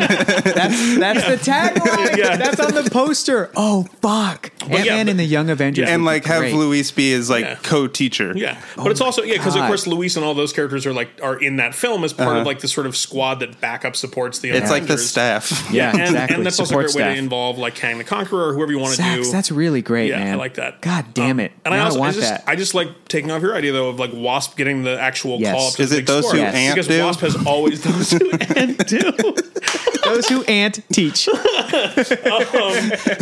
Speaker 3: That's that's the tagline.
Speaker 1: Yeah.
Speaker 3: That's on the poster. Oh fuck, Ant Man
Speaker 1: yeah, but-
Speaker 3: and the Young Avengers.
Speaker 4: and
Speaker 3: would be
Speaker 4: like have
Speaker 3: great.
Speaker 4: Luis be his like co-teacher.
Speaker 1: Yeah, but it's also yeah because of
Speaker 3: Oh God. Uh-huh.
Speaker 1: course Luis and all those characters are like are in that film as part of like the sort of squad that backup supports the.
Speaker 4: It's like the
Speaker 1: Avengers.
Speaker 4: staff.
Speaker 3: Yeah,
Speaker 1: and,
Speaker 3: exactly.
Speaker 1: and that's also a
Speaker 3: Support
Speaker 1: great way
Speaker 3: staff.
Speaker 1: to involve like Kang the Conqueror or whoever you want to
Speaker 3: Sax,
Speaker 1: do.
Speaker 3: that's really great,
Speaker 1: yeah,
Speaker 3: man.
Speaker 1: I like that.
Speaker 3: God damn
Speaker 1: Um,
Speaker 3: it!
Speaker 1: And I
Speaker 3: Now
Speaker 1: also
Speaker 3: want
Speaker 1: I just,
Speaker 3: that.
Speaker 1: I just like taking off your idea though of like Wasp getting the actual
Speaker 3: Yes.
Speaker 1: call up. To
Speaker 4: Is
Speaker 1: the
Speaker 4: it
Speaker 1: big
Speaker 4: those
Speaker 1: squad.
Speaker 4: who
Speaker 3: Yes.
Speaker 4: Ant
Speaker 1: because
Speaker 4: do?
Speaker 1: Wasp has always those who Ant do.
Speaker 3: Those who ant teach.
Speaker 1: Um,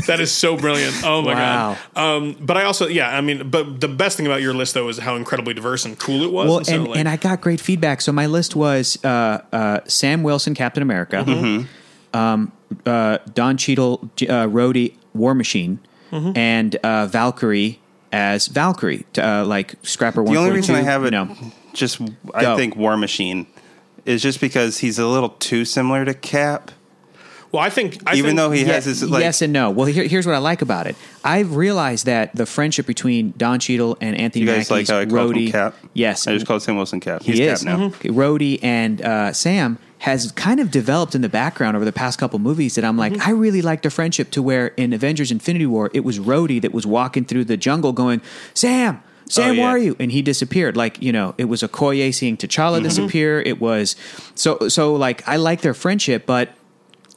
Speaker 1: that is so brilliant. Oh my
Speaker 3: Wow.
Speaker 1: god. Um, but I also yeah I mean but the best thing about your list though is how incredibly diverse and cool it was.
Speaker 3: Well,
Speaker 1: and,
Speaker 3: and,
Speaker 1: so, like,
Speaker 3: and I got great feedback. So my list was uh, uh, Sam Wilson, Captain America,
Speaker 4: Mm-hmm.
Speaker 1: Mm-hmm.
Speaker 3: um, uh, Don Cheadle, J- uh, Rhodey, War Machine,
Speaker 1: Mm-hmm.
Speaker 3: and uh, Valkyrie as Valkyrie, t- uh, like Scrapper.
Speaker 4: The only reason I have it,
Speaker 3: no,
Speaker 4: just I
Speaker 3: Go.
Speaker 4: think War Machine, is just because he's a little too similar to Cap.
Speaker 1: Well, I think I
Speaker 4: Even
Speaker 1: think-
Speaker 4: though he has
Speaker 3: Ye-
Speaker 4: his like
Speaker 3: yes and no. Well, here, here's what I like about it. I've realized that the friendship between Don Cheadle and Anthony
Speaker 4: you guys like
Speaker 3: Mackie's
Speaker 4: how I called him
Speaker 3: Rhodey,
Speaker 4: Cap.
Speaker 3: yes,
Speaker 4: I just called Sam Wilson Cap. He's
Speaker 3: he
Speaker 4: Cap
Speaker 3: is Mm-hmm.
Speaker 4: now.
Speaker 3: Okay, Rhodey and uh, Sam has kind of developed in the background over the past couple movies that I'm like,
Speaker 4: Mm-hmm.
Speaker 3: I really like their friendship to where in Avengers: Infinity War, it was Rhodey that was walking through the jungle going, Sam. Sam,
Speaker 4: Oh, yeah.
Speaker 3: where are you? And he disappeared. Like you know, it was Okoye seeing T'Challa
Speaker 4: Mm-hmm.
Speaker 3: disappear. It was so so. Like I like their friendship, but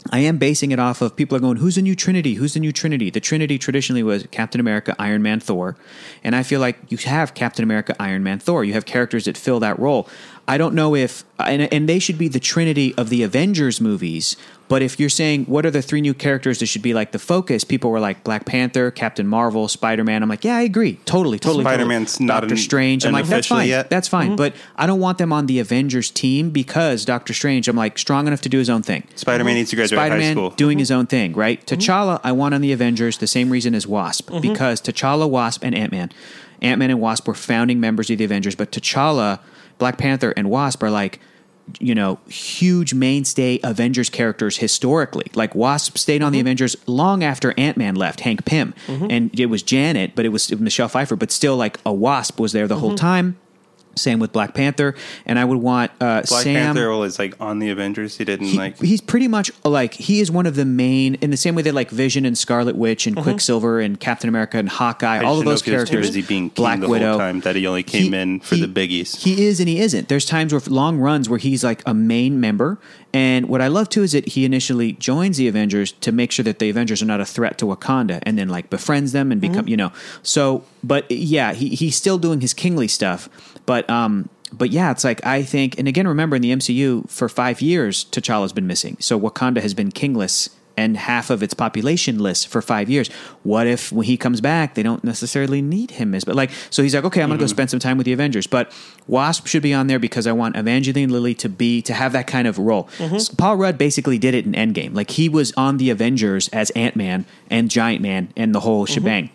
Speaker 3: I am basing it off of people are going, who's the new Trinity? Who's the new Trinity? The Trinity traditionally was Captain America, Iron Man, Thor. And I feel like you have Captain America, Iron Man, Thor. You have characters that fill that role. I don't know if, and, and they should be the Trinity of the Avengers movies. But if you're saying, what are the three new characters that should be like the focus? People were like Black Panther, Captain Marvel, Spider Man. I'm like, yeah, I agree. Totally, totally. totally.
Speaker 4: Spider-Man's not
Speaker 3: Doctor
Speaker 4: an-
Speaker 3: Strange. I'm
Speaker 4: an
Speaker 3: like, that's
Speaker 4: official
Speaker 3: fine.
Speaker 4: yet." Mm-hmm.
Speaker 3: That's fine. But I don't want them on the Avengers team because Doctor Strange, I'm like, strong enough to do his own thing.
Speaker 4: Spider Man needs to graduate high
Speaker 3: Spider-Man
Speaker 4: school.
Speaker 3: doing his own thing, right? T'Challa, I want on the Avengers the same reason as Wasp because T'Challa, Wasp, and Ant Man, Ant Man and Wasp were founding members of the Avengers, but T'Challa, Black Panther, and Wasp are like. You know, huge mainstay Avengers characters historically. Like Wasp stayed on the Avengers long after Ant Man left, Hank Pym, and it was Janet, but it was Michelle Pfeiffer. But still, like a Wasp was there the whole time. Same with Black Panther, and I would want uh,
Speaker 4: Black
Speaker 3: Sam.
Speaker 4: Panther was like on the Avengers. He didn't
Speaker 3: He-
Speaker 4: like.
Speaker 3: he's pretty much like he is one of the main in the same way that like Vision and Scarlet Witch and Quicksilver and Captain America and Hawkeye,
Speaker 4: I just
Speaker 3: all of
Speaker 4: know
Speaker 3: those
Speaker 4: if he was
Speaker 3: characters.
Speaker 4: Too busy being king
Speaker 3: Black
Speaker 4: the
Speaker 3: Widow.
Speaker 4: whole time that he only came
Speaker 3: He-
Speaker 4: in for
Speaker 3: he-
Speaker 4: the biggies.
Speaker 3: He is and he isn't. There's times where long runs where he's like a main member. And what I love too is that he initially joins the Avengers to make sure that the Avengers are not a threat to Wakanda and then like befriends them and become, you know. So, but yeah, he, he's still doing his kingly stuff. But, um, but yeah, it's like I think, and again, remember in the MCU for five years, T'Challa's been missing. So Wakanda has been kingless and half of its population list for five years. What if when he comes back, they don't necessarily need him as but like so he's like, okay, I'm gonna
Speaker 4: Mm-hmm.
Speaker 3: go spend some time with the Avengers. But Wasp should be on there because I want Evangeline Lilly to be to have that kind of role.
Speaker 4: Mm-hmm.
Speaker 3: S- Paul Rudd basically did it in Endgame. Like he was on the Avengers as Ant Man and Giant Man and the
Speaker 4: Mm-hmm.
Speaker 3: whole shebang.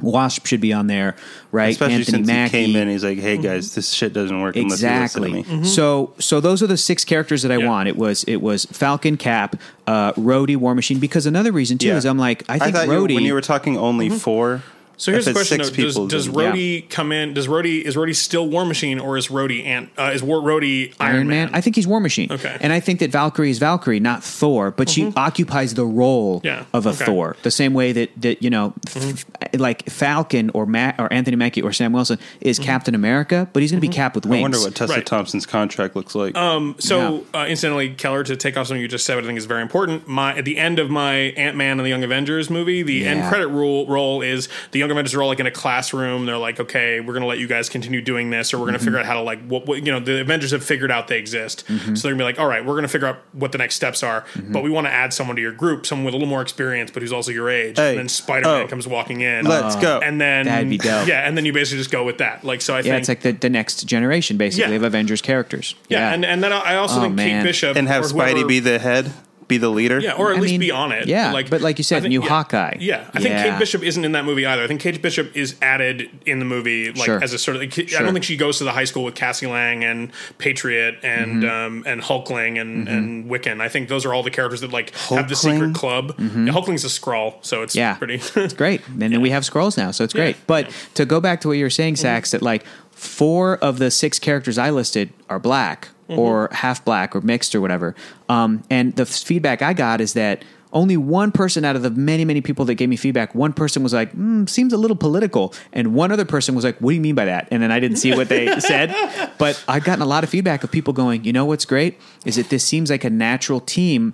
Speaker 3: Wasp should be on there, right?
Speaker 4: Especially since he came
Speaker 3: Mackie. Mm-hmm.
Speaker 4: in, he's like, "Hey guys, this shit doesn't work
Speaker 3: Exactly.
Speaker 4: unless you listen to
Speaker 1: Mm-hmm.
Speaker 4: me."
Speaker 3: So so those are the six characters that I
Speaker 1: Yeah.
Speaker 3: want. It was it was Falcon, Cap, uh, Rhodey, War Machine. Because another reason too
Speaker 4: Yeah.
Speaker 3: is I'm like I think
Speaker 4: thought you,
Speaker 3: Rhodey. Mm-hmm.
Speaker 4: when you were talking only four.
Speaker 1: So here's
Speaker 4: if
Speaker 1: the
Speaker 4: it's
Speaker 1: question:
Speaker 4: six
Speaker 1: though,
Speaker 4: people,
Speaker 1: Does, does
Speaker 4: then-
Speaker 3: yeah.
Speaker 1: Rhodey come in? Does Rhodey is Rhodey still War Machine or is Rhodey Ant? Uh, is War Rhodey Iron,
Speaker 3: Iron Man.
Speaker 1: Man?
Speaker 3: I think he's War Machine.
Speaker 1: Okay. Mm-hmm.
Speaker 3: And I think that Valkyrie is Valkyrie, not Thor, but she occupies the role
Speaker 1: Yeah,
Speaker 3: of a
Speaker 1: okay. Mm-hmm.
Speaker 3: Thor. The same way that that you know, f- like Falcon or Matt or Anthony Mackie or Sam Wilson is
Speaker 1: Mm-hmm.
Speaker 3: Captain America, but he's going to be Cap with wings.
Speaker 4: I wonder what Tessa
Speaker 1: Right.
Speaker 4: Thompson's contract looks like.
Speaker 1: So, uh, incidentally, Keller, to take off something you just said, which I think is very important. My at the end of my Ant Man and the Young Avengers movie, the end
Speaker 3: Yeah.
Speaker 1: credit rule role is the Young Avengers are all like in a classroom. They're like, okay, we're gonna let you guys continue doing this, or we're gonna figure out how to like what, what you know. The Avengers have figured out they exist, so they're gonna be like, all right, we're gonna figure out what the next steps are, but we want to add someone to your group, someone with a little more experience, but who's also your age.
Speaker 4: Hey.
Speaker 1: And then Spider Man
Speaker 4: Oh.
Speaker 1: comes walking in.
Speaker 4: Let's go.
Speaker 1: And then
Speaker 3: That'd be dope.
Speaker 1: Yeah, and then you basically just go with that. Like, so I
Speaker 3: yeah,
Speaker 1: think
Speaker 3: it's like the, the next generation basically
Speaker 1: Yeah.
Speaker 3: of Avengers characters.
Speaker 1: yeah, and and then I also
Speaker 3: Oh,
Speaker 1: think Kate
Speaker 3: man.
Speaker 1: Bishop
Speaker 4: and have
Speaker 1: or whoever-
Speaker 4: Spidey be the head, be the leader.
Speaker 1: Yeah, or at
Speaker 3: I
Speaker 1: least
Speaker 3: mean,
Speaker 1: be on it.
Speaker 3: yeah, but like you said,
Speaker 1: I
Speaker 3: new
Speaker 1: yeah,
Speaker 3: Hawkeye.
Speaker 1: Yeah, I think
Speaker 3: Yeah.
Speaker 1: Kate Bishop isn't in that movie either. I think Kate Bishop is added in the movie, like
Speaker 3: Sure.
Speaker 1: as a sort of. Like, I
Speaker 3: Sure.
Speaker 1: don't think she goes to the high school with Cassie Lang and Patriot and
Speaker 3: Mm-hmm.
Speaker 1: um, and Hulkling and and Wiccan. I think those are all the characters that like have the secret
Speaker 4: Hulkling?
Speaker 1: club. Yeah, Hulkling's a scrawl, so it's
Speaker 3: Mm-hmm. yeah,
Speaker 1: pretty.
Speaker 3: it's great. And then we have scrolls now, so it's great. But to go back to what you were saying, Sax, that like four of the six characters I listed are black or half black or mixed or whatever. Um, and the f- feedback I got is that only one person out of the many many people that gave me feedback, one person was like, mm, "Seems a little political," and one other person was like, "What do you mean by that?" And then I didn't see what they said, but I've gotten a lot of feedback of people going, "You know what's great is that this seems like a natural team."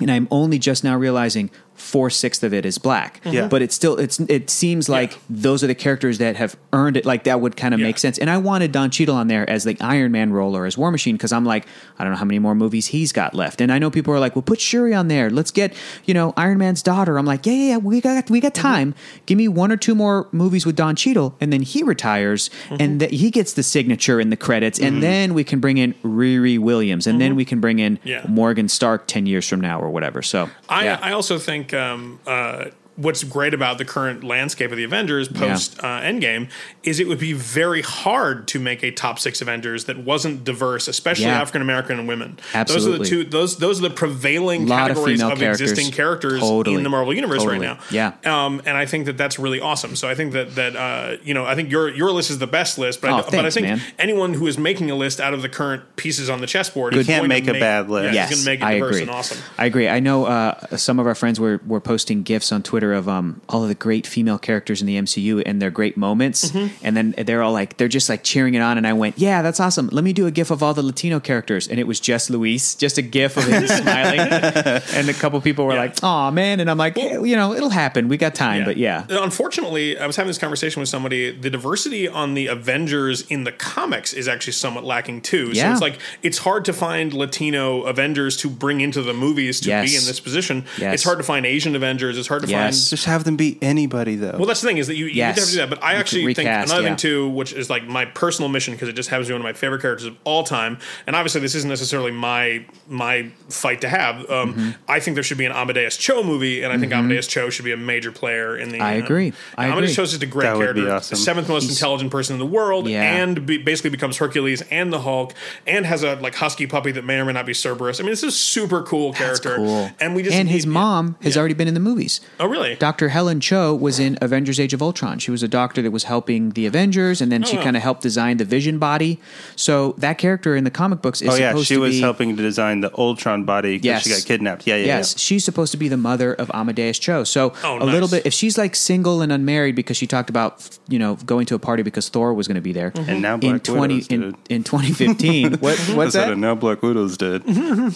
Speaker 3: and I'm only just now realizing four sixths of it is black.
Speaker 1: Mm-hmm.
Speaker 4: Yeah.
Speaker 3: But it's still it's it seems like those are the characters that have earned it. Like that would kind of
Speaker 1: Yeah.
Speaker 3: make sense. And I wanted Don Cheadle on there as the Iron Man role or as War Machine because I'm like I don't know how many more movies he's got left. And I know people are like, well, put Shuri on there. Let's get you know Iron Man's daughter. I'm like, yeah, yeah, yeah we got we
Speaker 1: Mm-hmm.
Speaker 3: got time. Give me one or two more movies with Don Cheadle, and then he retires,
Speaker 1: Mm-hmm.
Speaker 3: and th- he gets the signature in the credits, and then we can bring in Riri Williams, and then we can bring in
Speaker 1: Mm-hmm. Yeah.
Speaker 3: Morgan Stark 10 years from now or whatever. So,
Speaker 1: I
Speaker 3: yeah.
Speaker 1: I also think um, uh, what's great about the current landscape of the Avengers post uh, Endgame is it would be very hard to make a top six Avengers that wasn't diverse, especially
Speaker 3: Yeah.
Speaker 1: African American and women. Those are
Speaker 3: Absolutely.
Speaker 1: the two. Those those are the prevailing
Speaker 3: Lot of
Speaker 1: categories of,
Speaker 3: female characters.
Speaker 1: existing characters
Speaker 3: Totally.
Speaker 1: in the Marvel universe
Speaker 3: Totally.
Speaker 1: right now.
Speaker 3: Yeah.
Speaker 1: Um, and I think that that's really awesome. So I think that that uh, you know I think your your list is the best list, but I,
Speaker 3: Oh,
Speaker 1: don't- but I
Speaker 3: thanks,
Speaker 1: think
Speaker 3: man.
Speaker 1: anyone who is making a list out of the current pieces on the chessboard is
Speaker 4: can't
Speaker 1: going to
Speaker 4: make a bad list.
Speaker 1: Yeah,
Speaker 3: yes,
Speaker 1: he's going to make
Speaker 3: I
Speaker 1: it diverse
Speaker 3: agree.
Speaker 1: and awesome.
Speaker 3: I agree. I know uh, some of our friends were, were posting gifs on Twitter of um, all of the great female characters in the MCU and their great moments,
Speaker 1: Mm-hmm.
Speaker 3: and then they're all like they're just like cheering it on, and I went, yeah, that's awesome. Let me do a gif of all the Latino characters, and it was just Luis, just a gif of him smiling, and a couple people were like, oh man, and I'm like, "Eh, you know, it'll happen. We got time, but yeah,
Speaker 1: Uh, Unfortunately, I was having this conversation with somebody. The diversity on the Avengers in the comics is actually somewhat lacking too. So
Speaker 3: Yeah.
Speaker 1: it's like it's hard to find Latino Avengers to bring into the movies to
Speaker 3: Yes.
Speaker 1: be in this position.
Speaker 3: Yes.
Speaker 1: It's hard to find Asian Avengers. It's hard to
Speaker 3: Yes.
Speaker 1: find
Speaker 4: Just have them be anybody, though.
Speaker 1: Well, that's the thing is that you, you
Speaker 3: Yes.
Speaker 1: need to have to do that. But I
Speaker 3: You
Speaker 1: actually
Speaker 3: could
Speaker 1: think
Speaker 3: recast,
Speaker 1: another
Speaker 3: yeah.
Speaker 1: thing too, which is like my personal mission because it just happens to be one of my favorite characters of all time. And obviously, this isn't necessarily my my fight to have. Um,
Speaker 3: Mm-hmm.
Speaker 1: I think there should be an Amadeus Cho movie, and I think Amadeus Cho should be a major player in the. uh,
Speaker 3: I agree. I
Speaker 1: Amadeus
Speaker 3: agree.
Speaker 1: Cho is just a great
Speaker 4: That would
Speaker 1: character,
Speaker 4: be awesome.
Speaker 1: the seventh most intelligent person in the world,
Speaker 3: Yeah.
Speaker 1: and be, basically becomes Hercules and the Hulk, and has a like husky puppy that may or may not be Cerberus. I mean, this is a super cool character,
Speaker 3: cool.
Speaker 1: and we just
Speaker 3: and his
Speaker 1: need-
Speaker 3: mom has
Speaker 1: Yeah.
Speaker 3: already been in the movies.
Speaker 1: Oh, really?
Speaker 3: Dr. Helen Cho was in Avengers Age of Ultron. She was a doctor that was helping the Avengers, and then she
Speaker 1: Oh, wow.
Speaker 3: kind of helped design the vision body. So that character in the comic books is
Speaker 4: oh, yeah.
Speaker 3: supposed
Speaker 4: She
Speaker 3: to
Speaker 4: was
Speaker 3: be.
Speaker 4: helping to design the Ultron body because she
Speaker 3: Yes.
Speaker 4: got kidnapped. Yeah, yeah.
Speaker 3: Yes, she's supposed to be the mother of Amadeus Cho. So
Speaker 1: Oh,
Speaker 3: a little
Speaker 1: nice.
Speaker 3: bit, if she's like single and unmarried because she talked about you know going to a party because Thor was going to be there,
Speaker 1: Mm-hmm.
Speaker 4: And now
Speaker 3: in
Speaker 4: Black
Speaker 3: twenty
Speaker 4: Widows,
Speaker 3: in,
Speaker 4: dude.
Speaker 3: in twenty fifteen, what what's
Speaker 4: That's what a
Speaker 3: that?
Speaker 4: now Black Widow's did.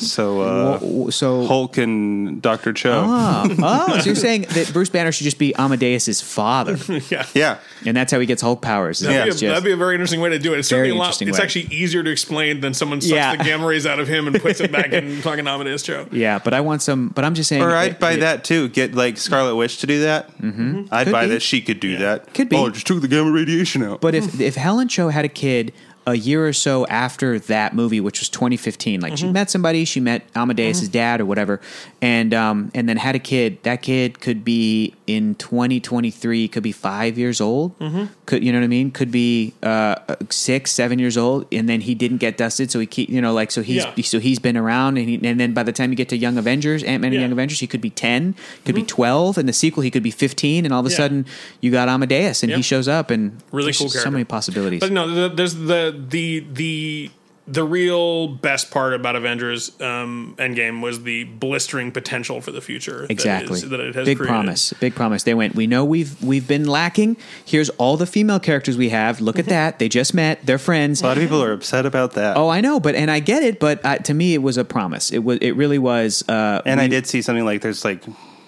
Speaker 4: so uh,
Speaker 3: Wh- wh- So
Speaker 4: Hulk and Doctor Cho.
Speaker 3: oh, oh, so you're saying that Bruce Banner should just be Amadeus's father,
Speaker 1: yeah.
Speaker 4: Yeah,
Speaker 3: and that's how he gets Hulk powers. is
Speaker 1: That'd, be a,
Speaker 3: just-
Speaker 1: that'd be a very interesting way to do it. It's
Speaker 3: Very
Speaker 1: certainly a lot.
Speaker 3: interesting
Speaker 1: It's
Speaker 3: way.
Speaker 1: actually easier to explain than someone sucks
Speaker 3: Yeah.
Speaker 1: the gamma rays out of him and puts it back in fucking Amadeus Cho.
Speaker 3: Yeah, but I want some. But I'm just saying.
Speaker 4: or I'd
Speaker 3: it-
Speaker 4: buy
Speaker 3: it-
Speaker 4: that too. Get like Scarlet Witch to do that. uh, Mm-hmm. I'd
Speaker 3: Could
Speaker 4: buy
Speaker 3: be.
Speaker 4: that. She could do that.
Speaker 3: Could be.
Speaker 4: Oh, it just took the gamma radiation out.
Speaker 3: But
Speaker 1: Hmm.
Speaker 3: if if Helen Cho had a kid a year or so after that movie, which was 2015, like
Speaker 1: Mm-hmm.
Speaker 3: she met somebody, she met Amadeus' dad or whatever, and um and then had a kid. That kid could be in 2023, could be five years old.
Speaker 1: Mm-hmm.
Speaker 3: Could you know what I mean? Could be uh six, seven years old, and then he didn't get dusted, so he keep you know like so he's
Speaker 1: Yeah.
Speaker 3: so he's been around, and he, and then by the time you get to Young Avengers, Ant Man and
Speaker 1: Yeah. Mm-hmm.
Speaker 3: Young Avengers, he could be 10, could be 12, and the sequel he could be 15, and all of a
Speaker 1: Yeah.
Speaker 3: sudden you got Amadeus, and he
Speaker 1: Yep.
Speaker 3: shows up, and
Speaker 1: Really
Speaker 3: there's
Speaker 1: cool
Speaker 3: just So
Speaker 1: character.
Speaker 3: many possibilities.
Speaker 1: But no, the, there's the the the the real best part about Avengers um, Endgame was the blistering potential for the future. that
Speaker 3: exactly.
Speaker 1: is- that it has
Speaker 3: big
Speaker 1: created.
Speaker 3: promise. Big promise. They went. We know we've we've been lacking. Here's all the female characters we have. Look at
Speaker 4: Mm-hmm.
Speaker 3: that. They just met. They're friends.
Speaker 4: a lot of people are upset about that.
Speaker 3: Oh, I know, but and I get it, but uh, to me, it was a promise. It was, it really was. Uh,
Speaker 4: and I did see something like there's like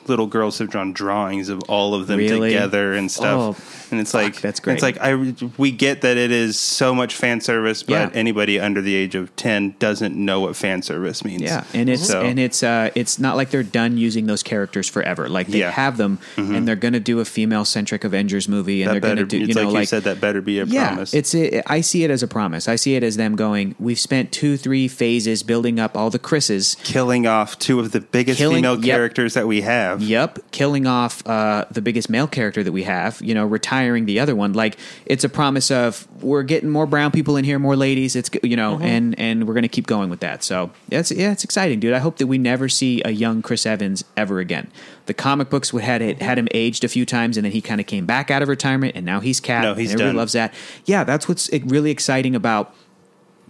Speaker 4: little girls have drawn drawings of all of them
Speaker 3: Really?
Speaker 4: together and stuff.
Speaker 3: Oh,
Speaker 4: and it's like
Speaker 3: that's great.
Speaker 4: It's like I we get that it is so much fan service, but
Speaker 3: Yeah.
Speaker 4: anybody under the age of ten doesn't know what fan service means.
Speaker 3: yeah, and it's
Speaker 4: So-
Speaker 3: and it's uh, it's not like they're done using those characters forever. Like they
Speaker 4: Yeah. Mm-hmm.
Speaker 3: have them, and they're going to do a female centric Avengers movie, and
Speaker 4: that
Speaker 3: they're going
Speaker 4: better.
Speaker 3: to do
Speaker 4: it's
Speaker 3: you know
Speaker 4: like,
Speaker 3: like
Speaker 4: you said that better be a
Speaker 3: yeah,
Speaker 4: promise.
Speaker 3: it's a, I see it as a promise. I see it as them going. We've spent two, three phases building up all the Chris's.
Speaker 4: killing off two of the biggest
Speaker 3: Killing-
Speaker 4: female
Speaker 3: yep.
Speaker 4: characters that we have.
Speaker 3: Yep, killing off uh, the biggest male character that we have. You know, retiring the other one. Like it's a promise of we're getting more brown people in here, more ladies. It's you know,
Speaker 4: Mm-hmm.
Speaker 3: and and we're gonna keep going with that. So that's yeah, it's exciting, dude. I hope that we never see a young Chris Evans ever again. The comic books would had it had him aged a few times, and then he kind of came back out of retirement, and now he's cat.
Speaker 4: No, he's
Speaker 3: and everybody
Speaker 4: done.
Speaker 3: loves that. Yeah, that's what's eh, really exciting about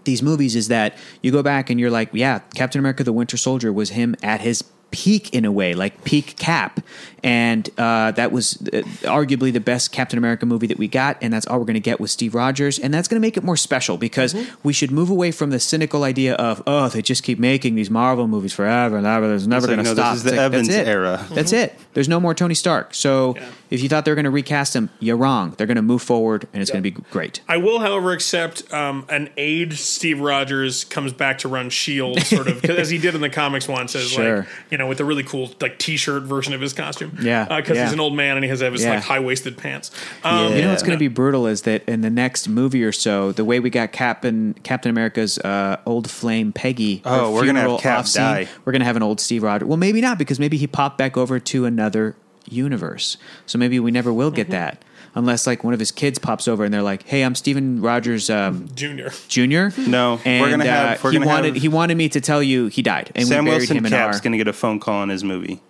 Speaker 3: these movies is that you go back and you're like, yeah, Captain America: The Winter Soldier was him at his peak in a way, like peak cap, and uh, that was uh, arguably the best Captain America movie that we got, and that's all we're going to get with Steve Rogers, and that's going to make it more special because
Speaker 4: Mm-hmm.
Speaker 3: we should move away from the cynical idea of oh, they just keep making these Marvel movies forever and ever, there's never
Speaker 4: like,
Speaker 3: going
Speaker 4: no,
Speaker 3: to
Speaker 4: this
Speaker 3: stop.
Speaker 4: is
Speaker 3: It's
Speaker 4: the
Speaker 3: like, that's
Speaker 4: Evans
Speaker 3: it.
Speaker 4: era. Mm-hmm.
Speaker 3: That's it. There's no more Tony Stark. So
Speaker 1: Yeah.
Speaker 3: if you thought they were going to recast him, you're wrong. They're going to move forward, and it's going to be great.
Speaker 1: I will, however, accept um, an aged Steve Rogers comes back to run Shield, E sort of 'cause as he did in the comics once, as
Speaker 3: Sure.
Speaker 1: like you know, with the really cool like T-shirt version of his costume.
Speaker 3: Yeah,
Speaker 1: because
Speaker 3: yeah.
Speaker 1: he's an old man and he has to have his
Speaker 3: Yeah.
Speaker 1: like high waisted pants. Um,
Speaker 3: You know what's
Speaker 4: Yeah.
Speaker 3: going to be brutal is that in the next movie or so, the way we got Cap and Captain America's uh, old flame Peggy. her
Speaker 4: Oh, we're gonna have
Speaker 3: funeral
Speaker 4: Cap
Speaker 3: off scene,
Speaker 4: die.
Speaker 3: We're going to have an old Steve Rogers. Well, maybe not because maybe he popped back over to another universe. So maybe we never will
Speaker 1: Mm-hmm.
Speaker 3: get that unless like one of his kids pops over and they're like, "Hey, I'm Steven Rogers um,
Speaker 1: Junior.
Speaker 3: Junior.
Speaker 4: No, we're
Speaker 3: and
Speaker 4: gonna
Speaker 3: uh,
Speaker 4: have- we're
Speaker 3: he
Speaker 4: gonna
Speaker 3: wanted
Speaker 4: have-
Speaker 3: he wanted me to tell you he died, and
Speaker 4: Sam
Speaker 3: we buried
Speaker 4: Wilson
Speaker 3: him in
Speaker 4: Cap's
Speaker 3: our.
Speaker 4: going to get a phone call in his movie.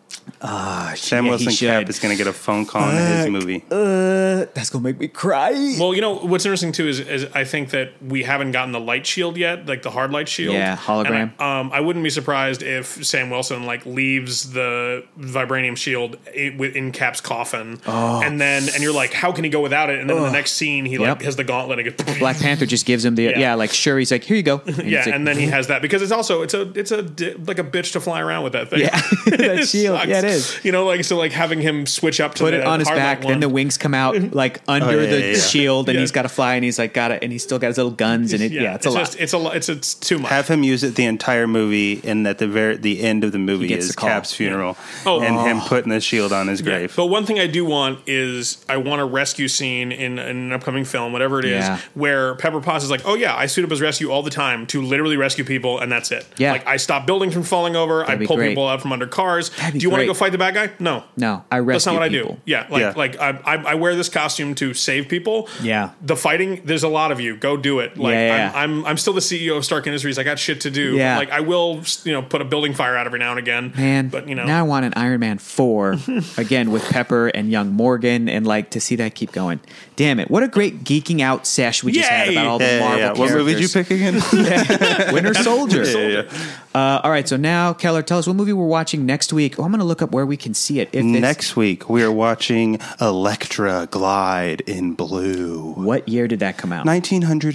Speaker 3: Ah, sh-
Speaker 4: Sam
Speaker 3: yeah, he
Speaker 4: Wilson Cap
Speaker 3: should.
Speaker 4: is going to get a phone call in his movie.
Speaker 3: Uh, that's gonna make me cry.
Speaker 1: Well, you know what's interesting too is, is I think that we haven't gotten the light shield yet, like the hard light shield.
Speaker 3: Yeah, hologram.
Speaker 1: And I, um, I wouldn't be surprised if Sam Wilson like leaves the vibranium shield i- with- in Cap's coffin, and then and you're like, how can he go without it? And then in the next scene, he like
Speaker 3: Oh. Yep.
Speaker 1: has the gauntlet and it goes
Speaker 3: Black Panther just gives him the yeah,
Speaker 1: Yeah.
Speaker 3: like sure he's like here you go. And
Speaker 1: Yeah,
Speaker 3: it's like,
Speaker 1: and then he has that because it's also it's a it's a di- like a bitch to fly around with that thing.
Speaker 3: yeah, that shield.
Speaker 1: Sucks.
Speaker 3: Yeah, it is.
Speaker 1: You know, like so, like having him switch up to
Speaker 3: Put
Speaker 1: the
Speaker 3: it on his
Speaker 1: hard
Speaker 3: back,
Speaker 1: light
Speaker 3: then the
Speaker 1: one. Oh,
Speaker 3: wings come out like under
Speaker 4: yeah,
Speaker 3: the
Speaker 4: yeah, yeah.
Speaker 3: shield, and
Speaker 1: Yeah.
Speaker 3: he's got to fly, and he's like got it, and he's still got his little guns, and it, yeah, it's a lot.
Speaker 1: just- it's a lot. It's it's too much.
Speaker 4: Have him use it the entire movie, and at the very the end of the movie
Speaker 3: gets
Speaker 4: is
Speaker 3: the call.
Speaker 4: Cap's funeral,
Speaker 1: Oh.
Speaker 4: and him putting the shield on his grave.
Speaker 1: But one thing I do want is I want a rescue scene in, in an upcoming film, whatever it is,
Speaker 3: Yeah.
Speaker 1: where Pepper Potts is like, "Oh yeah, I suit up as rescue all the time to literally rescue people, and that's it.
Speaker 3: Yeah.
Speaker 1: like I stop buildings from falling over. I
Speaker 3: be
Speaker 1: pull
Speaker 3: great.
Speaker 1: people out from under cars.
Speaker 3: That'd
Speaker 1: Do
Speaker 3: be
Speaker 1: you want to go
Speaker 3: great.
Speaker 1: fight the bad guy? No,
Speaker 3: no, I
Speaker 1: That's
Speaker 3: rescue
Speaker 1: not what I
Speaker 3: people.
Speaker 1: do. Yeah, like
Speaker 4: Yeah.
Speaker 1: like I, I I wear this costume to save people.
Speaker 3: Yeah.
Speaker 1: the fighting. There's a lot of you. Go do it. Like
Speaker 3: Yeah, yeah, yeah.
Speaker 1: I'm, I'm I'm still the CEO of Stark Industries. I got shit to do.
Speaker 3: Yeah.
Speaker 1: like I will you know put a building fire out every now and again.
Speaker 3: Man,
Speaker 1: but you know
Speaker 3: now I want an Iron Man four again with Pepper and Young Morgan, and like to see that keep going. Damn it! What a great geeking out sesh we just had
Speaker 1: Yay!
Speaker 3: about all the
Speaker 4: Yeah, yeah,
Speaker 3: Marvel
Speaker 4: yeah. What movie did you
Speaker 3: characters.
Speaker 4: pick again?
Speaker 3: Winter Soldier.
Speaker 4: Yeah, yeah,
Speaker 3: Uh, all right, so now Keller, tell us what movie we're watching next week. Oh, I'm going to look up where we can see it. If it's,
Speaker 4: Next week we are watching Electra Glide in Blue,
Speaker 3: what year did that come out?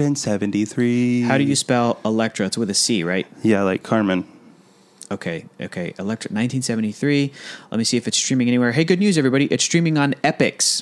Speaker 4: 1973.
Speaker 3: How do you spell Electra? It's with a C, right?
Speaker 4: Yeah, like Carmen.
Speaker 3: Okay, okay. Electra, 1973. Let me see if it's streaming anywhere. Hey, good news, everybody! It's streaming on Epix.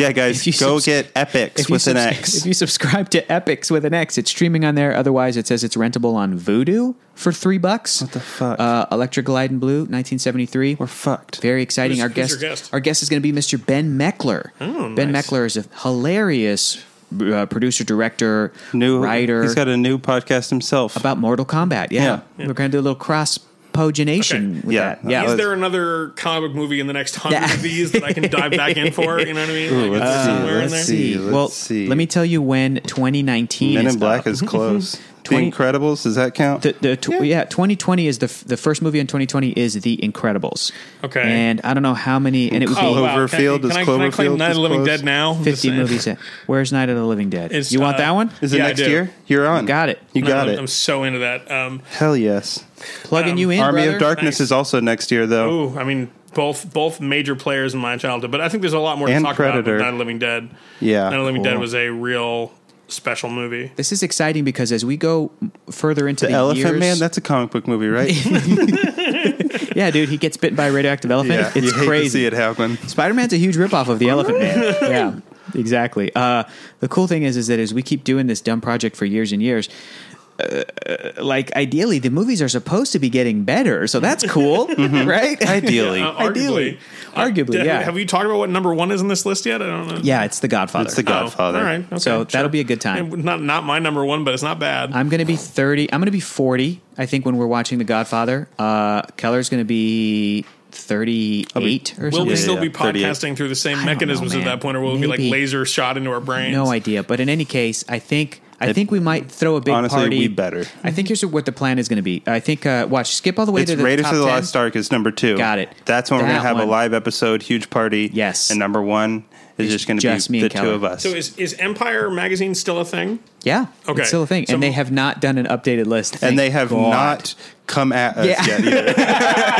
Speaker 4: Yeah, guys,
Speaker 3: If you
Speaker 4: go
Speaker 3: subs-
Speaker 4: get Epics with
Speaker 3: you
Speaker 4: an
Speaker 3: subs-
Speaker 4: X.
Speaker 3: If you subscribe to Epics with an X, it's streaming on there. Otherwise, it says it's rentable on Vudu for three bucks. What
Speaker 4: the fuck?
Speaker 3: Uh, Electric Glide in Blue, 1973.
Speaker 4: We're fucked.
Speaker 3: Very exciting.
Speaker 1: Who's-
Speaker 3: our
Speaker 1: who's
Speaker 3: guest,
Speaker 1: your guest? Oh,
Speaker 3: our guest is going to be Mr. Ben Meckler. ben Meckler is a hilarious uh, producer, director,
Speaker 4: New
Speaker 3: writer
Speaker 4: He's got a new podcast himself.
Speaker 3: about Mortal Kombat. Yeah,
Speaker 4: Yeah.
Speaker 3: we're going to do a little cross pogination
Speaker 1: Okay.
Speaker 3: with
Speaker 4: Yeah.
Speaker 3: that. Yeah,
Speaker 1: Is
Speaker 4: Uh,
Speaker 1: there another comic book movie in the next hundred
Speaker 3: Yeah.
Speaker 1: of these that I can dive back in for? You know what I mean? Like, it's
Speaker 4: let's see,
Speaker 1: somewhere in
Speaker 4: let's
Speaker 1: there.
Speaker 4: see. let's
Speaker 3: well,
Speaker 4: see.
Speaker 3: let me tell you when 2019
Speaker 4: Men
Speaker 3: is
Speaker 4: in Black
Speaker 3: up.
Speaker 4: is close.
Speaker 3: Twenty-
Speaker 4: the Incredibles, does that count?
Speaker 3: The, the tw- yeah. 2020 is the f- the first movie in 2020 is The Incredibles.
Speaker 1: Okay.
Speaker 3: and I don't know how many, and it would be
Speaker 4: Oh, wow. Cloverfield
Speaker 1: Can I,
Speaker 4: is
Speaker 1: can I, can I claim
Speaker 4: Cloverfield
Speaker 1: Night of
Speaker 4: is
Speaker 1: the Living
Speaker 4: close.
Speaker 1: Dead now? I'm just
Speaker 3: 50
Speaker 1: saying.
Speaker 3: movies. in- Where's Night of the Living Dead?
Speaker 1: It's,
Speaker 3: you want
Speaker 1: uh,
Speaker 3: that one?
Speaker 4: is it
Speaker 1: Yeah, I
Speaker 4: next
Speaker 1: do.
Speaker 4: year? You're on.
Speaker 3: Got it.
Speaker 4: You
Speaker 1: No,
Speaker 4: got
Speaker 1: I'm,
Speaker 4: it.
Speaker 1: I'm so into that. Um,
Speaker 4: Hell yes.
Speaker 3: Plugging
Speaker 1: um,
Speaker 3: you in,
Speaker 4: Army
Speaker 3: brother.
Speaker 4: of Darkness
Speaker 1: Nice.
Speaker 4: is also next year, though.
Speaker 1: ooh, I mean, both both major players in my childhood, but I think there's a lot more to
Speaker 4: And
Speaker 1: talk about.
Speaker 4: Predator.
Speaker 1: With Night of the Living Dead.
Speaker 4: Yeah,
Speaker 1: Night of the Living Dead
Speaker 4: cool.
Speaker 1: was a real special movie.
Speaker 3: This is exciting because as we go further into the,
Speaker 4: Elephant
Speaker 3: years,
Speaker 4: Man, that's a comic book movie, right?
Speaker 3: yeah, dude, he gets bitten by a radioactive elephant.
Speaker 4: yeah,
Speaker 3: It's
Speaker 4: you hate
Speaker 3: crazy.
Speaker 4: to see it happen.
Speaker 3: Spider Man's a huge ripoff of the Elephant Man. Yeah, exactly. Uh, the cool thing is, is that as we keep doing this dumb project for years and years, uh, like ideally, the movies are supposed to be getting better, so that's cool, right?
Speaker 4: Ideally,
Speaker 1: Uh,
Speaker 3: Ideally. Arguably,
Speaker 1: Did-
Speaker 3: yeah.
Speaker 1: Have you talked about what number one is in this list yet? I don't know.
Speaker 3: yeah, it's The Godfather.
Speaker 4: it's The
Speaker 1: Oh,
Speaker 4: Godfather.
Speaker 1: all right. Okay,
Speaker 3: So that'll be a good time.
Speaker 1: And Not not my number one, but it's not bad.
Speaker 3: I'm gonna be 30. I'm gonna be 40. I think when we're watching The Godfather, uh, Keller's gonna be 38 or
Speaker 1: Will
Speaker 3: something.
Speaker 1: we
Speaker 4: Yeah,
Speaker 1: still
Speaker 4: yeah,
Speaker 1: be
Speaker 4: 38.
Speaker 1: podcasting through the same
Speaker 3: don't know,
Speaker 1: mechanisms
Speaker 3: man.
Speaker 1: at that point, or will it be like
Speaker 3: Maybe.
Speaker 1: laser shot into our brains?
Speaker 3: No idea. But in any case, I think I think we might throw a big
Speaker 4: honestly,
Speaker 3: party.
Speaker 4: we better.
Speaker 3: I think here's what the plan is going to be. I think uh, watch skip all the way
Speaker 4: It's
Speaker 3: to the
Speaker 4: Raiders
Speaker 3: top
Speaker 4: of the
Speaker 3: 10.
Speaker 4: Lost Ark is number two.
Speaker 3: Got it.
Speaker 4: That's when we're
Speaker 3: That
Speaker 4: gonna have
Speaker 3: one.
Speaker 4: a live episode, huge party.
Speaker 3: Yes.
Speaker 4: and number one is just gonna
Speaker 3: just me
Speaker 4: be the
Speaker 3: and
Speaker 4: two
Speaker 3: Keller.
Speaker 4: of us.
Speaker 1: So is is Empire magazine still a thing?
Speaker 3: Yeah.
Speaker 1: Okay.
Speaker 3: It's still a thing,
Speaker 1: So-
Speaker 3: and they have not done an updated list. Thank
Speaker 4: and they have
Speaker 3: God.
Speaker 4: not come at us
Speaker 3: Yeah.
Speaker 4: yet. Either.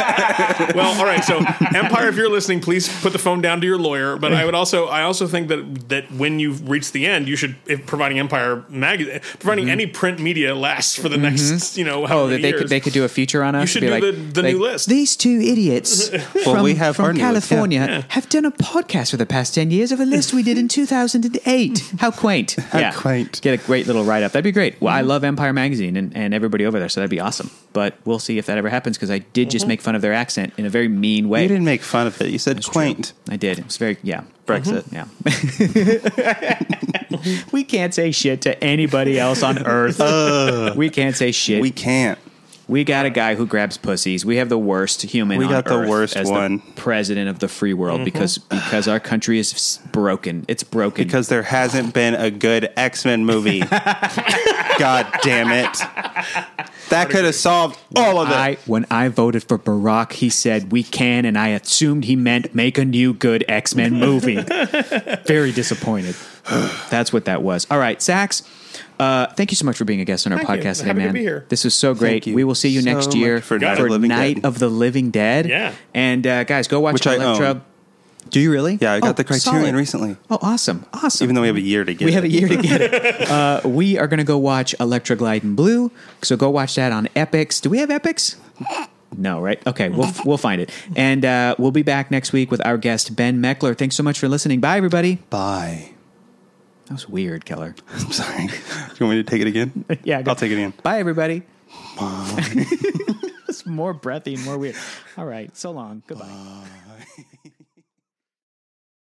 Speaker 1: Well, all right. So Empire, if you're listening, please put the phone down to your lawyer. But I would also I also think that that when you reach the end, you should if providing Empire magazine providing any print media lasts for the next you know how
Speaker 3: Mm-hmm. Oh, that they could they could do a feature on us.
Speaker 1: should
Speaker 3: be
Speaker 1: do
Speaker 3: like,
Speaker 1: the- the
Speaker 3: like,
Speaker 1: new list.
Speaker 3: These two idiots from,
Speaker 4: we have our
Speaker 3: from
Speaker 4: new list, yeah.
Speaker 3: California have done a podcast for the past ten years of a list we did in two thousand and eight. How quaint! Mm-hmm. How
Speaker 4: quaint.
Speaker 3: Get a great little write up. That'd be great. Well, I love Empire magazine and, and everybody over there, so that'd be awesome. But we'll see if that ever happens because I did
Speaker 1: Mm-hmm.
Speaker 3: just make fun of their accent in a very mean way.
Speaker 4: You didn't make fun of it. You said quaint.
Speaker 3: I did. It was very yeah.
Speaker 4: Brexit.
Speaker 3: Yeah. we can't say shit to anybody else on earth. we can't say shit.
Speaker 4: We
Speaker 3: Uh. We,
Speaker 4: can't.
Speaker 3: We got a guy who grabs pussies. We have the worst human.
Speaker 4: We
Speaker 3: on
Speaker 4: got the
Speaker 3: Earth
Speaker 4: worst
Speaker 3: as
Speaker 4: one.
Speaker 3: The president of the free world because because our country is s- broken. It's broken.
Speaker 4: because there hasn't been a good X Men movie. God damn it! That could have solved all of it.
Speaker 3: I, when I voted for Barack, he said we can, and I assumed he meant make a new good X Men movie. Very disappointed. That's what that was. All right, Sax. Uh, thank you so much for being a guest on our
Speaker 1: Thank you.
Speaker 3: podcast today,
Speaker 1: Happy to
Speaker 3: man.
Speaker 1: be here.
Speaker 3: This was so great.
Speaker 4: you
Speaker 3: We will see you
Speaker 4: so
Speaker 3: next
Speaker 4: much
Speaker 3: year
Speaker 4: for Night of the Living
Speaker 3: Night
Speaker 4: Dead.
Speaker 3: of the Living Dead.
Speaker 1: Yeah.
Speaker 3: and uh, guys, go watch
Speaker 4: Which I
Speaker 3: Electra.
Speaker 4: own.
Speaker 3: Do you really?
Speaker 4: Yeah, I got the Criterion
Speaker 3: solid.
Speaker 4: recently.
Speaker 3: Oh, awesome, awesome.
Speaker 4: Even though we have a year to get,
Speaker 3: Oh, We
Speaker 4: it.
Speaker 3: have a year to get it. Uh, we are going to go watch Electra Glide in Blue. So go watch that on Epics. Do we have Epics? No, right? Okay, we'll we'll find it, and uh, we'll be back next week with our guest Ben Meckler. Thanks so much for listening. Bye, everybody.
Speaker 4: Bye.
Speaker 3: That was weird, Keller.
Speaker 4: I'm sorry. Do you want me to take it again?
Speaker 3: Yeah, go.
Speaker 4: I'll take it again.
Speaker 3: Bye, everybody. it's more breathy and more weird. All right, so long. Goodbye.